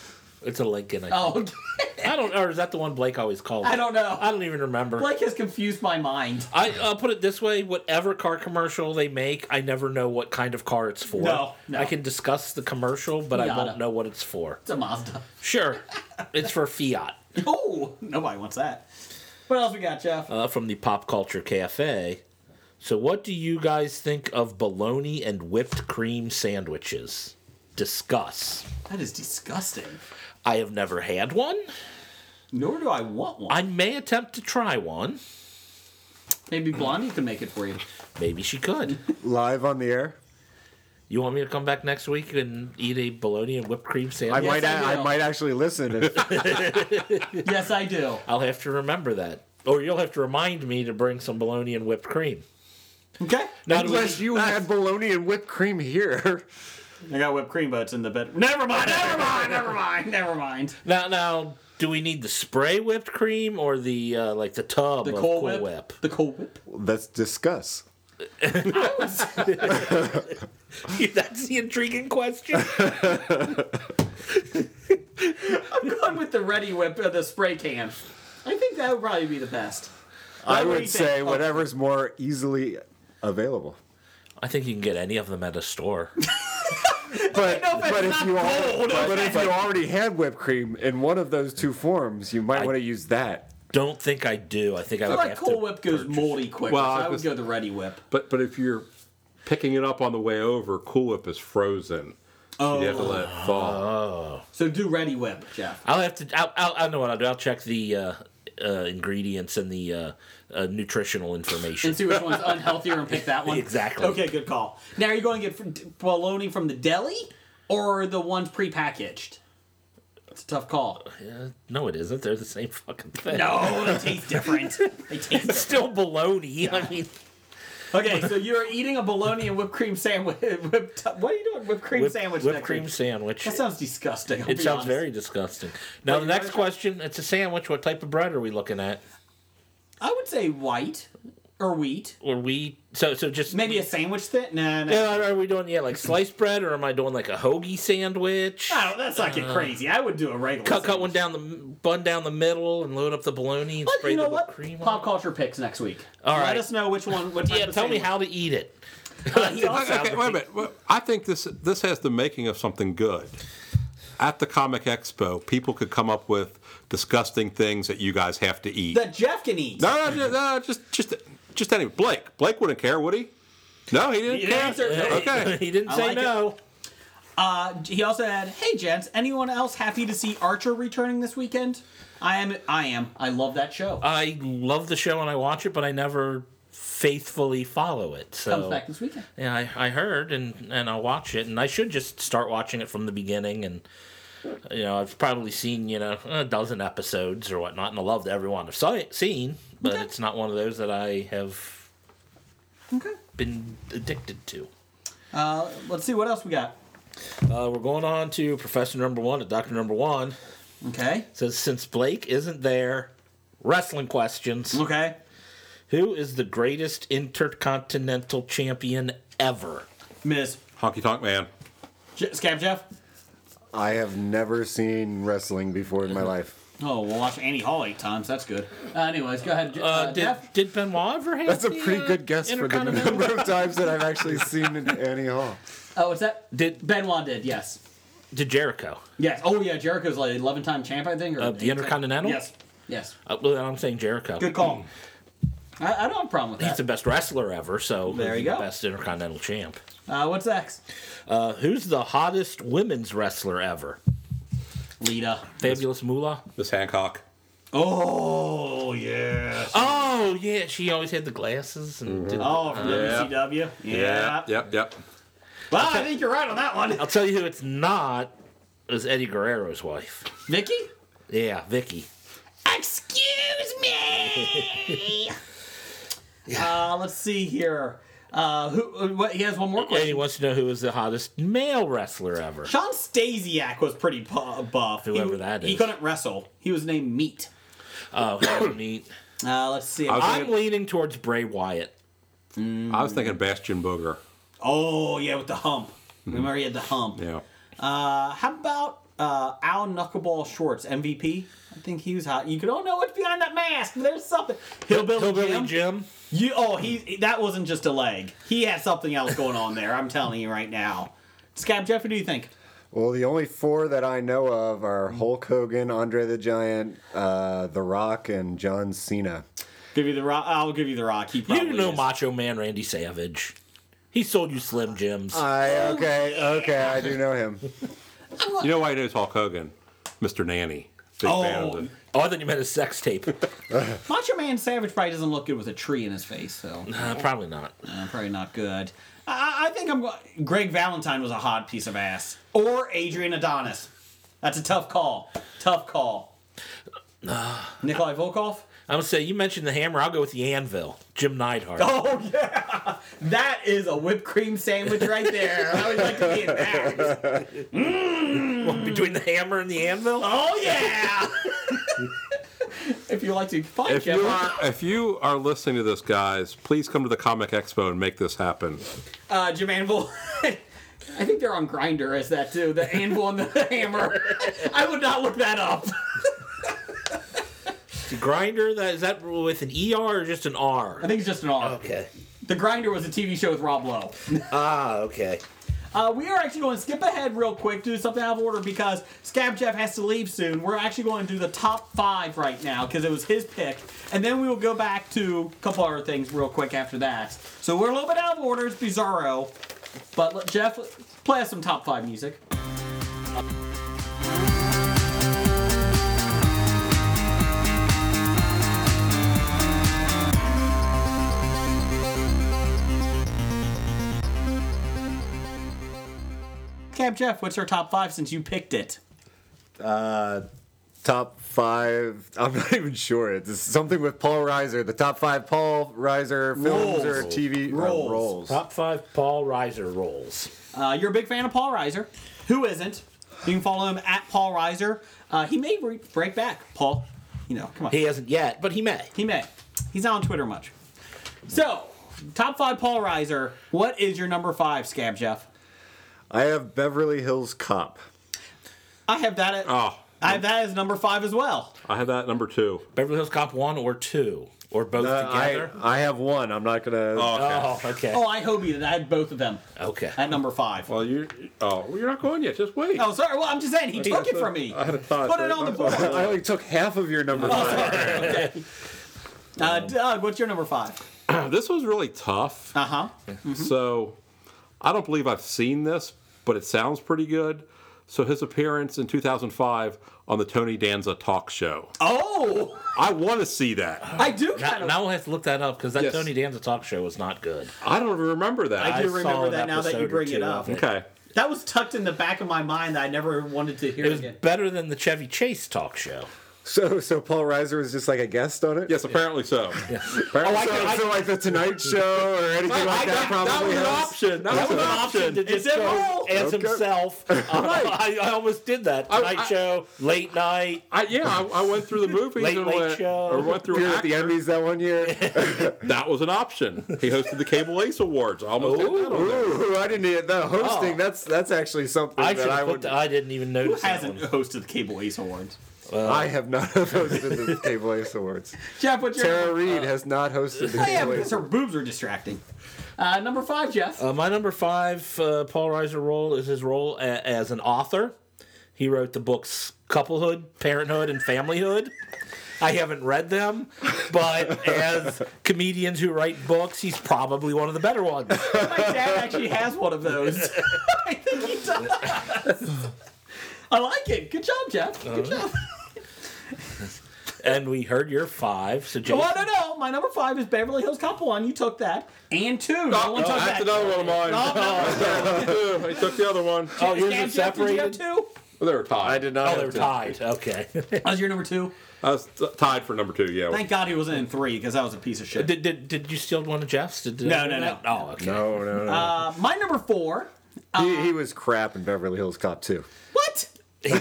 Speaker 3: It's a Lincoln. I, think.
Speaker 2: Oh,
Speaker 3: I don't. Or is that the one Blake always called?
Speaker 2: I don't know.
Speaker 3: I don't even remember.
Speaker 2: Blake has confused my mind.
Speaker 3: I I'll put it this way: whatever car commercial they make, I never know what kind of car it's for.
Speaker 2: No, no.
Speaker 3: I can discuss the commercial, but I
Speaker 2: Miata.
Speaker 3: won't know what it's for.
Speaker 2: It's a Mazda.
Speaker 3: Sure, it's for Fiat
Speaker 2: Oh, nobody wants that. What else we got, Jeff?
Speaker 3: uh, from the Pop Culture Cafe. So, what do you guys think of bologna and whipped cream sandwiches? Discuss.
Speaker 2: that is disgusting.
Speaker 3: I have never had one.
Speaker 2: Nor do I want one.
Speaker 3: I may attempt to try one.
Speaker 2: Maybe Blondie can make it for you.
Speaker 3: Maybe she could.
Speaker 8: Live on the air.
Speaker 3: You want me to come back next week and eat a bologna and whipped cream
Speaker 8: I
Speaker 3: sandwich?
Speaker 8: might.
Speaker 2: I
Speaker 8: I,
Speaker 2: will.
Speaker 8: might actually listen. If,
Speaker 2: yes, I do.
Speaker 3: I'll have to remember that. Or you'll have to remind me to bring some bologna and whipped cream.
Speaker 2: Okay.
Speaker 3: Not
Speaker 8: unless you had bologna and whipped cream here.
Speaker 2: I got whipped cream, but it's in the bed. Never mind. Never mind. Never mind. Never mind.
Speaker 3: Now, now, do we need the spray whipped cream or the uh, like the tub
Speaker 2: The
Speaker 3: of
Speaker 2: Cool Whip. The Cold Whip.
Speaker 8: Let's discuss.
Speaker 3: That's the intriguing question.
Speaker 2: I'm going with the Ready Whip, uh, the spray can. I think that would probably be the best.
Speaker 8: I
Speaker 2: what do
Speaker 8: would
Speaker 2: you think?
Speaker 8: say
Speaker 2: Oh.
Speaker 8: whatever's more easily available.
Speaker 3: I think you can get any of them at a store.
Speaker 8: But
Speaker 2: it's
Speaker 8: but if
Speaker 2: not
Speaker 8: you al-
Speaker 2: cold,
Speaker 8: but if you already had whipped cream in one of those two forms, you might want to use that.
Speaker 3: Don't think I do. I think I
Speaker 2: I
Speaker 3: would
Speaker 2: feel like
Speaker 3: have
Speaker 2: Cool
Speaker 3: to.
Speaker 2: Whip goes moldy quicker,
Speaker 7: Well,
Speaker 2: so
Speaker 7: I
Speaker 2: I would
Speaker 7: was-
Speaker 2: go the Ready Whip.
Speaker 7: But but if you're picking it up on the way over, Cool Whip is frozen. Oh. You have to let it fall.
Speaker 2: So do Ready Whip, Jeff.
Speaker 3: I'll have to. I'll, I'll, I know what I'll do. I'll check the uh, uh, ingredients and the uh, uh, nutritional information.
Speaker 2: and see which one's unhealthier and pick that one.
Speaker 3: Exactly.
Speaker 2: Okay, good call. Now, are you going to get fr- bologna from the deli or the ones prepackaged? It's a tough call.
Speaker 3: Yeah, Uh, no, it isn't. They're the same fucking thing.
Speaker 2: No, they taste different. They taste
Speaker 3: it's still bologna. I mean,
Speaker 2: Okay, so you're eating a bologna and whipped cream sandwich. Whipped, what are you doing? Whipped cream
Speaker 3: whip-
Speaker 2: sandwich.
Speaker 3: whipped
Speaker 2: next
Speaker 3: cream
Speaker 2: week.
Speaker 3: sandwich.
Speaker 2: That sounds disgusting. I'll
Speaker 3: it
Speaker 2: be
Speaker 3: sounds
Speaker 2: honest.
Speaker 3: very disgusting. Now the next question: It's a sandwich. What type of bread are we looking at?
Speaker 2: I would say white or wheat.
Speaker 3: Or wheat? So, so just
Speaker 2: Maybe a sandwich that? Nah, nah.
Speaker 3: Yeah, are we doing yeah like sliced bread, or am I doing like a hoagie sandwich?
Speaker 2: Oh, that's not get
Speaker 3: Uh,
Speaker 2: crazy. I would do a regular.
Speaker 3: Cut,
Speaker 2: sandwich.
Speaker 3: cut one down the bun down the middle and load up the bologna and
Speaker 2: But
Speaker 3: spray
Speaker 2: you know
Speaker 3: the whipped
Speaker 2: what?
Speaker 3: cream. on
Speaker 2: Pop culture picks next week.
Speaker 3: it. All
Speaker 2: Let
Speaker 3: right.
Speaker 2: us know which one. What type
Speaker 3: Yeah,
Speaker 2: of
Speaker 3: tell me
Speaker 2: sandwich.
Speaker 3: how to eat it.
Speaker 2: Uh, he also-
Speaker 7: Okay, wait a minute. Well, I think this this has the making of something good. At the Comic Expo, people could come up with disgusting things that you guys have to eat.
Speaker 2: that Jeff can eat.
Speaker 7: No, no, no, no just just just any Blake. Blake wouldn't care, would he? No, he didn't
Speaker 2: He
Speaker 7: care.
Speaker 2: didn't answer.
Speaker 7: Okay.
Speaker 3: he didn't
Speaker 2: I
Speaker 3: say
Speaker 2: like it.
Speaker 3: no.
Speaker 2: Uh, he also had, "Hey gents, anyone else happy to see Archer returning this weekend? I am. I am. I love that show.
Speaker 3: I love the show and I watch it, but I never faithfully follow it. So
Speaker 2: Comes back this weekend.
Speaker 3: Yeah, I, I heard and and I'll watch it, and I should just start watching it from the beginning. And you know, I've probably seen you know a dozen episodes or whatnot, and I loved every one I've saw, seen, but it's not one of those that I have
Speaker 2: Okay.
Speaker 3: been addicted to.
Speaker 2: Uh, let's see what else we got.
Speaker 3: Uh, we're going on to Professor Number One at Doctor Number One.
Speaker 2: Okay.
Speaker 3: Says since Blake isn't there, wrestling questions.
Speaker 2: Okay.
Speaker 3: Who is the greatest intercontinental champion ever?
Speaker 2: Miss
Speaker 7: Honky Tonk Man.
Speaker 2: J- Scab Jeff.
Speaker 8: I have never seen wrestling before in my life.
Speaker 2: Oh, we'll watch Annie Hall eight times. That's good. Uh, anyways, go ahead. J-
Speaker 3: Uh,
Speaker 2: Uh,
Speaker 3: did,
Speaker 2: Jeff.
Speaker 3: did Benoit ever have
Speaker 8: That's a
Speaker 3: the,
Speaker 8: pretty
Speaker 3: uh,
Speaker 8: good guess for the
Speaker 3: Intercontinental?
Speaker 8: number of times that I've actually seen in Annie Hall.
Speaker 2: Oh, what's that?
Speaker 3: Did
Speaker 2: Benoit did. Yes.
Speaker 3: did Jericho?
Speaker 2: Yes. Oh yeah, Jericho's like eleven time champ, I think. Or
Speaker 3: Uh, the
Speaker 2: eight-time-
Speaker 3: Intercontinental?
Speaker 2: Yes. Yes.
Speaker 3: Uh, well, I'm saying Jericho.
Speaker 2: Good call. I, I don't have a problem with
Speaker 3: He's
Speaker 2: that.
Speaker 3: the best wrestler ever, so
Speaker 2: There
Speaker 3: he's
Speaker 2: you
Speaker 3: the
Speaker 2: go.
Speaker 3: best Intercontinental champ.
Speaker 2: Uh, what's next?
Speaker 3: Uh, who's the hottest women's wrestler ever?
Speaker 2: Lita.
Speaker 3: Fabulous Moolah.
Speaker 7: Miss Hancock.
Speaker 2: Oh yeah.
Speaker 3: Oh yeah, she always had the glasses and. Did,
Speaker 2: Oh, from
Speaker 7: Yeah.
Speaker 2: WCW. Yeah.
Speaker 7: Yep. Yep.
Speaker 2: Well, I think you're right on that one.
Speaker 3: I'll tell you who it's not. Is Eddie Guerrero's wife?
Speaker 2: Vicky.
Speaker 3: Yeah, Vicky.
Speaker 2: Excuse me. uh, let's see here. Uh, who? uh, What? He has one more
Speaker 3: And
Speaker 2: question.
Speaker 3: he wants to know who is the hottest male wrestler ever.
Speaker 2: Sean Stasiak was pretty pu- buff.
Speaker 3: Whoever
Speaker 2: he,
Speaker 3: that
Speaker 2: He
Speaker 3: is.
Speaker 2: couldn't wrestle. He was named Meat.
Speaker 3: Oh, how neat.
Speaker 2: Uh, let's see.
Speaker 7: I was
Speaker 3: I'm leaning towards Bray Wyatt.
Speaker 7: I was thinking Bastion Booger.
Speaker 2: oh yeah, with the hump.
Speaker 3: Hmm.
Speaker 2: Remember he had the hump.
Speaker 7: Yeah.
Speaker 2: Uh, how about uh, Al Knuckleball Schwartz, MVP? I think he was hot. You could all know what's behind that mask. There's something. Hillbilly, Jim.
Speaker 3: Jim.
Speaker 2: You oh he that wasn't just a leg. He had something else going on there. I'm telling you right now. Scab Jeff, what do you think?
Speaker 8: Well, the only four that I know of are Hulk Hogan, Andre the Giant, uh, The Rock, and John Cena.
Speaker 2: Give you the rock. I'll give you the rock. He
Speaker 3: You
Speaker 2: probably
Speaker 3: didn't know
Speaker 2: is.
Speaker 3: Macho Man Randy Savage. He sold you Slim Jims.
Speaker 8: I
Speaker 3: Oh.
Speaker 8: okay, okay, I do know him.
Speaker 7: You know why he knows Hulk Hogan? Mr. Nanny. Big fan of
Speaker 2: Oh.
Speaker 7: the-
Speaker 3: oh, I thought you meant a sex tape.
Speaker 2: Macho Man Savage probably doesn't look good with a tree in his face, so
Speaker 3: Uh, probably not.
Speaker 2: uh, probably not good. I, I think I'm. go- Greg Valentine was a hot piece of ass, or Adrian Adonis. That's a tough call. Tough call. Nikolai Volkov.
Speaker 3: I'm gonna say you mentioned the hammer. I'll go with the anvil. Jim Neidhart.
Speaker 2: Oh yeah, that is a whipped cream sandwich right there. I would like to be in that.
Speaker 3: Between the hammer and the anvil.
Speaker 2: Oh yeah! if you like to find
Speaker 7: If you
Speaker 2: Jeff,
Speaker 7: are if you are listening to this, guys, please come to the Comic Expo and make this happen.
Speaker 2: uh, Jim Anvil. I think they're on Grinder as that too. The anvil and the hammer. I would not look that up.
Speaker 3: The grinder. That is that with an er or just an
Speaker 2: I
Speaker 3: r?
Speaker 2: think it's just an
Speaker 7: Oh.
Speaker 2: R.
Speaker 3: Okay.
Speaker 2: The Grinder was a TV show with Rob Lowe.
Speaker 3: Ah, okay.
Speaker 2: Uh, we are actually going to skip ahead real quick, do something out of order because Scab Jeff has to leave soon. We're actually going to do the top five right now because it was his pick, and then we will go back to a couple other things real quick after that. So we're a little bit out of order. It's bizarro, but let- Jeff, play us some top five music. Madcap Jeff, what's our top five since you picked it?
Speaker 8: Uh, top five. I'm not even sure. It's something with Paul Reiser. The top five Paul Reiser films or uh, TV or roles.
Speaker 3: Top five Paul Reiser roles.
Speaker 2: Uh, you're a big fan of Paul Reiser. Who isn't? You can follow him at Paul Reiser. Uh, he may re- break back, Paul. You know, come on.
Speaker 3: He hasn't yet, but he may.
Speaker 2: He may. He's not on Twitter much. So, top five Paul Reiser. What is your number five, Scab Jeff?
Speaker 8: I have Beverly Hills Cop.
Speaker 2: I have that at.
Speaker 7: Oh,
Speaker 2: I have that as number five as well.
Speaker 7: I had that number two.
Speaker 3: Beverly Hills Cop one or two or both
Speaker 8: Uh, I,
Speaker 3: together.
Speaker 8: I have one. I'm not gonna.
Speaker 3: Oh, okay.
Speaker 2: Oh, I hope you did. I had both of them
Speaker 3: okay.
Speaker 2: at number five.
Speaker 7: Well, you. Oh, well, you're not going yet. Just wait.
Speaker 2: Oh, sorry. Well, I'm just saying he took it from me.
Speaker 7: I had a thought.
Speaker 2: Put it on the board.
Speaker 8: I only took half of your
Speaker 3: Oh,
Speaker 8: number five.
Speaker 2: Uh, Doug, what's your number five?
Speaker 7: this was really tough.
Speaker 2: Uh huh.
Speaker 7: So, I don't believe I've seen this, but it sounds pretty good. So his appearance in 2005 on the Tony Danza talk show.
Speaker 2: Oh,
Speaker 7: I want to see that.
Speaker 2: I do kind
Speaker 3: Now,
Speaker 2: of.
Speaker 3: now we'll have to look that up because that
Speaker 7: Yes.
Speaker 3: Tony Danza talk show was not good.
Speaker 7: I don't remember that.
Speaker 2: I do
Speaker 3: saw
Speaker 2: remember
Speaker 3: an
Speaker 2: that now that you
Speaker 3: episode or
Speaker 2: bring it
Speaker 3: two
Speaker 2: up.
Speaker 3: of it.
Speaker 7: okay.
Speaker 2: That was tucked in the back of my mind that I never wanted to hear
Speaker 3: It was
Speaker 2: again.
Speaker 3: better than the Chevy Chase talk show.
Speaker 8: So, so Paul Reiser was just like a guest on it.
Speaker 7: Yes, apparently so.
Speaker 8: Apparently so, so like the Tonight Show or anything
Speaker 7: I-
Speaker 8: like
Speaker 7: I-
Speaker 8: that.
Speaker 7: that- that
Speaker 8: probably.
Speaker 7: was an
Speaker 8: helps.
Speaker 7: option. That was an option.
Speaker 3: to just
Speaker 2: It's immoral.
Speaker 3: go as
Speaker 8: Okay.
Speaker 3: himself. Uh, I, I almost did that.
Speaker 7: I-
Speaker 3: Night
Speaker 7: I-
Speaker 3: show, late night.
Speaker 7: I, yeah, I, I went through the movies
Speaker 3: Late
Speaker 7: and
Speaker 3: Late
Speaker 7: went,
Speaker 3: Show.
Speaker 7: or went
Speaker 8: We
Speaker 7: through.
Speaker 8: were at the
Speaker 7: act-
Speaker 8: Emmys that one year.
Speaker 7: that was an option. He hosted the Cable Ace Awards. I almost had that on there.
Speaker 8: Ooh, I didn't even the hosting. That's that's actually something
Speaker 3: I should
Speaker 8: that I
Speaker 3: have
Speaker 8: would.
Speaker 3: put. The, I didn't even
Speaker 2: Who
Speaker 3: notice. that
Speaker 2: hasn't
Speaker 3: one.
Speaker 2: hosted the Cable Ace Awards?
Speaker 8: I have not hosted the Cable Ace Awards.
Speaker 2: Jeff, what's your?
Speaker 8: Tara Reid has not hosted the
Speaker 2: Oh, yeah,
Speaker 8: Cable
Speaker 2: because
Speaker 8: Ace.
Speaker 2: her boobs are distracting. Uh, number five, Jeff.
Speaker 3: Uh, my number five uh, Paul Reiser role is his role a- as an author. He wrote the books Couplehood, Parenthood, and Familyhood. I haven't read them, but as comedians who write books, he's probably one of the better ones.
Speaker 2: My dad actually has one of those. I think he does. Uh-huh. I like it. Good job, Jeff. Good job.
Speaker 3: And we heard your five, so Jason,
Speaker 2: Well, no, no. My number five is Beverly Hills Cop One. You took that. And two. No,
Speaker 7: Oh,
Speaker 2: one took
Speaker 7: that's
Speaker 2: that.
Speaker 7: another one of mine.
Speaker 2: Oh, no.
Speaker 7: Ooh, I took the other one.
Speaker 3: oh, yours
Speaker 2: Scab
Speaker 3: is
Speaker 2: Jeff, did you have
Speaker 3: separated.
Speaker 2: two?
Speaker 7: Oh, they were tied.
Speaker 8: I did not.
Speaker 3: Oh,
Speaker 8: have
Speaker 3: they're
Speaker 8: to-
Speaker 3: tied. Okay.
Speaker 2: That was your number two.
Speaker 7: I was t- tied for number two. Yeah.
Speaker 2: Thank God he wasn't in three because that was a piece of shit.
Speaker 3: did, did, did you steal one of Jeff's? Did, did
Speaker 2: No,
Speaker 3: I do
Speaker 2: no, no.
Speaker 3: that? Oh, okay.
Speaker 8: No, no, no.
Speaker 2: Uh, my number four.
Speaker 8: he, he was crap in Beverly Hills Cop too.
Speaker 2: What?
Speaker 3: He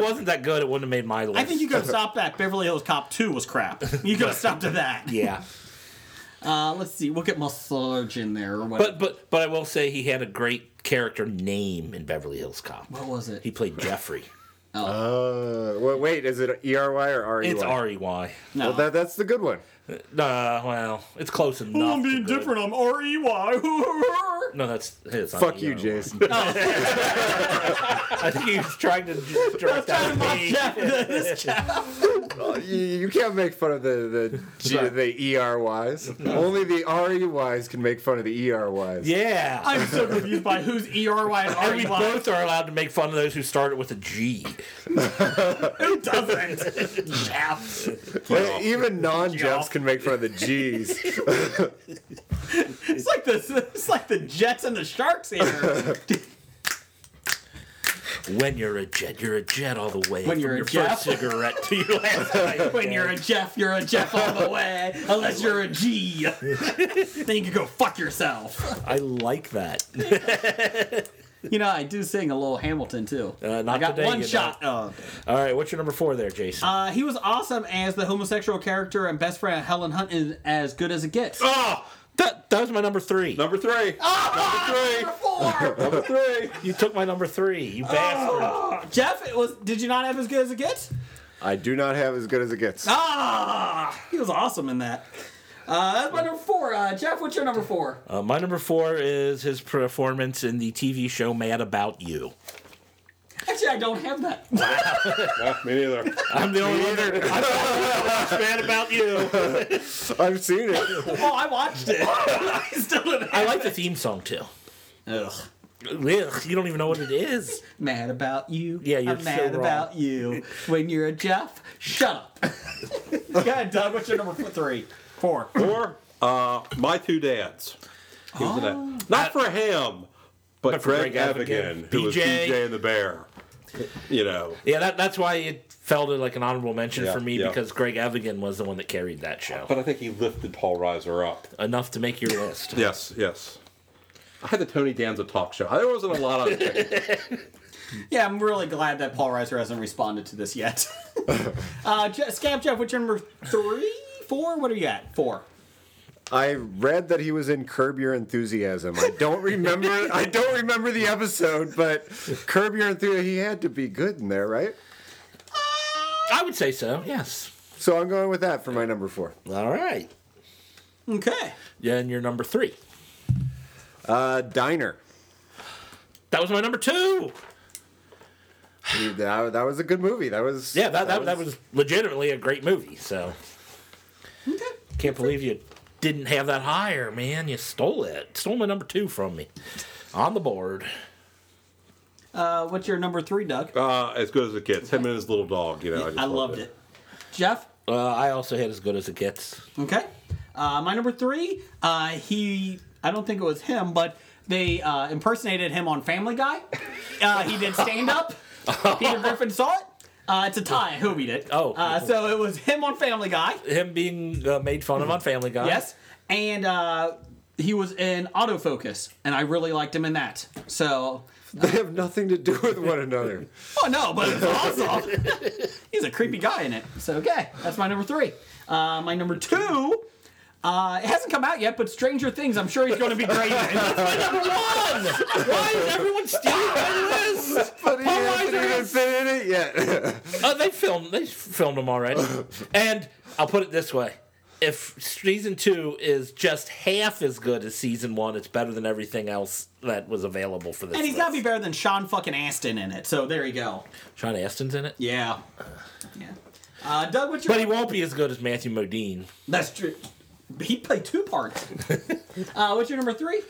Speaker 3: wasn't that good. It wouldn't have made my list.
Speaker 2: I think you could have stopped that. Beverly Hills Cop 2 was crap. You could have stopped at that.
Speaker 3: Yeah.
Speaker 2: Uh, let's see. We'll get Massage in there or whatever.
Speaker 3: But but but I will say he had a great character name in Beverly Hills Cop.
Speaker 2: what was it?
Speaker 3: He played Jeffrey.
Speaker 8: Uh, well, wait, is it E R Y or R E Y?
Speaker 3: It's R E Y.
Speaker 2: no.
Speaker 8: Well, that, that's the good one.
Speaker 3: Nah, well, it's close enough.
Speaker 2: I'm
Speaker 3: to
Speaker 2: being
Speaker 3: good.
Speaker 2: different. I'm R E Y.
Speaker 3: No, that's his. not
Speaker 8: Fuck you,
Speaker 3: E-R-Y.
Speaker 8: Jason.
Speaker 3: I think he was trying to just direct that. at me.
Speaker 8: you, you can't make fun of the the G, the E R Ys. Only the R E Ys can make fun of the E R Ys.
Speaker 3: Yeah.
Speaker 2: I'm so confused by who's E R Y and
Speaker 3: and
Speaker 2: R E
Speaker 3: we
Speaker 2: Y.
Speaker 3: both are allowed to make fun of those who started with a G.
Speaker 2: Who doesn't? Jeff.
Speaker 8: But even non Jeffs can make fun of the G's.
Speaker 2: It's like the it's like the Jets and the Sharks here.
Speaker 3: When you're a jet, you're a jet all the way.
Speaker 2: When
Speaker 3: from
Speaker 2: you're a
Speaker 3: your
Speaker 2: Jeff.
Speaker 3: first cigarette to your last night.
Speaker 2: When you're a Jeff, you're a Jeff all the way. Unless you're a G, then you can go fuck yourself.
Speaker 3: I like that.
Speaker 2: You know, I do sing a little Hamilton too.
Speaker 3: Uh, not
Speaker 2: I got
Speaker 3: today,
Speaker 2: one
Speaker 3: you
Speaker 2: shot. Oh,
Speaker 3: All right, what's your number four there, Jason?
Speaker 2: Uh, he was awesome as the homosexual character and best friend of Helen Hunt is as good as it
Speaker 3: Uh,
Speaker 2: gets.
Speaker 7: Ah,
Speaker 3: that, that was my number three.
Speaker 7: number three.
Speaker 2: Number four.
Speaker 7: Number three.
Speaker 3: You took my number three, you bastard.
Speaker 2: Jeff, it was did you not have as good as it gets?
Speaker 8: I do not have as good as it gets.
Speaker 2: Ah, he was awesome in that. Uh, that's my number four. Uh, Jeff, what's your number four?
Speaker 3: Uh, my number four is his performance in the TV show Mad About You.
Speaker 2: Actually, I don't have that.
Speaker 7: Yeah, me neither.
Speaker 3: I'm the only one that- I'm the only one Mad About You.
Speaker 8: I've seen it.
Speaker 2: oh, I watched it. I still don't
Speaker 3: I
Speaker 2: have
Speaker 3: like the theme song too.
Speaker 2: Ugh.
Speaker 3: Ugh, you don't even know what it is.
Speaker 2: Mad about you.
Speaker 3: Yeah, you're
Speaker 2: I'm
Speaker 3: so
Speaker 2: mad
Speaker 3: wrong.
Speaker 2: about you. When you're a Jeff, shut up. Go ahead, Doug. What's your number four, three? Four.
Speaker 7: Or uh, my two dads. He was in that. Not for him, But,
Speaker 3: But for
Speaker 7: Greg,
Speaker 3: Greg
Speaker 7: Evigan,
Speaker 3: Evigan,
Speaker 7: who was
Speaker 3: BJ.
Speaker 7: BJ and the Bear, you know.
Speaker 3: Yeah, that, that's why it fell to like an honorable mention
Speaker 7: Yeah,
Speaker 3: for me
Speaker 7: yeah.
Speaker 3: because Greg Evigan was the one that carried that show.
Speaker 7: But I think he lifted Paul Reiser up.
Speaker 3: Enough to make your list.
Speaker 7: Yes, yes. I had the Tony Danza talk show. There wasn't a lot of
Speaker 2: Yeah, I'm really glad that Paul Reiser hasn't responded to this yet. uh, Je- Scab Jeff, which number three, four? What are you at? Four.
Speaker 8: I read that he was in Curb Your Enthusiasm. I don't remember. I don't remember the episode, but Curb Your Enthusiasm. He had to be good in there, right?
Speaker 3: I would say so. Yes.
Speaker 8: So I'm going with that for my number four.
Speaker 3: All right.
Speaker 2: Okay.
Speaker 3: Yeah, and your number three.
Speaker 8: Uh, Diner.
Speaker 3: That was my number two.
Speaker 8: That, that was a good movie. That was
Speaker 3: Yeah, that, that, that, was... legitimately a great movie. So can't believe you didn't have that higher, man. You stole it. Stole my number two from me on the board.
Speaker 2: Uh, what's your number three, Doug?
Speaker 7: uh, as good as it gets. Him and his little dog, you know. just
Speaker 2: I loved it. Jeff?
Speaker 3: Uh, I also had as good as it gets.
Speaker 2: Okay. Uh, my number three, uh, he, I don't think it was him, but they uh, impersonated him on Family Guy. Uh, he did stand up. Peter Griffin saw it. Uh, it's a tie. Who beat it?
Speaker 3: Oh.
Speaker 2: Uh, so it was him on Family Guy.
Speaker 3: Him being uh, made fun of on Family Guy.
Speaker 2: Yes. And uh, he was in Autofocus, and I really liked him in that. So,
Speaker 8: They have nothing to do with one another.
Speaker 2: oh no, but it's awesome. He's a creepy guy in it. So, okay, that's my number three. Uh, my number two. Uh, it hasn't come out yet, but Stranger Things, I'm sure he's going to be great. in.
Speaker 3: Why is everyone stealing my list?
Speaker 8: but he
Speaker 2: Oh
Speaker 3: Paul
Speaker 8: hasn't
Speaker 3: Reiser
Speaker 8: even
Speaker 3: is-
Speaker 8: been in it yet.
Speaker 3: Uh, they filmed. They filmed them already. and I'll put it this way: if season two is just half as good as season one, it's better than everything else that was available for this.
Speaker 2: And he's got to be better than Sean fucking Aston in it. So there you go.
Speaker 3: Sean Astin's in it,
Speaker 2: Yeah. Yeah. Uh, Doug, what's your.
Speaker 3: but he won't be as good as Matthew Modine.
Speaker 2: That's true. He played two parts. uh, what's your number three?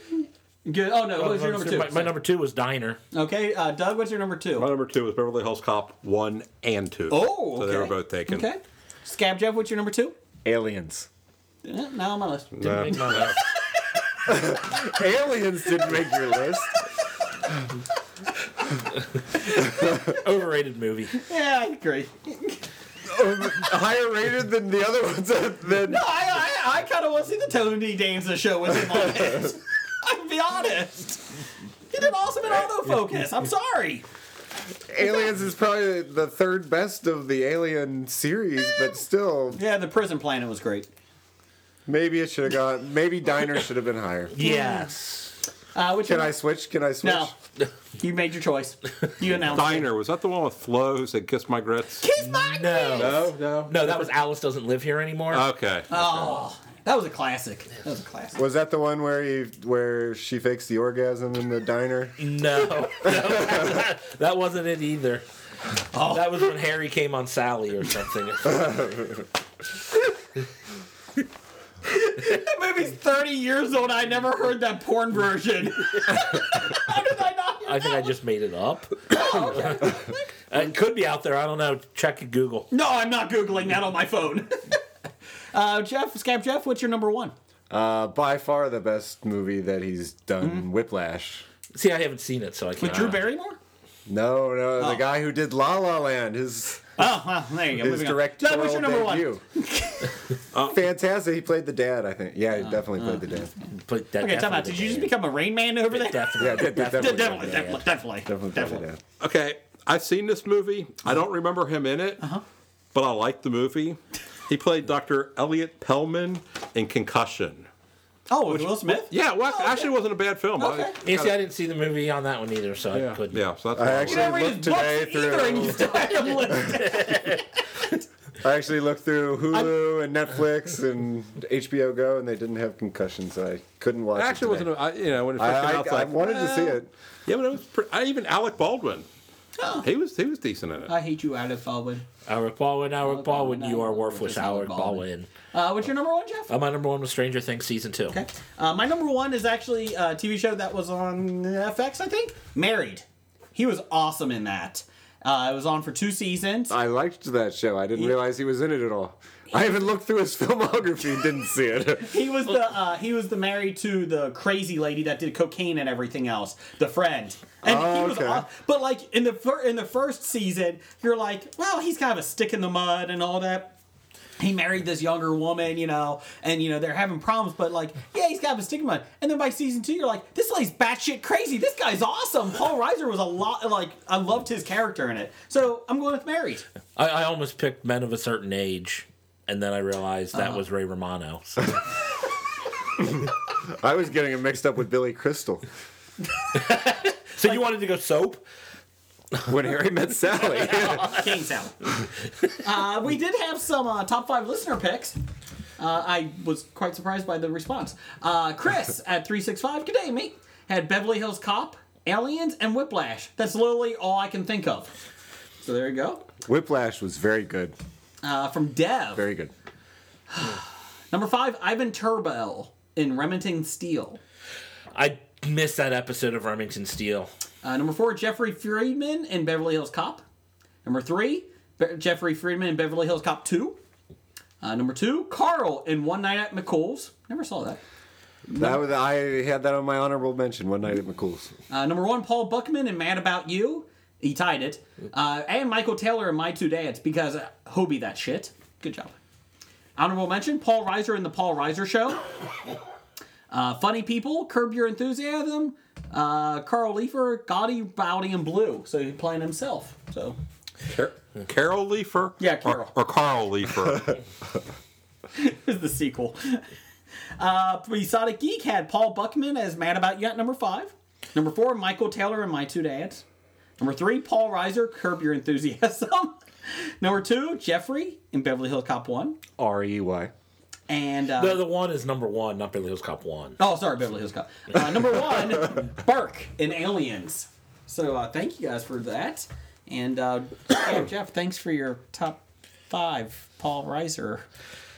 Speaker 2: Good. Oh, no. What was your number two?
Speaker 3: Uh, My, my number two was Diner.
Speaker 2: Okay, uh, Doug, what's your number
Speaker 7: My
Speaker 2: two?
Speaker 7: number two was Beverly Hills Cop one and two.
Speaker 2: Oh,
Speaker 7: so they were
Speaker 2: okay.
Speaker 7: both taken.
Speaker 2: Okay. Scab Jeff, what's your number two?
Speaker 8: Aliens.
Speaker 2: Eh, Not on my list.
Speaker 7: No, no.
Speaker 8: Aliens didn't make your list.
Speaker 3: Overrated movie.
Speaker 2: Yeah, I agree.
Speaker 8: Higher rated than the other ones. that- Than
Speaker 2: I, I, I kind of want to see the Tony Danza show with him on it. I'll be honest. He did awesome in autofocus. I'm sorry.
Speaker 8: Aliens is probably the third best of the Alien series, but still,
Speaker 2: Yeah, the prison planet was great.
Speaker 8: maybe it should have gone. Maybe Diner should have been higher.
Speaker 3: Yes.
Speaker 2: Uh, which
Speaker 8: Can I switch? Can I switch?
Speaker 2: No. You made your choice. You announced. it.
Speaker 7: Diner was that the one with Flo who said "Kiss my grits"?
Speaker 2: Kiss my
Speaker 3: No.
Speaker 2: ass.
Speaker 7: No, no,
Speaker 3: No, that was Alice doesn't live here anymore.
Speaker 2: Uh,
Speaker 7: Okay.
Speaker 2: Oh, that was a classic. That was a classic.
Speaker 8: Was that the one where he, where she fakes the orgasm in the diner?
Speaker 3: No, no that, wasn't it either.
Speaker 2: Oh.
Speaker 3: That was when Harry came on Sally or something.
Speaker 2: That movie's 30 years old. I never heard that porn version. How did I not hear
Speaker 3: I think I
Speaker 2: that
Speaker 3: just made it up. Uh, it could be out there. I don't know. Check and Google.
Speaker 2: No, I'm not googling that on my phone. uh, Jeff, Scab Jeff, what's your number one?
Speaker 8: Uh, by far the best movie that he's done.
Speaker 2: Hmm?
Speaker 8: Whiplash.
Speaker 3: See, I haven't seen it, so I can't. uh,
Speaker 2: With Drew Barrymore?
Speaker 8: No, no,
Speaker 2: Oh.
Speaker 8: the guy who did La La Land. His
Speaker 2: Oh, well, there you go.
Speaker 8: his
Speaker 2: Moving on.
Speaker 8: directorial
Speaker 2: Doug, what's your number one?
Speaker 8: debut. Fantastic. He played the dad, I think. Yeah, he definitely played the dad.
Speaker 3: But that
Speaker 2: Okay, time out.
Speaker 3: definitely
Speaker 2: Did you just
Speaker 3: did.
Speaker 2: become a rain man over there?
Speaker 3: Definitely.
Speaker 8: Yeah, did- did
Speaker 2: Definitely,
Speaker 8: definitely.
Speaker 2: definitely,
Speaker 8: did.
Speaker 2: definitely, definitely.
Speaker 8: Definitely played the dad.
Speaker 7: Okay, I've seen this movie. I don't remember him in it, but I like the movie. He played Dr. Elliot Pellman in Concussion.
Speaker 2: Oh, with Will Smith?
Speaker 7: Yeah, well, actually, it wasn't a bad film. I-
Speaker 2: Okay.
Speaker 3: You see, I didn't see the movie on that one either, so I couldn't.
Speaker 7: yeah, so that's
Speaker 8: I
Speaker 7: why-
Speaker 2: You
Speaker 8: actually
Speaker 2: never read
Speaker 8: looked
Speaker 2: his books
Speaker 8: today
Speaker 2: either, and you
Speaker 8: through.
Speaker 2: still had him listed.
Speaker 8: I actually looked through Hulu and Netflix and HBO Go, and they didn't have concussion, so I couldn't watch.
Speaker 7: It
Speaker 8: It
Speaker 7: actually
Speaker 8: today.
Speaker 7: wasn't. A, I, you know, when it first
Speaker 8: I,
Speaker 7: came
Speaker 8: I,
Speaker 7: out, it's
Speaker 8: I
Speaker 7: like,
Speaker 8: wanted to see
Speaker 7: well,
Speaker 8: it.
Speaker 7: Yeah, but it was. Pre- I, even Alec Baldwin.
Speaker 3: Oh.
Speaker 7: He was. He was decent in it.
Speaker 2: I hate you, Alec Baldwin.
Speaker 3: Alec Baldwin, Alec Baldwin, you are worthless,
Speaker 2: Just
Speaker 3: Alec
Speaker 2: Alec
Speaker 3: Baldwin.
Speaker 2: Uh, what's your number one, Jeff?
Speaker 3: Uh, my number one was Stranger Things season two.
Speaker 2: Okay. Uh, my number one is actually a TV show that was on FX, I think. Married. He was awesome in that. Uh, it was on for two seasons.
Speaker 8: I liked that show. I didn't realize he was in it at all. I even looked through his filmography and didn't see it.
Speaker 2: He was the uh, he was the married to the crazy lady that did cocaine and everything else. The friend, and he
Speaker 8: Oh,
Speaker 2: was
Speaker 8: okay.
Speaker 2: aw- but like in the fir- in the first season, you're like, well, he's kind of a stick in the mud and all that. He married this younger woman, you know, and you know they're having problems. But like, yeah, he's kind of a stick in the mud. And then by season two, you're like, this lady's batshit crazy. This guy's awesome. Paul Reiser was a lot like I loved his character in it. So I'm going with married.
Speaker 3: I, I almost picked Men of a Certain Age, and then I realized that
Speaker 2: Uh-huh.
Speaker 3: was Ray Romano. So.
Speaker 8: I was getting him mixed up with Billy Crystal.
Speaker 3: So you wanted to go soap?
Speaker 8: When Harry met Sally.
Speaker 2: King salad. Uh, we did have some uh, top five listener picks. Uh, I was quite surprised by the response. Uh, Chris at 365, good day, mate, had Beverly Hills Cop, Aliens, and Whiplash. That's literally all I can think of. So there you go.
Speaker 8: Whiplash was very good.
Speaker 2: Uh, from Dev.
Speaker 8: Very good.
Speaker 2: Number five, Ivan Turbell in Remington Steel.
Speaker 3: I missed that episode of Remington Steel.
Speaker 2: Uh, number four, Jeffrey Friedman in Beverly Hills Cop. Number three, Be- Jeffrey Friedman in Beverly Hills Cop 2. Uh, number two, Carl in One Night at McCool's. Never saw that.
Speaker 8: That was, I had that on my honorable mention one night at McCool's.
Speaker 2: Uh, number one, Paul Buckman in Mad About You. He tied it. Uh, and Michael Taylor in My Two Dads because uh, Hobie that shit. Good job. Honorable mention, Paul Reiser in The Paul Reiser Show. Uh, funny People, Curb Your Enthusiasm, uh, Carl Leifer, Gotti, Bowdy, and Blue. So he's playing himself. So
Speaker 7: Car- Carol Leifer?
Speaker 2: Yeah, Carol.
Speaker 7: Or, or Carl
Speaker 3: Uh-huh.
Speaker 7: Leifer.
Speaker 2: is the sequel. Uh, Masonic Geek had Paul Buckman as Mad About You at number five. Number four, Michael Taylor and My Two Dads. Number three, Paul Reiser, Curb Your Enthusiasm. number two, Jeffrey in Beverly Hills Cop 1.
Speaker 8: R E Y.
Speaker 2: And, uh,
Speaker 3: The, the one is number one, not Beverly Hills Cop 1.
Speaker 2: oh, sorry, Beverly Hills Cop. Uh, number one, Burke in Aliens. So uh, thank you guys for that. And uh, yeah, Jeff, thanks for your top five Paul Reiser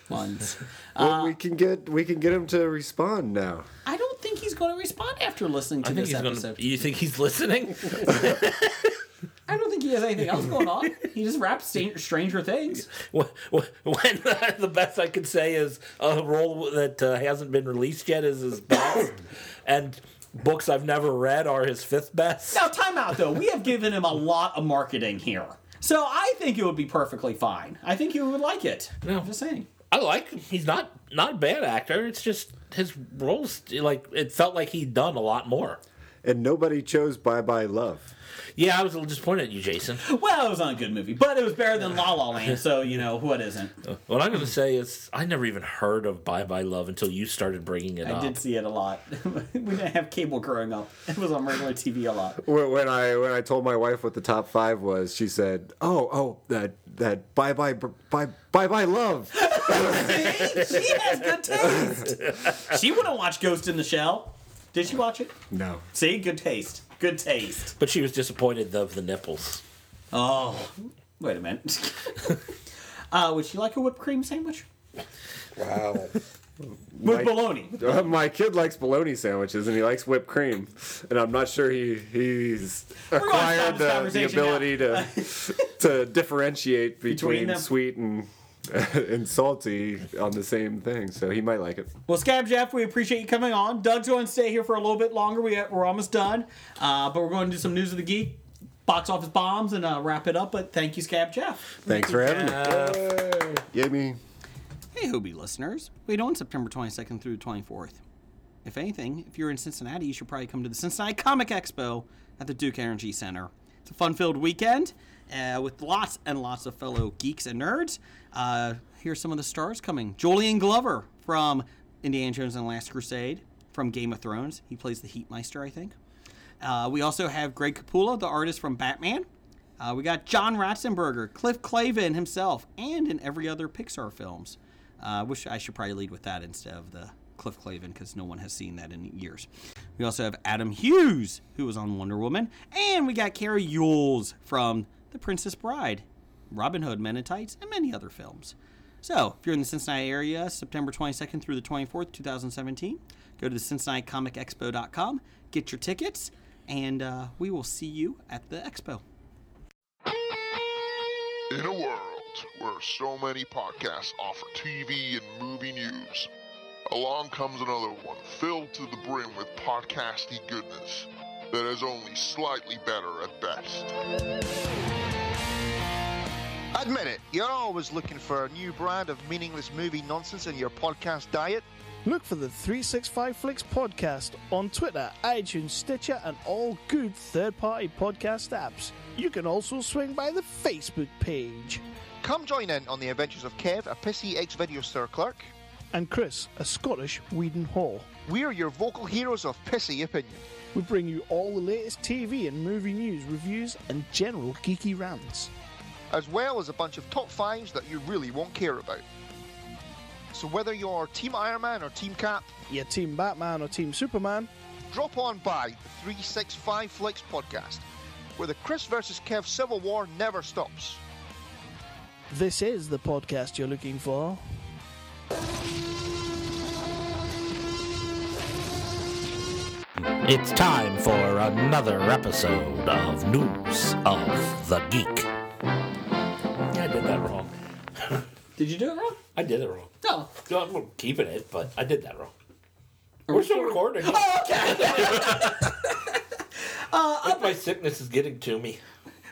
Speaker 2: ones.
Speaker 8: Well, we can get we can get him to respond now.
Speaker 2: I don't think he's going to respond after listening to
Speaker 3: I
Speaker 2: this
Speaker 3: think he's
Speaker 2: episode.
Speaker 3: gonna. You think he's listening?
Speaker 2: I don't think he has anything else going on. He just raps Stan- Stranger Things.
Speaker 3: when, when the best I could say is a role that uh, hasn't been released yet is his best, and books I've never read are his fifth best.
Speaker 2: Now, time out though. We have given him a lot of marketing here. So I think it would be perfectly fine. I think you would like it. No. I'm just saying.
Speaker 3: I like him. He's not not a bad actor. It's just his roles like it felt like he'd done a lot more.
Speaker 8: And nobody chose Bye Bye Love.
Speaker 3: Yeah, I was a little disappointed at you, Jason.
Speaker 2: Well, it was not a good movie, but it was better than La La Land, so, you know, what isn't?
Speaker 3: What I'm going to say is I never even heard of Bye Bye Love until you started bringing it
Speaker 2: I
Speaker 3: up.
Speaker 2: did see it a lot. we didn't have cable growing up, it was on regular TV a lot.
Speaker 8: When when I when I told my wife what the top five was, she said, "Oh, oh, that that Bye Bye Br- Bye Bye Bye Love."
Speaker 2: she has good taste. She wouldn't watch Ghost in the Shell. Did she watch it?
Speaker 8: No.
Speaker 2: See, good taste. Good taste.
Speaker 3: But she was disappointed of the nipples.
Speaker 2: Oh, wait a minute. uh, would you like a whipped cream sandwich?
Speaker 8: Wow.
Speaker 2: With
Speaker 8: Right.
Speaker 2: bologna.
Speaker 8: Uh, my kid likes bologna sandwiches and he likes whipped cream, and I'm not sure he he's
Speaker 2: stop
Speaker 8: acquired
Speaker 2: this
Speaker 8: the, the
Speaker 2: conversation
Speaker 8: ability to to differentiate
Speaker 2: Between
Speaker 8: between,
Speaker 2: them.
Speaker 8: sweet and and salty on the same thing. So he might like it.
Speaker 2: Well, Scab Jeff, we appreciate you coming on. Doug's going to stay here for a little bit longer. We, we're almost done. Uh, but we're going to do some News of the Geek, box office bombs, and uh, wrap it up. But thank you, Scab Jeff.
Speaker 8: Thanks for having me. Yay. Yay me.
Speaker 2: Hey, Hobie listeners. Wait on September 22nd through the 24th. If anything, if you're in Cincinnati, you should probably come to the Cincinnati Comic Expo at the Duke Energy Center. It's a fun filled weekend uh, with lots and lots of fellow geeks and nerds. Uh, here's some of the stars coming Julian Glover from Indiana Jones and the Last Crusade, from Game of Thrones. He plays the Heatmeister, I think. Uh, we also have Greg Capullo, the artist from Batman. Uh, we got John Ratzenberger, Cliff Clavin himself, and in every other Pixar films. Uh, which I should probably lead with that instead of the Cliff Clavin because no one has seen that in years. We also have Adam Hughes, who was on Wonder Woman, and we got Carrie Yules from The Princess Bride, Robin Hood, Men in Tights, and many other films. So, if you're in the Cincinnati area, September 22nd through the 24th, 2017, go to the CincinnatiComicExpo.com, get your tickets, and uh, we will see you at the expo.
Speaker 1: In a world
Speaker 12: where so many podcasts offer TV and movie news. Along comes another one filled to the brim with podcasty goodness that is only slightly better at best.
Speaker 13: Admit it, you're always looking for a new brand of meaningless movie nonsense in your podcast diet.
Speaker 14: Look for the 365 Flicks podcast on Twitter, iTunes, Stitcher, and all good third party podcast apps. You can also swing by the Facebook page.
Speaker 13: Come join in on the adventures of Kev, a pissy ex video store clerk,
Speaker 14: and Chris, a Scottish Whedon whore.
Speaker 13: We're your vocal heroes of pissy opinion.
Speaker 14: We bring you all the latest TV and movie news, reviews, and general geeky rants.
Speaker 13: as well as a bunch of top fives that you really won't care about. So whether you're Team Iron Man or Team Cap,
Speaker 14: your Team Batman or Team Superman,
Speaker 13: drop on by the 365 Flicks podcast, where the Chris versus Kev Civil War never stops.
Speaker 14: This is the podcast you're looking for.
Speaker 3: It's time for another episode of News of the Geek. Yeah, I did that wrong.
Speaker 2: did you do it wrong?
Speaker 3: I did it wrong.
Speaker 2: No.
Speaker 3: I'm keeping it, but I did that wrong. We're still recording.
Speaker 2: Oh, okay. Uh,
Speaker 3: I think my sickness is getting to me.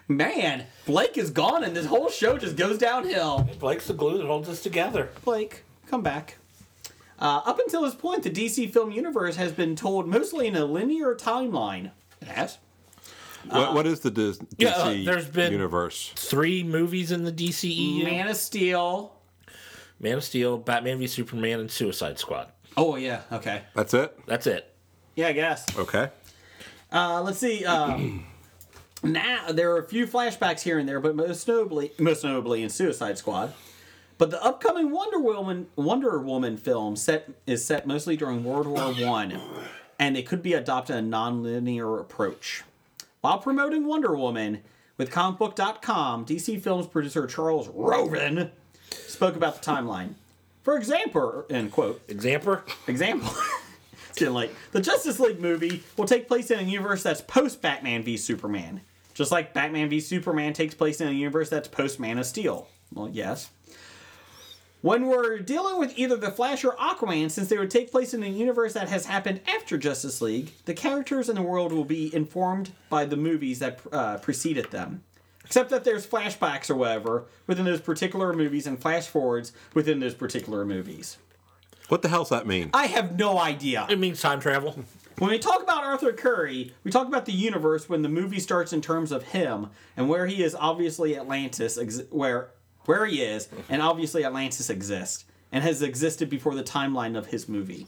Speaker 2: Man, Blake is gone and this whole show just goes downhill.
Speaker 3: Blake's the glue that holds us together.
Speaker 2: Blake, come back. Uh, up until this point, the DC film universe has been told mostly in a linear timeline. It has.
Speaker 7: What, what is the Dis- DC
Speaker 3: yeah, uh, there's been-
Speaker 7: universe?
Speaker 3: Three movies in the DCEU. Man
Speaker 2: of Steel. Mm-hmm.
Speaker 3: Man of Steel, Batman v Superman, and Suicide Squad.
Speaker 2: Oh, yeah, okay.
Speaker 7: That's it?
Speaker 3: That's it.
Speaker 2: Yeah, I guess.
Speaker 7: Okay.
Speaker 2: Uh, let's see. Um, now there are a few flashbacks here and there, but most notably, most notably in Suicide Squad. But the upcoming Wonder Woman Wonder Woman film set is set mostly during World War One, and they could be adopting a non-linear approach. While promoting Wonder Woman with comicbook.com, DC Films producer Charles Roven spoke about the timeline. For example, end quote.
Speaker 3: Example.
Speaker 2: Example. Still like the Justice League movie will take place in a universe that's post Batman v Superman, just like Batman v Superman takes place in a universe that's post Man of Steel. Well, yes. When we're dealing with either the Flash or Aquaman, since they would take place in a universe that has happened after Justice League, the characters in the world will be informed by the movies that uh, preceded them. Except that there's flashbacks or whatever within those particular movies and flash forwards within those particular movies.
Speaker 7: What the hell's that mean?
Speaker 2: I have no idea.
Speaker 3: It means time travel.
Speaker 2: When we talk about Arthur Curry, we talk about the universe when the movie starts in terms of him and where he is obviously Atlantis ex- where where he is and obviously Atlantis exists and has existed before the timeline of his movie.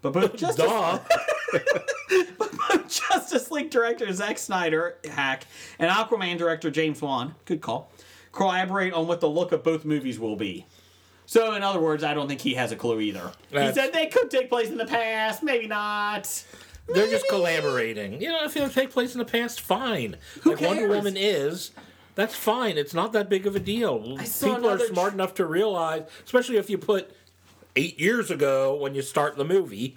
Speaker 2: But both Justice
Speaker 3: Duh.
Speaker 2: Justice League director Zack Snyder hack and Aquaman director James Wan, good call, collaborate on what the look of both movies will be. So, in other words, I don't think he has a clue either.
Speaker 3: That's-
Speaker 2: he said they could take place in the past, maybe not.
Speaker 3: They're just collaborating. You know, if it take place in the past, fine. Who like Wonder
Speaker 2: cares?
Speaker 3: Woman is, that's fine. It's not that big of a deal.
Speaker 2: saw
Speaker 3: People are
Speaker 2: another
Speaker 3: smart enough to realize, especially if you put eight years ago when you start the movie.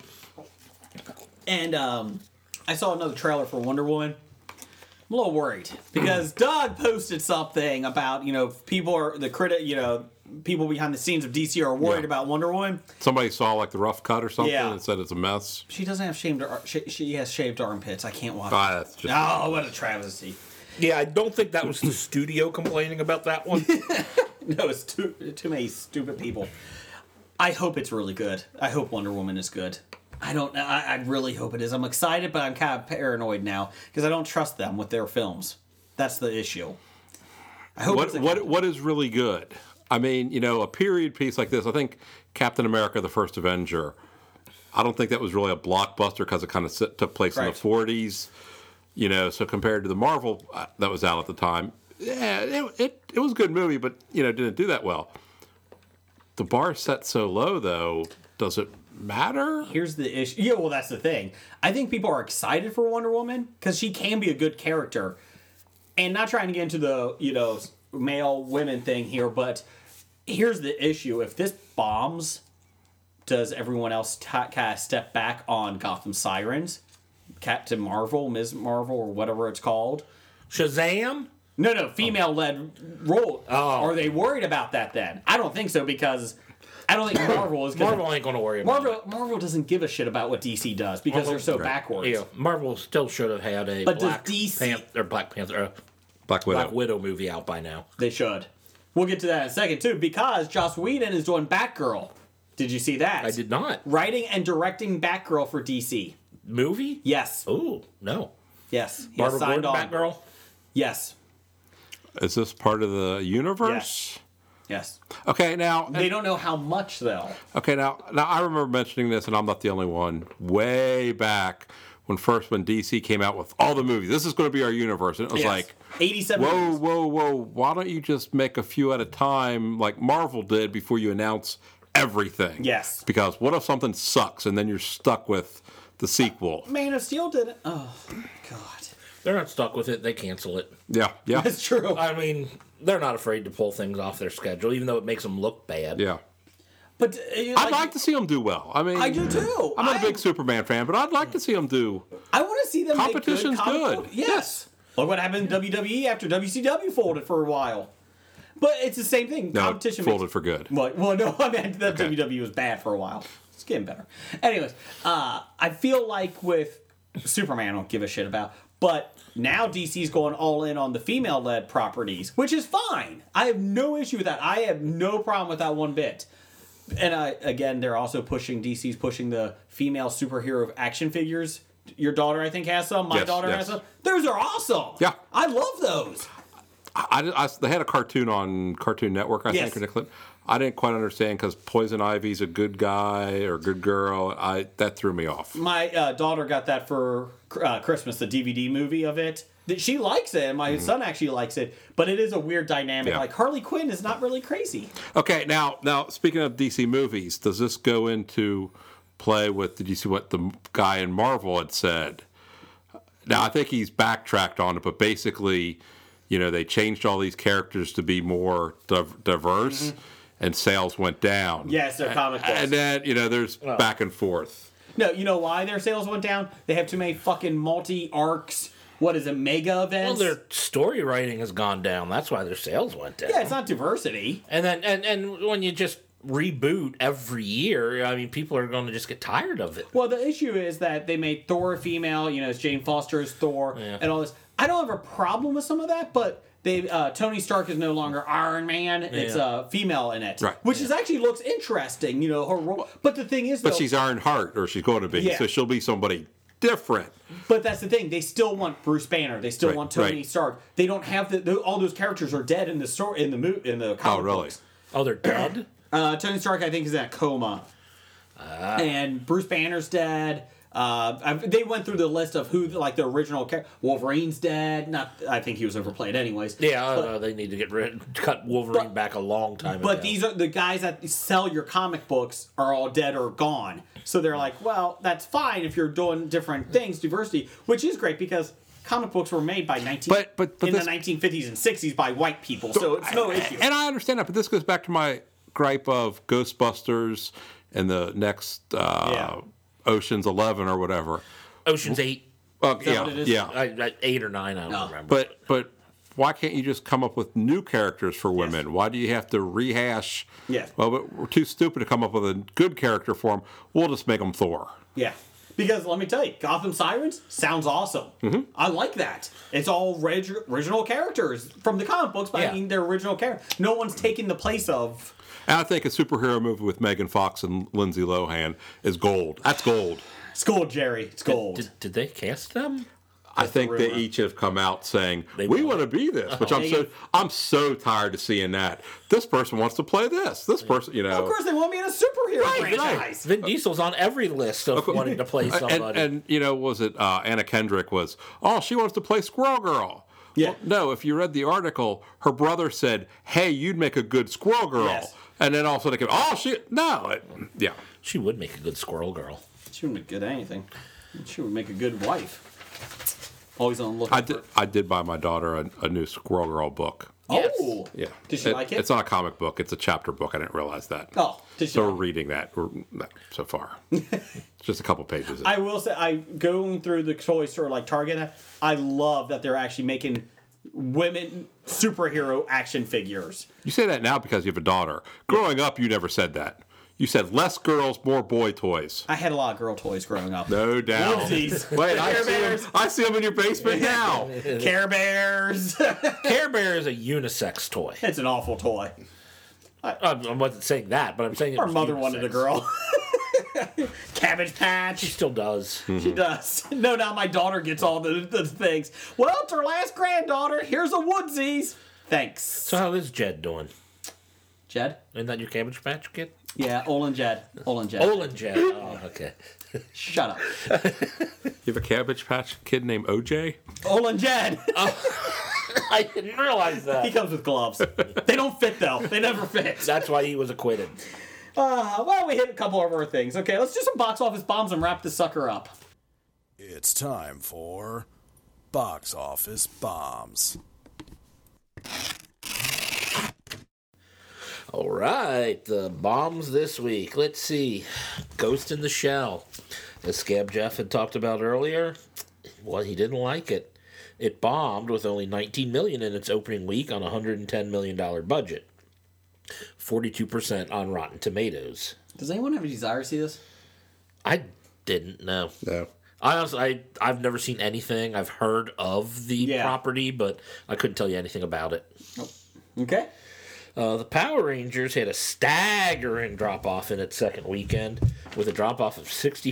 Speaker 2: And um, I saw another trailer for Wonder Woman. I'm a little worried because Doug posted something about you know people are the critic you know people behind the scenes of DC are worried
Speaker 7: Yeah.
Speaker 2: about Wonder Woman.
Speaker 7: Somebody saw like the rough cut or something
Speaker 2: Yeah.
Speaker 7: and said it's a mess.
Speaker 2: She doesn't have shaved ar- she, she has shaved armpits. I can't watch.
Speaker 7: Ah,
Speaker 2: it.
Speaker 7: that's just-
Speaker 2: oh, what a travesty.
Speaker 3: Yeah, I don't think that was the studio complaining about that one.
Speaker 2: no, it's too too many stupid people. I hope it's really good. I hope Wonder Woman is good. I don't. I, I really hope it is. I'm excited, but I'm kind of paranoid now because I don't trust them with their films. That's the issue. I hope
Speaker 7: what
Speaker 2: it's a-
Speaker 7: what what is really good? I mean, you know, a period piece like this. I think Captain America: The First Avenger. I don't think that was really a blockbuster because it kind of took place in
Speaker 2: Right.
Speaker 7: the '40s. You know, so compared to the Marvel uh, that was out at the time, yeah, it, it it was a good movie, but you know, didn't do that well. The bar is set so low, though. Does it matter?
Speaker 2: Here's the issue. Yeah, well, that's the thing. I think people are excited for Wonder Woman because she can be a good character, and not trying to get into the you know male women thing here, but here's the issue: if this bombs, does everyone else ta kind of step back on Gotham Sirens, Captain Marvel, Ms. Marvel, or whatever it's called?
Speaker 3: Shazam.
Speaker 2: No, no, female led role. Are they worried about that then? I don't think so because I don't think Marvel is gonna,
Speaker 3: Marvel ain't going to worry about
Speaker 2: Marvel Marvel doesn't give a shit about what DC does because
Speaker 3: Marvel-
Speaker 2: they're so
Speaker 3: Right.
Speaker 2: backwards.
Speaker 3: Yeah, Marvel still should have had a
Speaker 2: But does
Speaker 3: Black Panther or Black Panther uh,
Speaker 7: Black Widow.
Speaker 3: Black Widow movie out by now.
Speaker 2: They should. We'll get to that in a second too because Joss Whedon is doing Batgirl. Did you see that? I did
Speaker 3: not.
Speaker 2: Writing and directing Batgirl for DC.
Speaker 3: Movie?
Speaker 2: Yes.
Speaker 3: Oh, no.
Speaker 2: Yes. He has
Speaker 3: Barbara
Speaker 2: signed
Speaker 3: Gordon
Speaker 2: on.
Speaker 3: Batgirl.
Speaker 2: Yes.
Speaker 7: Is this part of the universe?
Speaker 2: Yes.
Speaker 7: Okay, now
Speaker 2: They don't know how much though.
Speaker 7: Okay, now now I remember mentioning this, and I'm not the only one. Way back when first when DC came out with all the movies, this is going to be our universe, and it was
Speaker 2: Yes.
Speaker 7: like.
Speaker 2: 87
Speaker 7: Whoa, whoa, whoa! Why don't you just make a few at a time, like Marvel did, before you announce everything?
Speaker 2: Yes.
Speaker 7: Because what if something sucks and then you're stuck with the sequel?
Speaker 2: Man of Steel did it. Oh.
Speaker 3: They're not stuck with it. They cancel it.
Speaker 7: Yeah, yeah.
Speaker 2: That's true.
Speaker 3: I mean, they're not afraid to pull things off their schedule, even though it makes them look bad.
Speaker 7: Yeah.
Speaker 2: But uh,
Speaker 7: I'd like to see them do well. I mean,
Speaker 2: I do too.
Speaker 7: I'm not a big Superman fan, but I'd like to see them do.
Speaker 2: I want to see them. make
Speaker 7: Competition's
Speaker 2: comic
Speaker 7: good.
Speaker 2: book- Yes. Look what happened in WWE after WCW folded for a while. But it's the same thing.
Speaker 7: No, it
Speaker 2: Competition
Speaker 7: folded
Speaker 2: makes-
Speaker 7: for good.
Speaker 2: Well, well, no, I meant that WWE E was bad for a while. It's getting better. Anyways, uh, I feel like with Superman, I don't give a shit about. But now DC's going all in on the female led properties, which is fine. I have no issue with that. I have no problem with that one bit. And I, again, they're also pushing DC's pushing the female superhero action figures. Your daughter, I think, has some. My
Speaker 7: Yes,
Speaker 2: daughter
Speaker 7: yes.
Speaker 2: has some. Those are awesome. Yeah, I love those.
Speaker 7: I, I- they had a cartoon on Cartoon Network, I
Speaker 2: Yes.
Speaker 7: think, or the clip. I didn't quite understand because Poison Ivy's a good guy or good girl. I that threw me off.
Speaker 2: My uh, daughter got that for uh, Christmas, the DVD movie of it. That She likes it, and my son actually likes it. But it is a weird dynamic.
Speaker 7: Yeah.
Speaker 2: Like Harley Quinn is not really crazy.
Speaker 7: Okay, now now speaking of DC movies, does this go into play with? Did you see what the guy in Marvel had said? Now I think he's backtracked on it, but basically, you know, they changed all these characters to be more div- diverse, and sales went down.
Speaker 2: Mm-hmm. Yes, they're comic books.
Speaker 7: And then you know, there's
Speaker 2: Well.
Speaker 7: back and forth.
Speaker 2: No, you know why their sales went down? They have too many fucking multi arcs. What is it, mega
Speaker 3: Well,
Speaker 2: events?
Speaker 3: their story writing has gone down. That's why their sales went down.
Speaker 2: yeah, it's not diversity.
Speaker 3: And then and and when you just reboot every year, I mean, people are going to just get tired of it.
Speaker 2: Well, the issue is that they made Thor a female. You know, it's Jane Foster as Thor and all this. I don't have a problem with some of that, but they uh, Tony Stark is no longer Iron Man. It's a
Speaker 7: Yeah.
Speaker 2: uh, female in it,
Speaker 7: Right.
Speaker 2: which is actually looks interesting. You know, her role. But the thing is, though,
Speaker 7: But she's Iron Heart, or she's going to be,
Speaker 2: Yeah.
Speaker 7: so she'll be somebody different.
Speaker 2: But that's the thing; they still want Bruce Banner. They still
Speaker 7: Right,
Speaker 2: want Tony
Speaker 7: right.
Speaker 2: Stark. They don't have the, the- all those characters are dead in the story in the mo- in the comic
Speaker 7: really?
Speaker 2: books.
Speaker 3: Oh, they're dead.
Speaker 2: uh, Tony Stark, I think, is in a coma,
Speaker 7: Ah.
Speaker 2: and Bruce Banner's dead. Uh, i they went through the list of who like the original character. Wolverine's dead. Not, I think he was overplayed, anyways.
Speaker 3: Yeah, I don't know, they need to get rid, cut Wolverine back a long time
Speaker 2: But
Speaker 3: ago.
Speaker 2: these are the guys that sell your comic books are all dead or gone. So they're like, well, that's fine if you're doing different things, diversity, which is great because comic books were made by 19
Speaker 7: but
Speaker 2: in
Speaker 7: this-
Speaker 2: the 1950s and 60s by white people. So it's no issue.
Speaker 7: And I understand that, but this goes back to my gripe of Ghostbusters and the next uh, Ocean's Eleven or whatever.
Speaker 3: Ocean's Eight.
Speaker 7: Oh, yeah, yeah.
Speaker 3: I, I- eight or nine. I don't remember.
Speaker 7: But but why can't you just come up with new characters for women? Why do you have to rehash?
Speaker 2: Yes.
Speaker 7: Well, but we're too stupid to come up with a good character for them. We'll just make them Thor.
Speaker 2: Yeah. Because let me tell you, Gotham Sirens sounds awesome. Mm-hmm. I like that. It's all reg- original characters from the comic books, but I
Speaker 7: Yeah.
Speaker 2: mean their original character. No one's taking the place of.
Speaker 7: And I think a superhero movie with Megan Fox and Lindsay Lohan is gold. That's gold.
Speaker 2: It's gold, Jerry. It's gold.
Speaker 3: Did, did they cast them?
Speaker 7: I think
Speaker 3: the
Speaker 7: they
Speaker 3: rumor.
Speaker 7: each have come out saying we want to be this, which I'm
Speaker 2: They-
Speaker 7: so I'm so tired of seeing that. This person wants to play this. This person, you know.
Speaker 2: Of course, they want me in a superhero
Speaker 3: Right,
Speaker 2: franchise.
Speaker 3: right. Vin Diesel's on every list of wanting to play
Speaker 7: And-
Speaker 3: somebody.
Speaker 7: And, you know, was it uh, Anna Kendrick was? Oh, she wants to play Squirrel Girl. Yeah. no, if you read the article, her brother said, "Hey, you'd make a good Squirrel Girl,"
Speaker 3: Yes.
Speaker 7: and then also they came, "Oh, she no, it, yeah."
Speaker 3: She would make a good Squirrel Girl.
Speaker 2: She wouldn't make good at anything. She would make a good wife. Always on the lookout.
Speaker 7: I did. I did buy my daughter a, a new Squirrel Girl book.
Speaker 2: Oh,
Speaker 7: Yeah.
Speaker 2: Did she like it?
Speaker 7: It's not a comic book. It's a chapter book. I didn't realize that.
Speaker 2: Oh, did she
Speaker 7: so we're reading that we're, not so far. Just a couple pages. in.
Speaker 2: I will say, I going through the toy store like Target. I love that they're actually making women superhero action figures.
Speaker 7: You say that now because you have a daughter. Growing up, you never said that. You said less girls, more boy toys.
Speaker 2: I had a lot of girl toys growing up.
Speaker 7: No doubt.
Speaker 2: Whoopsies.
Speaker 7: Wait, I
Speaker 2: Care
Speaker 7: see, them,
Speaker 2: Bears.
Speaker 7: I see them in your basement now.
Speaker 2: Care Bears.
Speaker 3: Care Bear is a unisex toy.
Speaker 2: It's an awful toy.
Speaker 3: I, I wasn't saying that, but I'm saying it
Speaker 2: Our
Speaker 3: was
Speaker 2: mother wanted a
Speaker 3: unisex.
Speaker 2: girl. Cabbage Patch. She
Speaker 3: still does.
Speaker 2: She does. No, now my daughter gets all the, the things. Well, it's her last granddaughter. Here's a Woodsies. Thanks. So
Speaker 3: how is Jed doing?
Speaker 2: Jed?
Speaker 3: Isn't that your Cabbage Patch kid?
Speaker 2: Yeah, Olin Jed. Olin Jed.
Speaker 3: Olin Jed. Oh, okay.
Speaker 2: Shut up.
Speaker 7: You have a Cabbage Patch kid named OJ?
Speaker 2: Olin Jed.
Speaker 3: I didn't realize that.
Speaker 2: He comes with gloves. they don't fit though. They never fit.
Speaker 3: That's why he was acquitted.
Speaker 2: Uh, well, we hit a couple of our things. Okay, let's do some box office bombs and wrap this sucker up.
Speaker 4: It's time for box office bombs.
Speaker 3: All right, the bombs this week. Let's see. Ghost in the Shell. As Scab Jeff had talked about earlier, well, he didn't like it. It bombed with only 19 million in its opening week on a 110 million dollar budget. 42% on Rotten Tomatoes.
Speaker 2: Does anyone have a desire to see this?
Speaker 3: I didn't know.
Speaker 15: No.
Speaker 3: I honestly, I, I've never seen anything. I've heard of the property, but I couldn't tell you anything about it.
Speaker 2: Okay.
Speaker 3: Uh, the Power Rangers had a staggering drop off in its second weekend with a drop off of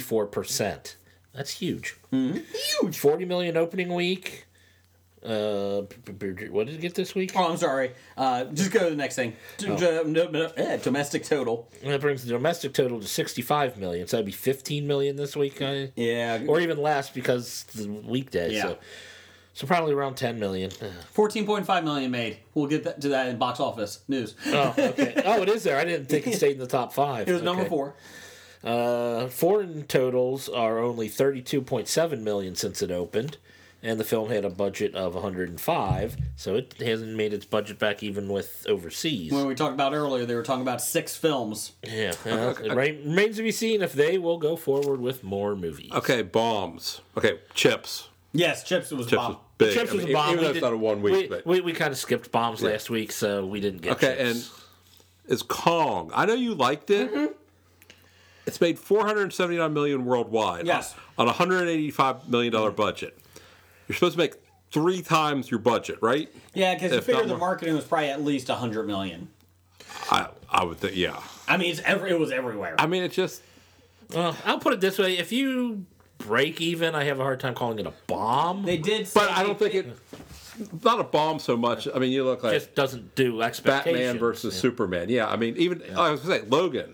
Speaker 3: 64%. That's huge.
Speaker 2: Mm-hmm.
Speaker 3: Huge. 40 million opening week. Uh, b- b- b- what did it get this week?
Speaker 2: Oh, I'm sorry. Uh, just go to the next thing. D-
Speaker 3: Oh.
Speaker 2: d- no- no- eh, domestic total.
Speaker 3: And that brings the domestic total to 65 million. So that'd be 15 million this week. I,
Speaker 2: yeah.
Speaker 3: Or even less because the weekday.
Speaker 2: Yeah.
Speaker 3: So, so probably around 10 million.
Speaker 2: 14.5 million made. We'll get that, to that in box office news.
Speaker 3: Oh, okay. oh, it is there. I didn't think it stayed in the top five.
Speaker 2: It was number
Speaker 3: Okay.
Speaker 2: four.
Speaker 3: Uh, foreign totals are only 32.7 million since it opened, and the film had a budget of 105, so it hasn't made its budget back even with overseas.
Speaker 2: When we talked about earlier, they were talking about six films.
Speaker 3: yeah, uh, it ra- remains to be seen if they will go forward with more movies.
Speaker 7: Okay, bombs. Okay, chips.
Speaker 2: Yes, Chips was
Speaker 7: Chips was big.
Speaker 3: Chips
Speaker 7: I
Speaker 3: was
Speaker 7: mean, e-
Speaker 3: a bomb.
Speaker 7: Even
Speaker 3: We
Speaker 7: though it's
Speaker 3: did-
Speaker 7: not a one week,
Speaker 3: we,
Speaker 7: but
Speaker 3: we, we kind of skipped bombs
Speaker 7: Yeah.
Speaker 3: last week, so we didn't get.
Speaker 7: okay.
Speaker 3: chips.
Speaker 7: And is Kong? I know you liked it. It's made 479 million worldwide.
Speaker 2: Yes.
Speaker 7: On a 185 million dollar budget, you're supposed to make three times your budget, right?
Speaker 2: Yeah, because you
Speaker 7: If not
Speaker 2: figure the
Speaker 7: more-
Speaker 2: marketing was probably at least 100 million.
Speaker 7: I I would think, yeah.
Speaker 2: I mean, it's every, it was everywhere.
Speaker 7: I mean, it just
Speaker 3: Well, I'll put it this way: if you break even, I have a hard time calling it a bomb.
Speaker 2: They did,
Speaker 7: but I don't think it. Not a bomb so much. I mean, you look like
Speaker 3: just doesn't do expectations.
Speaker 7: Batman versus Superman. Yeah, I mean, even I was gonna say Logan.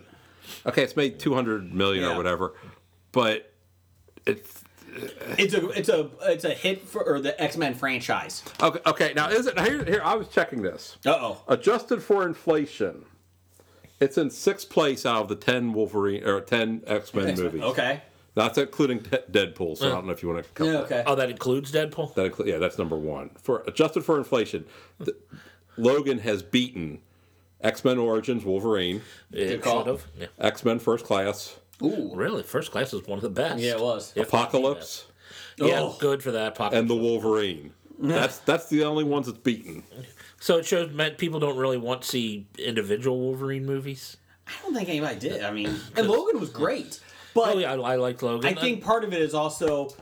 Speaker 7: Okay, it's made two hundred million or whatever, but it's
Speaker 2: It's a it's a it's a hit for or the X Men franchise.
Speaker 7: okay. Okay, now is it here? Here, I was checking this.
Speaker 2: Uh oh.
Speaker 7: Adjusted for inflation, it's in sixth place out of the ten Wolverine or ten X Men
Speaker 2: X-Men,
Speaker 7: movies.
Speaker 2: okay.
Speaker 7: that's including Te- Deadpool. So I don't know if you want to. count
Speaker 2: Yeah,
Speaker 7: that.
Speaker 2: okay.
Speaker 3: Oh, that includes Deadpool.
Speaker 7: That inclu- yeah, that's number one. For adjusted for inflation, th- Logan has beaten X Men Origins Wolverine,
Speaker 3: It should have. Yeah.
Speaker 7: X Men First Class,
Speaker 2: Ooh,
Speaker 3: really? First Class is one of the best.
Speaker 2: Yeah, it was.
Speaker 3: If not the
Speaker 7: Apocalypse,
Speaker 3: best. Yeah,
Speaker 7: Oh.
Speaker 3: good for that Apocalypse.
Speaker 7: and the Wolverine. That's that's the only ones that's beaten.
Speaker 3: so it shows that people don't really want to see individual Wolverine movies.
Speaker 2: I don't think anybody did. I mean, and Logan was great, but
Speaker 3: oh yeah, I, I liked Logan.
Speaker 2: I think part of it is also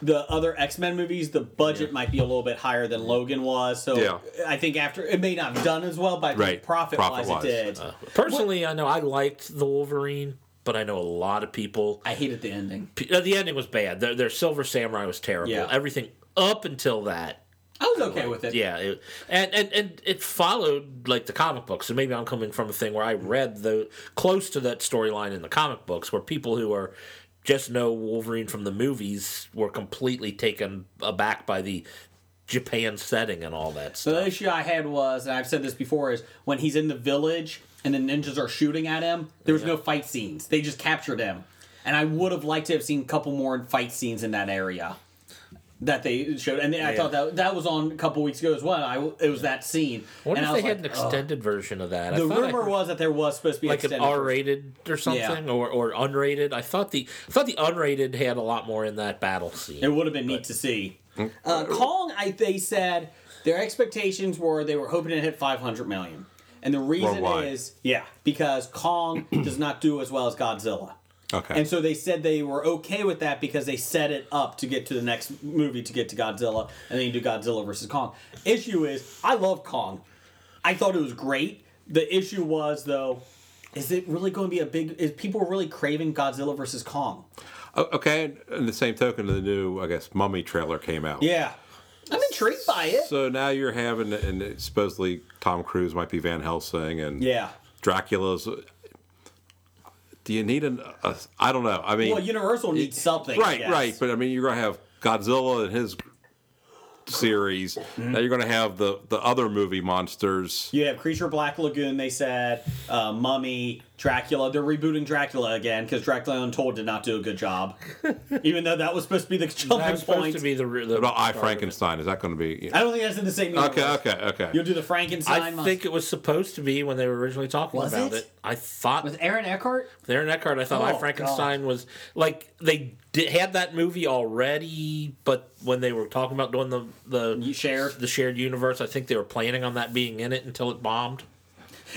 Speaker 2: the other X Men movies. The budget might be a little bit higher than Logan was, so
Speaker 3: Yeah.
Speaker 2: I think after it may not have done as well, but
Speaker 3: Right.
Speaker 2: profit wise it
Speaker 3: Profit-wise.
Speaker 2: did.
Speaker 3: Uh, personally, I know I liked the Wolverine, but I know a lot of people.
Speaker 2: I hated the ending.
Speaker 3: P- uh, the ending was bad. Their, their Silver Samurai was terrible.
Speaker 2: Yeah.
Speaker 3: Everything up until that.
Speaker 2: I was okay with it.
Speaker 3: Yeah, it, and, and and it followed like the comic books. So maybe I'm coming from a thing where I read the close to that storyline in the comic books, where people who are just know Wolverine from the movies were completely taken aback by the Japan setting and all that.
Speaker 2: So the issue I had was, and I've said this before, is when he's in the village and the ninjas are shooting at him, there was no fight scenes. They just captured him. And I would have liked to have seen a couple more fight scenes in that area that they showed. And I
Speaker 3: Yeah.
Speaker 2: thought that that was on a couple weeks ago as well. I, it was that scene.
Speaker 3: I wonder
Speaker 2: and
Speaker 3: if
Speaker 2: I
Speaker 3: they
Speaker 2: was
Speaker 3: had
Speaker 2: like,
Speaker 3: an
Speaker 2: "Ugh."
Speaker 3: extended version of that. I
Speaker 2: The
Speaker 3: thought I
Speaker 2: rumor
Speaker 3: heard-
Speaker 2: was that there was supposed to be
Speaker 3: like an
Speaker 2: extended version.
Speaker 3: R-rated or something, or, or unrated. I thought the I thought the unrated had a lot more in that battle scene.
Speaker 2: It would have been neat to see. Uh, Kong, I, they said Their expectations were they were hoping to hit 500 million. And the reason
Speaker 7: Worldwide.
Speaker 2: is, yeah, because Kong does not do as well as Godzilla.
Speaker 7: Okay.
Speaker 2: And so they said they were okay with that because they set it up to get to the next movie to get to Godzilla, and then you do Godzilla versus Kong. Issue is, I love Kong. I thought it was great. The issue was though, is it really going to be a big? Is people really craving Godzilla versus Kong?
Speaker 7: O- Okay, and the same token, the new, I guess, Mummy trailer came out.
Speaker 2: Yeah, I'm intrigued by it.
Speaker 7: So now you're having, and supposedly Tom Cruise might be Van Helsing, and
Speaker 2: Yeah.
Speaker 7: Dracula's. Do you need an? A, I don't know. I mean,
Speaker 2: well, Universal needs something,
Speaker 7: right,
Speaker 2: yes.
Speaker 7: right. But I mean, you're going to have Godzilla and his series.
Speaker 2: Mm-hmm.
Speaker 7: Now you're going to have the the other movie monsters.
Speaker 2: You have Creature Black Lagoon. They said uh, Mummy, Dracula. They're rebooting Dracula again because Dracula Untold did not do a good job, even though that was supposed to be the jumping
Speaker 7: That was supposed
Speaker 2: point.
Speaker 7: to be What about I Frankenstein? Is that going to be?
Speaker 2: I don't think that's in the same. Universe.
Speaker 7: Okay, okay, okay.
Speaker 2: You'll do the Frankenstein.
Speaker 3: I
Speaker 2: monster.
Speaker 3: think it was supposed to be when they were originally talking
Speaker 2: Was
Speaker 3: about
Speaker 2: it?
Speaker 3: it? I thought
Speaker 2: with Aaron Eckhart.
Speaker 3: Aaron Eckhart. I thought
Speaker 2: Oh,
Speaker 3: I Frankenstein was like they did, had that movie already, but when they were talking about doing the the
Speaker 2: shared
Speaker 3: the shared universe, I think they were planning on that being in it until it bombed.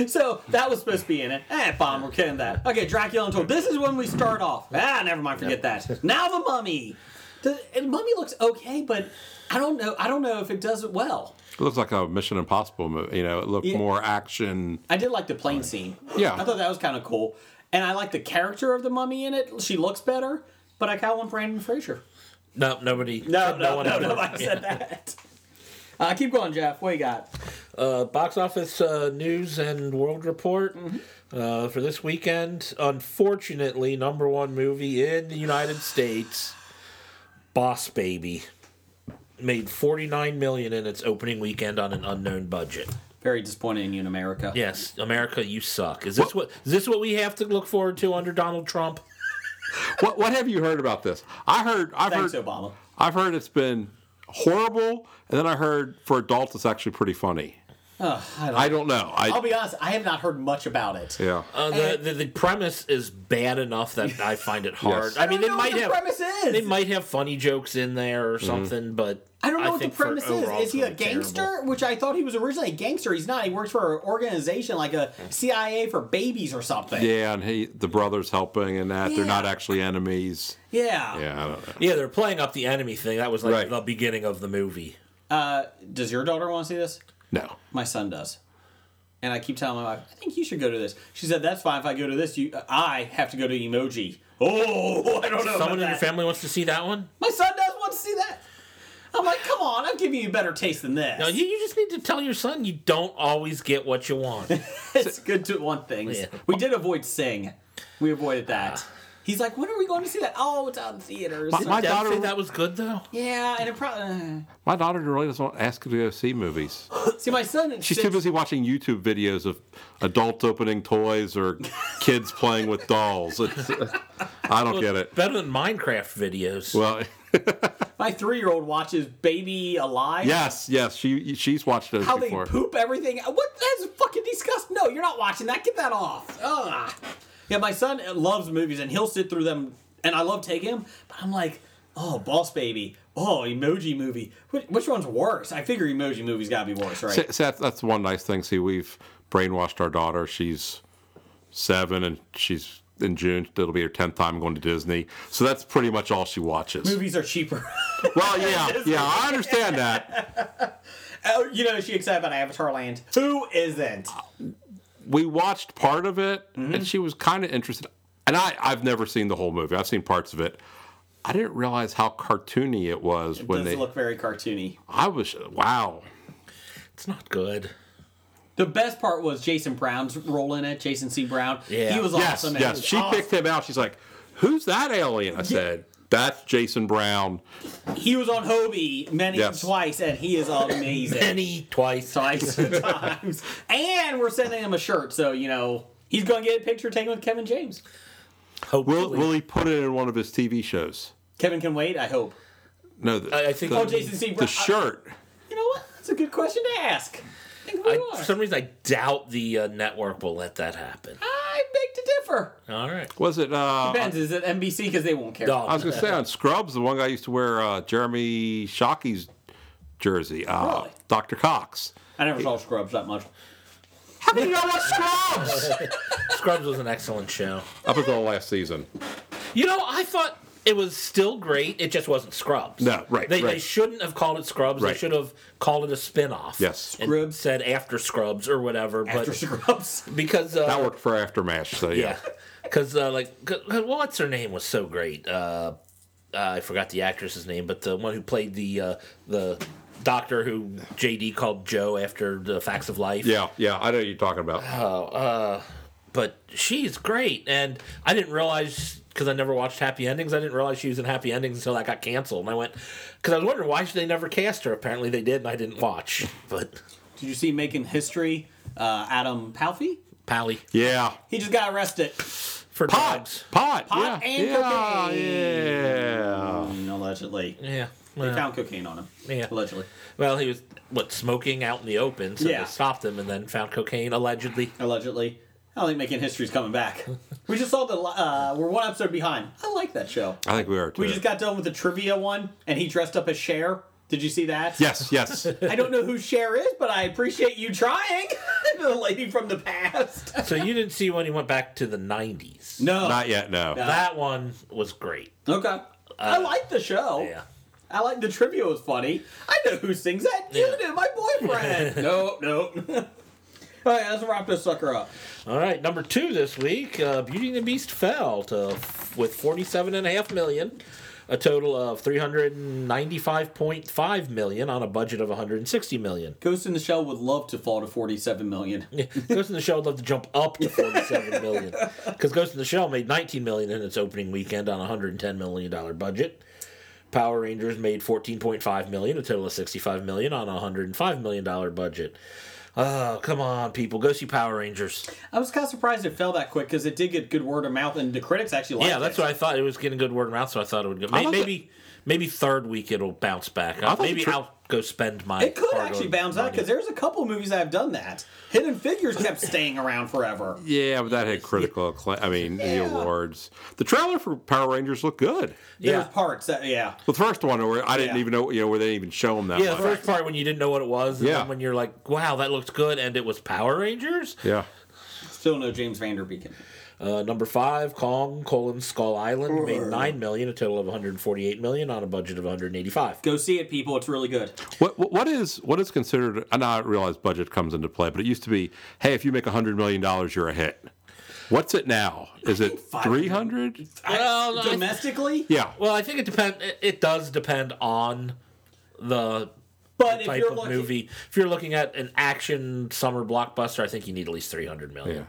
Speaker 2: So that was supposed to be in it. Eh, bomb, we're killing that. Okay, Dracula Untold. This is when we start off. Ah, never mind, forget that. Now the mummy. The and mummy looks okay, but I don't know. I don't know if it does it well.
Speaker 7: It looks like a Mission Impossible movie. You know, it looked
Speaker 2: Yeah.
Speaker 7: more action.
Speaker 2: I did like the plane scene.
Speaker 7: Yeah.
Speaker 2: I thought that was kind of cool, and I like the character of the mummy in it. She looks better, but I kind of want Brandon Fraser.
Speaker 3: No, nobody.
Speaker 2: No, no,
Speaker 3: one
Speaker 2: no,
Speaker 3: ever-
Speaker 2: nobody said that. Uh, keep going, Jeff. What you got?
Speaker 3: Uh, box office uh, news and world report
Speaker 2: Mm-hmm.
Speaker 3: uh, for this weekend. Unfortunately, number one movie in the United States, Boss Baby, made forty nine million in its opening weekend on an unknown budget.
Speaker 2: Very disappointing in you in America.
Speaker 3: Yes, America, you suck. Is this what is this what we have to look forward to under Donald Trump?
Speaker 7: What What have you heard about this? I heard. I've
Speaker 2: Thanks,
Speaker 7: heard.
Speaker 2: Obama.
Speaker 7: I've heard it's been horrible, and then I heard for adults it's actually pretty funny.
Speaker 2: Ugh, Oh, I don't,
Speaker 7: I don't know. I-
Speaker 2: I'll be honest. I have not heard much about it.
Speaker 7: Yeah.
Speaker 3: Uh, the, the the premise is bad enough that I find it hard.
Speaker 2: Yes.
Speaker 3: I mean,
Speaker 2: I
Speaker 3: they
Speaker 2: don't know
Speaker 3: might
Speaker 2: what the
Speaker 3: have
Speaker 2: premise is.
Speaker 3: they might have funny jokes in there or
Speaker 2: Mhm.
Speaker 3: something, but
Speaker 2: I don't know what the
Speaker 3: think for
Speaker 2: premise is.
Speaker 3: overall
Speaker 2: Is he
Speaker 3: it's
Speaker 2: a
Speaker 3: really terrible.
Speaker 2: gangster? Which I thought he was originally a gangster. He's not. He works for an organization like a CIA for babies or something.
Speaker 7: Yeah, and he the brothers helping and that they're not actually enemies.
Speaker 2: Yeah.
Speaker 7: Yeah, I don't know.
Speaker 3: Yeah, they're playing up the enemy thing. That was like
Speaker 7: Right.
Speaker 3: the beginning of the movie.
Speaker 2: Uh, does your daughter want to see this?
Speaker 7: No.
Speaker 2: My son does. And I keep telling my wife, I think you should go to this. She said, That's fine. If I go to this, you, I have to go to emoji. Oh, I don't know.
Speaker 3: Someone in your
Speaker 2: about that.
Speaker 3: family wants to see that one.
Speaker 2: My son does want to see that. I'm like, Come on, I'm giving you a better taste than this.
Speaker 3: No, Uh, you, you just need to tell your son you don't always get what you want.
Speaker 2: it's good to want things.
Speaker 3: Yeah. Ah.
Speaker 2: We did avoid Sing. We avoided that. He's like, when are we going to see that? Oh, it's out in theaters.
Speaker 7: My- my Did Dad daughter- say that
Speaker 3: was good though.
Speaker 2: Yeah, and it probably.
Speaker 7: My daughter really doesn't want to ask her to go see movies.
Speaker 2: See, my son.
Speaker 7: She's too busy watching YouTube videos of adults opening toys or kids playing with dolls. It's, uh, I don't get it.
Speaker 3: Better than Minecraft videos.
Speaker 7: Well,
Speaker 2: My three-year-old watches Baby Alive.
Speaker 7: yes, yes, she she's watched those
Speaker 2: How they
Speaker 7: before.
Speaker 2: poop everything. What? That's fucking disgusting. No, you're not watching that. Get that off. Ugh. Yeah, my son loves movies and he'll sit through them, and I love taking him. But I'm like, oh, Boss Baby. Oh, Emoji Movie. Which, which one's worse? I figure Emoji Movie's got to be worse, right?
Speaker 7: See, see, that's, that's one nice thing. See, we've brainwashed our daughter. She's seven, and she's in June. It'll be her tenth time going to Disney. So that's pretty much all she watches.
Speaker 2: Movies are cheaper.
Speaker 7: Well, yeah, yeah, I understand that.
Speaker 2: Oh, you know, she excited about Avatar Land. Who isn't?
Speaker 7: Uh, We watched part of it,
Speaker 2: Mm-hmm.
Speaker 7: and she was kind of interested. And I, I've never seen the whole movie. I've seen parts of it. I didn't realize how cartoony it was
Speaker 2: It
Speaker 7: when
Speaker 2: does
Speaker 7: they.
Speaker 2: look very cartoony.
Speaker 7: I was wow.
Speaker 3: It's not good.
Speaker 2: The best part was Jason Brown's role in it. Jason C. Brown.
Speaker 7: Yeah.
Speaker 2: He was
Speaker 7: yes,
Speaker 2: awesome. and it
Speaker 7: Yes,
Speaker 2: was
Speaker 7: she
Speaker 2: awesome.
Speaker 7: picked him out. She's like, "Who's that alien?" I said, "That's Jason Brown."
Speaker 2: He was on Hobie many
Speaker 7: Yes.
Speaker 2: twice, and he is amazing.
Speaker 3: many twice,
Speaker 2: twice times. And we're sending him a shirt, so you know he's going to get a picture taken with Kevin James.
Speaker 7: Will, will he put it in one of his TV shows?
Speaker 2: Kevin can wait. I hope.
Speaker 7: No, the,
Speaker 2: I- I think-
Speaker 7: the,
Speaker 2: Oh, Jason C.
Speaker 7: the
Speaker 2: Brown.
Speaker 7: shirt.
Speaker 2: You know what? That's a good question to ask.
Speaker 3: I, for some reason, I doubt the uh, network will let that happen.
Speaker 2: I beg to differ.
Speaker 3: All right.
Speaker 7: Was it?
Speaker 3: Uh-huh.
Speaker 7: Uh,
Speaker 2: Depends. Is it NBC because they won't care?
Speaker 7: I was gonna say on Scrubs, the one guy used to wear uh, Jeremy Shockey's uh, Jersey. Uh, Dr. Cox.
Speaker 2: I never saw Scrubs that much.
Speaker 3: How do you know what Scrubs? Scrubs was an excellent show.
Speaker 7: Up until last season.
Speaker 3: You know, I thought it was still great. It just wasn't Scrubs.
Speaker 7: No, right,
Speaker 3: They, they
Speaker 7: right.
Speaker 3: shouldn't have called it Scrubs. They
Speaker 7: Right.
Speaker 3: should have called it a spin-off.
Speaker 7: Yes.
Speaker 3: And said after Scrubs or whatever.
Speaker 7: After
Speaker 3: but Scrubs. Because uh,
Speaker 7: That worked for Aftermash, so yeah.
Speaker 3: yeah. Because uh, like, 'cause- 'cause what's her name was so great. Uh, uh, I forgot the actress's name, but the one who played the uh, the doctor who JD called Joe after the Facts of Life.
Speaker 7: Yeah, yeah, I know what you're talking about.
Speaker 3: Oh, uh, but she's great, and I didn't realize because I never watched Happy Endings. I didn't realize she was in Happy Endings until that got canceled, and I went because I was wondering why should they never cast her. Apparently, they did, and I didn't watch. But
Speaker 2: Did you see Making History? Uh, Adam Palfy.
Speaker 3: Pally.
Speaker 7: Yeah.
Speaker 2: He just got arrested
Speaker 3: for pot,
Speaker 7: pot,
Speaker 2: pot
Speaker 3: yeah,
Speaker 2: and
Speaker 3: yeah,
Speaker 2: cocaine. Allegedly.
Speaker 3: Yeah.
Speaker 2: They
Speaker 3: well.
Speaker 2: found cocaine on him.
Speaker 3: Yeah.
Speaker 2: Allegedly.
Speaker 3: Well, he was what smoking out in the open, so
Speaker 2: Yeah.
Speaker 3: they stopped him and then found cocaine allegedly.
Speaker 2: Allegedly. I don't think Making History's coming back. We just saw the. Uh, we're one episode behind. I like that show.
Speaker 7: I think we are too.
Speaker 2: We just got done with the trivia one, and he dressed up as Cher. Did you see that?
Speaker 7: Yes, yes.
Speaker 2: I don't know who Cher is, but I appreciate you trying. the lady from the past.
Speaker 3: so you didn't see when he went back to the nineties.
Speaker 2: No.
Speaker 7: Not yet, no. No.
Speaker 3: That one was great.
Speaker 2: Okay. I like the show. Uh, Yeah. I like the trivia was funny. I know who sings that. You do, my boyfriend. no, no. All right, let's wrap this sucker up.
Speaker 3: All right, number two this week, uh, Beauty and the Beast fell to with forty-seven and a half million, a total of three hundred ninety-five point five million on a budget of one hundred and sixty million.
Speaker 2: Ghost in the Shell would love to fall to forty-seven million.
Speaker 3: Yeah, Ghost in the Shell would love to jump up to forty-seven million because Ghost in the Shell made nineteen million in its opening weekend on a hundred and ten million dollar budget. Power Rangers made fourteen point five million, a total of sixty-five million on a hundred and five million dollar budget. Oh, come on, people, go see Power Rangers.
Speaker 2: I was kind of surprised it fell that quick because it did get good word of mouth, and the critics actually liked it.
Speaker 3: yeah, that's what I thought. It was getting good word of mouth, so I thought it would go.
Speaker 2: I
Speaker 3: Maybe
Speaker 2: thought
Speaker 3: maybe, maybe third week it'll bounce back.
Speaker 2: I thought
Speaker 3: maybe
Speaker 2: the tr-
Speaker 3: I'll go spend my.
Speaker 2: It could
Speaker 3: hard-earned
Speaker 2: actually bounce out
Speaker 3: money.
Speaker 2: because there's a couple movies that have done that. Hidden Figures kept staying around forever.
Speaker 7: Yeah, but that had critical acclaim. I mean, the awards. The trailer for Power Rangers looked good.
Speaker 2: There was parts that yeah.
Speaker 7: The first one where I didn't
Speaker 2: Yeah.
Speaker 7: even know, you know, where they didn't even show them that
Speaker 3: yeah, the
Speaker 7: much.
Speaker 3: first part when you didn't know what it was, and
Speaker 7: Yeah.
Speaker 3: then when you're like, "Wow, that looked good," and it was Power Rangers.
Speaker 7: Yeah.
Speaker 2: Still no James Vanderbeeken.
Speaker 3: Uh, number five, Kong: colon, Skull Island made nine million, a total of 148 million on a budget of 185.
Speaker 2: Go see it, people. It's really good.
Speaker 7: What, what what is what is considered? And I realize budget comes into play, but it used to be, hey, if you make hundred million dollars, you're a hit. What's it now? Is it three hundred?
Speaker 3: Well, I-
Speaker 2: Domestically,
Speaker 7: Yeah.
Speaker 3: Well, I think it depend. It, it does depend on the
Speaker 2: but
Speaker 3: type
Speaker 2: if you're
Speaker 3: of
Speaker 2: looking,
Speaker 3: movie. If you're looking at an action summer blockbuster, I think you need at least 300 million.
Speaker 2: Yeah.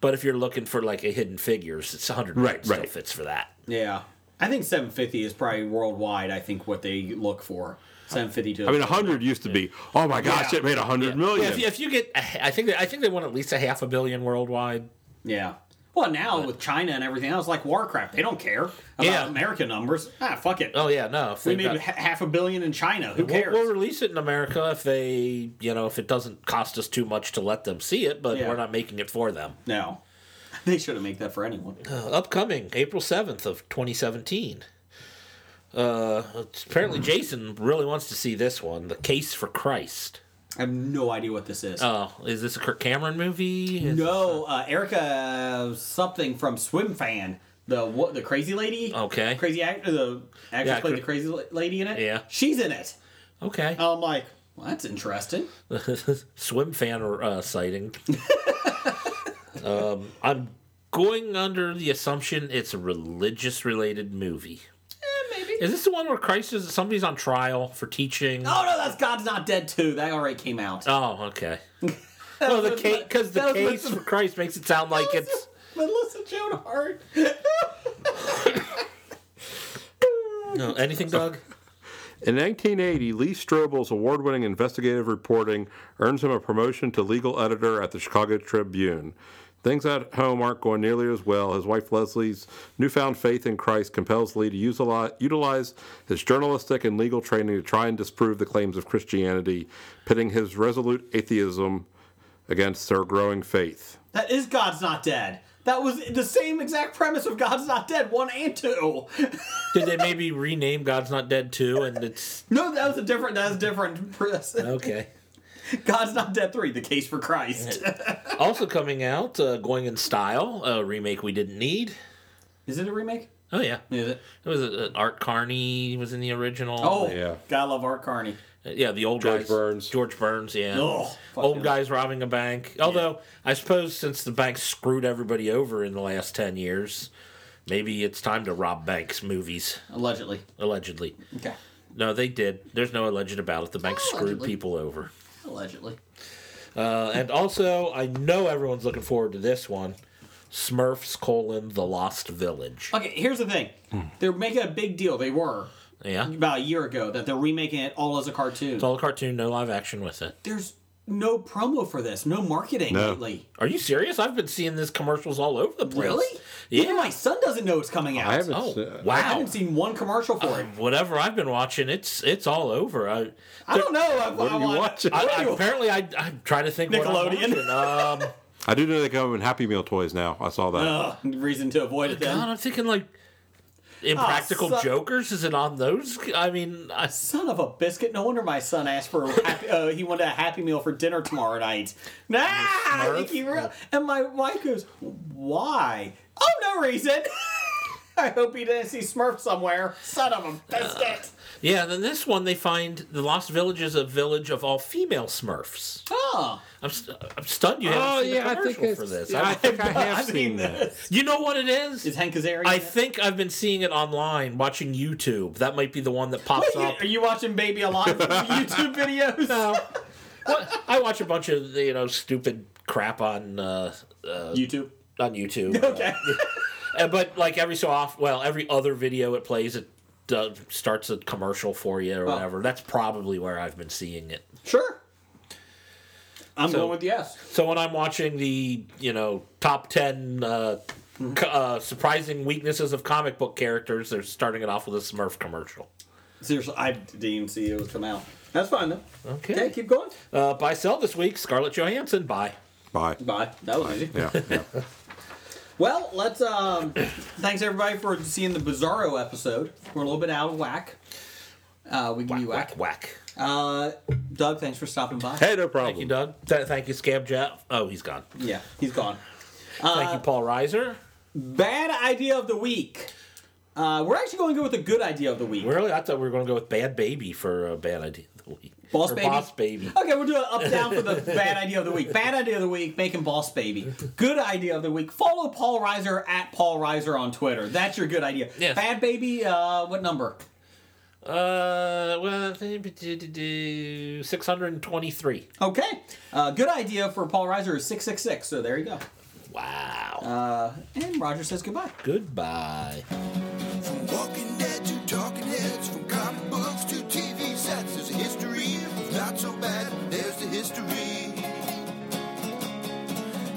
Speaker 3: But if you're looking for like a Hidden Figures, it's 100 million
Speaker 2: Right,
Speaker 3: still
Speaker 2: right.
Speaker 3: fits for that.
Speaker 2: yeah, I think 750 is probably worldwide. I think what they look for 750 to.
Speaker 7: I
Speaker 3: uh,
Speaker 7: mean, hundred used to be, oh my gosh,
Speaker 2: Yeah.
Speaker 7: it made hundred
Speaker 3: Yeah,
Speaker 7: million.
Speaker 3: if, you- if you get, I think they, I think they want at least a half a billion worldwide.
Speaker 2: Yeah. Well, now with China and everything else, like Warcraft, they don't care about
Speaker 3: Yeah.
Speaker 2: American numbers. Ah, fuck it.
Speaker 3: Oh yeah, no. if
Speaker 2: we
Speaker 3: they've
Speaker 2: made
Speaker 3: got-
Speaker 2: ha- half a billion in China. Who
Speaker 3: We'll,
Speaker 2: cares?
Speaker 3: we'll release it in America if they, you know, if it doesn't cost us too much to let them see it, but
Speaker 2: Yeah.
Speaker 3: we're not making it for them.
Speaker 2: No. They shouldn't make that for anyone.
Speaker 3: Uh, upcoming April 7th of 2017. Uh, it's- apparently
Speaker 2: Mm-hmm.
Speaker 3: Jason really wants to see this one, The Case for Christ.
Speaker 2: I have no idea what this is.
Speaker 3: Oh, is this a Kirk Cameron movie? Is-
Speaker 2: no, uh, Erica something from Swim Fan, the what, the crazy lady.
Speaker 3: Okay.
Speaker 2: Crazy actor, the actress
Speaker 3: Yeah,
Speaker 2: played
Speaker 3: cr-
Speaker 2: the crazy la- lady in it.
Speaker 3: Yeah.
Speaker 2: She's in it.
Speaker 3: Okay.
Speaker 2: I'm like, well, that's interesting.
Speaker 3: Swim fan uh, sighting. um, I'm going under the assumption it's a religious related movie.
Speaker 2: Eh, maybe.
Speaker 3: Is this the one where Christ is somebody's on trial for teaching?
Speaker 2: Oh no, that's God's Not Dead too. That already came out.
Speaker 3: Oh, okay. no, the case because the
Speaker 2: that was
Speaker 3: case
Speaker 2: with-
Speaker 3: for Christ makes it sound like it's
Speaker 2: Melissa Joan Hart.
Speaker 3: no, anything, Doug.
Speaker 7: In 1980, Lee Strobel's award winning investigative reporting earns him a promotion to legal editor at the Chicago Tribune. Things at home aren't going nearly as well. His wife Leslie's newfound faith in Christ compels Lee to use a lot, utilize his journalistic and legal training to try and disprove the claims of Christianity, pitting his resolute atheism against their growing faith.
Speaker 2: That is God's Not Dead. That was the same exact premise of God's Not Dead one and two.
Speaker 3: Did they maybe rename God's Not Dead too? And it's
Speaker 2: No, that was a different. That was different. premise.
Speaker 3: okay.
Speaker 2: God's Not Dead three: The Case for Christ.
Speaker 3: also coming out, uh, going in style, a remake we didn't need.
Speaker 2: Is it a remake?
Speaker 3: Oh yeah,
Speaker 2: is it?
Speaker 3: It was uh, Art Carney was in the original. Uh,
Speaker 2: Oh, gotta love Art Carney.
Speaker 3: Yeah, the old George guys, Burns. George Burns, yeah.
Speaker 2: Ugh,
Speaker 3: old guys robbing a bank. Although I suppose since the bank screwed everybody over in the last ten years, maybe it's time to rob banks movies.
Speaker 2: Allegedly.
Speaker 3: Allegedly.
Speaker 2: Okay.
Speaker 3: No, they did. There's no alleged about it. The bank screwed
Speaker 2: Allegedly.
Speaker 3: people over.
Speaker 2: Allegedly.
Speaker 3: Uh, and also, I know everyone's looking forward to this one. Smurfs colon the Lost Village.
Speaker 2: Okay, here's the thing.
Speaker 3: Hmm.
Speaker 2: They're making a big deal. They were
Speaker 3: Yeah.
Speaker 2: about a year ago that they're remaking it all as a cartoon.
Speaker 3: It's all a cartoon, no live action with it.
Speaker 2: There's no promo for this, no marketing
Speaker 3: No.
Speaker 2: lately.
Speaker 3: Are you serious? I've been seeing this commercials all over the place.
Speaker 2: Really?
Speaker 3: Yeah.
Speaker 2: Even my son doesn't know it's coming out.
Speaker 3: I haven't Um, Oh, se- wow.
Speaker 2: I haven't seen one commercial for it.
Speaker 3: Whatever I've been watching, it's it's all over. I
Speaker 2: I don't know. I, I want-
Speaker 3: I, I- apparently, I, I'm trying to think.
Speaker 2: Nickelodeon.
Speaker 3: What I'm watching. um,
Speaker 7: I do know they come in Happy Meal toys now. I saw that.
Speaker 2: Ugh, uh, reason to avoid it. Then
Speaker 3: God, I'm thinking like Impractical
Speaker 2: son-
Speaker 3: Jokers. Is it on those? I mean, I,
Speaker 2: son of a biscuit. No wonder my son asked for a happy, uh, he wanted a happy meal for dinner tomorrow night. Nah, I think he real. And my wife goes, "Why? Oh, no reason." I hope he didn't see Smurf somewhere. Son of a biscuit.
Speaker 3: yeah. Then this one, they find the Lost Village is a village of all female Smurfs.
Speaker 2: Oh,
Speaker 3: I'm, st- I'm stunned. You haven't
Speaker 2: Oh,
Speaker 3: seen
Speaker 2: yeah, I
Speaker 3: the commercial
Speaker 2: think I-
Speaker 3: for this.
Speaker 2: yeah, I think I have I've seen seen
Speaker 3: that. You know what it is? Is
Speaker 2: Hank Azaria?
Speaker 3: I think I've been seeing it online, watching YouTube. That might be the one that pops
Speaker 2: Wait, you-
Speaker 3: up.
Speaker 2: are you watching Baby Alive from YouTube videos?
Speaker 3: No. What? I watch a bunch of you know stupid crap on uh, uh,
Speaker 2: YouTube.
Speaker 3: On YouTube.
Speaker 2: Okay.
Speaker 3: Uh, but like every so often, well, every other video it plays, it uh, starts a commercial for you or
Speaker 2: Oh.
Speaker 3: whatever. That's probably where I've been seeing it.
Speaker 2: Sure. I'm
Speaker 3: So-
Speaker 2: going with yes.
Speaker 3: So when I'm watching the you know top ten uh,
Speaker 2: Mm-hmm.
Speaker 3: c- uh, surprising weaknesses of comic book characters, they're starting it off with a Smurf commercial.
Speaker 2: Seriously, I didn't even see it was come out. That's fine though.
Speaker 3: Okay.
Speaker 2: keep going.
Speaker 3: Uh, buy sell this week. Scarlett Johansson. Bye.
Speaker 7: Bye.
Speaker 2: Bye. That was easy.
Speaker 7: Yeah.
Speaker 2: Well, let's. Um, thanks everybody for seeing the Bizarro episode. We're a little bit out of whack. Uh, we can be whack.
Speaker 3: Whack.
Speaker 2: Uh, Doug, thanks for stopping by.
Speaker 3: Hey, no problem. Thank you, Doug. Th- thank you, Scab Jeff. Oh, he's gone.
Speaker 2: Yeah, he's gone. Uh,
Speaker 3: thank you, Paul Reiser.
Speaker 2: Bad idea of the week. Uh, we're actually going to go with a good idea of the week.
Speaker 3: Really, I thought we were going to go with Bad Baby for a bad idea of the week.
Speaker 2: Boss
Speaker 3: Or
Speaker 2: Baby?
Speaker 3: Boss Baby.
Speaker 2: Okay, we'll do an up down for the bad idea of the week. Bad idea of the week, making boss baby. Good idea of the week. Follow Paul Reiser at Paul Reiser on Twitter. That's your good idea. Bad baby, uh, what number?
Speaker 3: Uh, well, six hundred and twenty-three.
Speaker 2: Okay. Uh, good idea for Paul Reiser is 666, so there you go.
Speaker 3: Wow.
Speaker 2: Uh, and Roger says goodbye.
Speaker 3: Goodbye.
Speaker 4: Walking Dead to Talking Heads, from comic books to TV sets, there's a history. Not so bad, there's the history.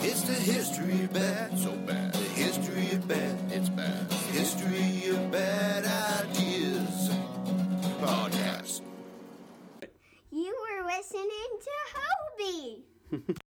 Speaker 4: It's the history of bad, so bad. The history of bad, it's bad. History of bad ideas. Podcast.
Speaker 16: You were listening to Hobie.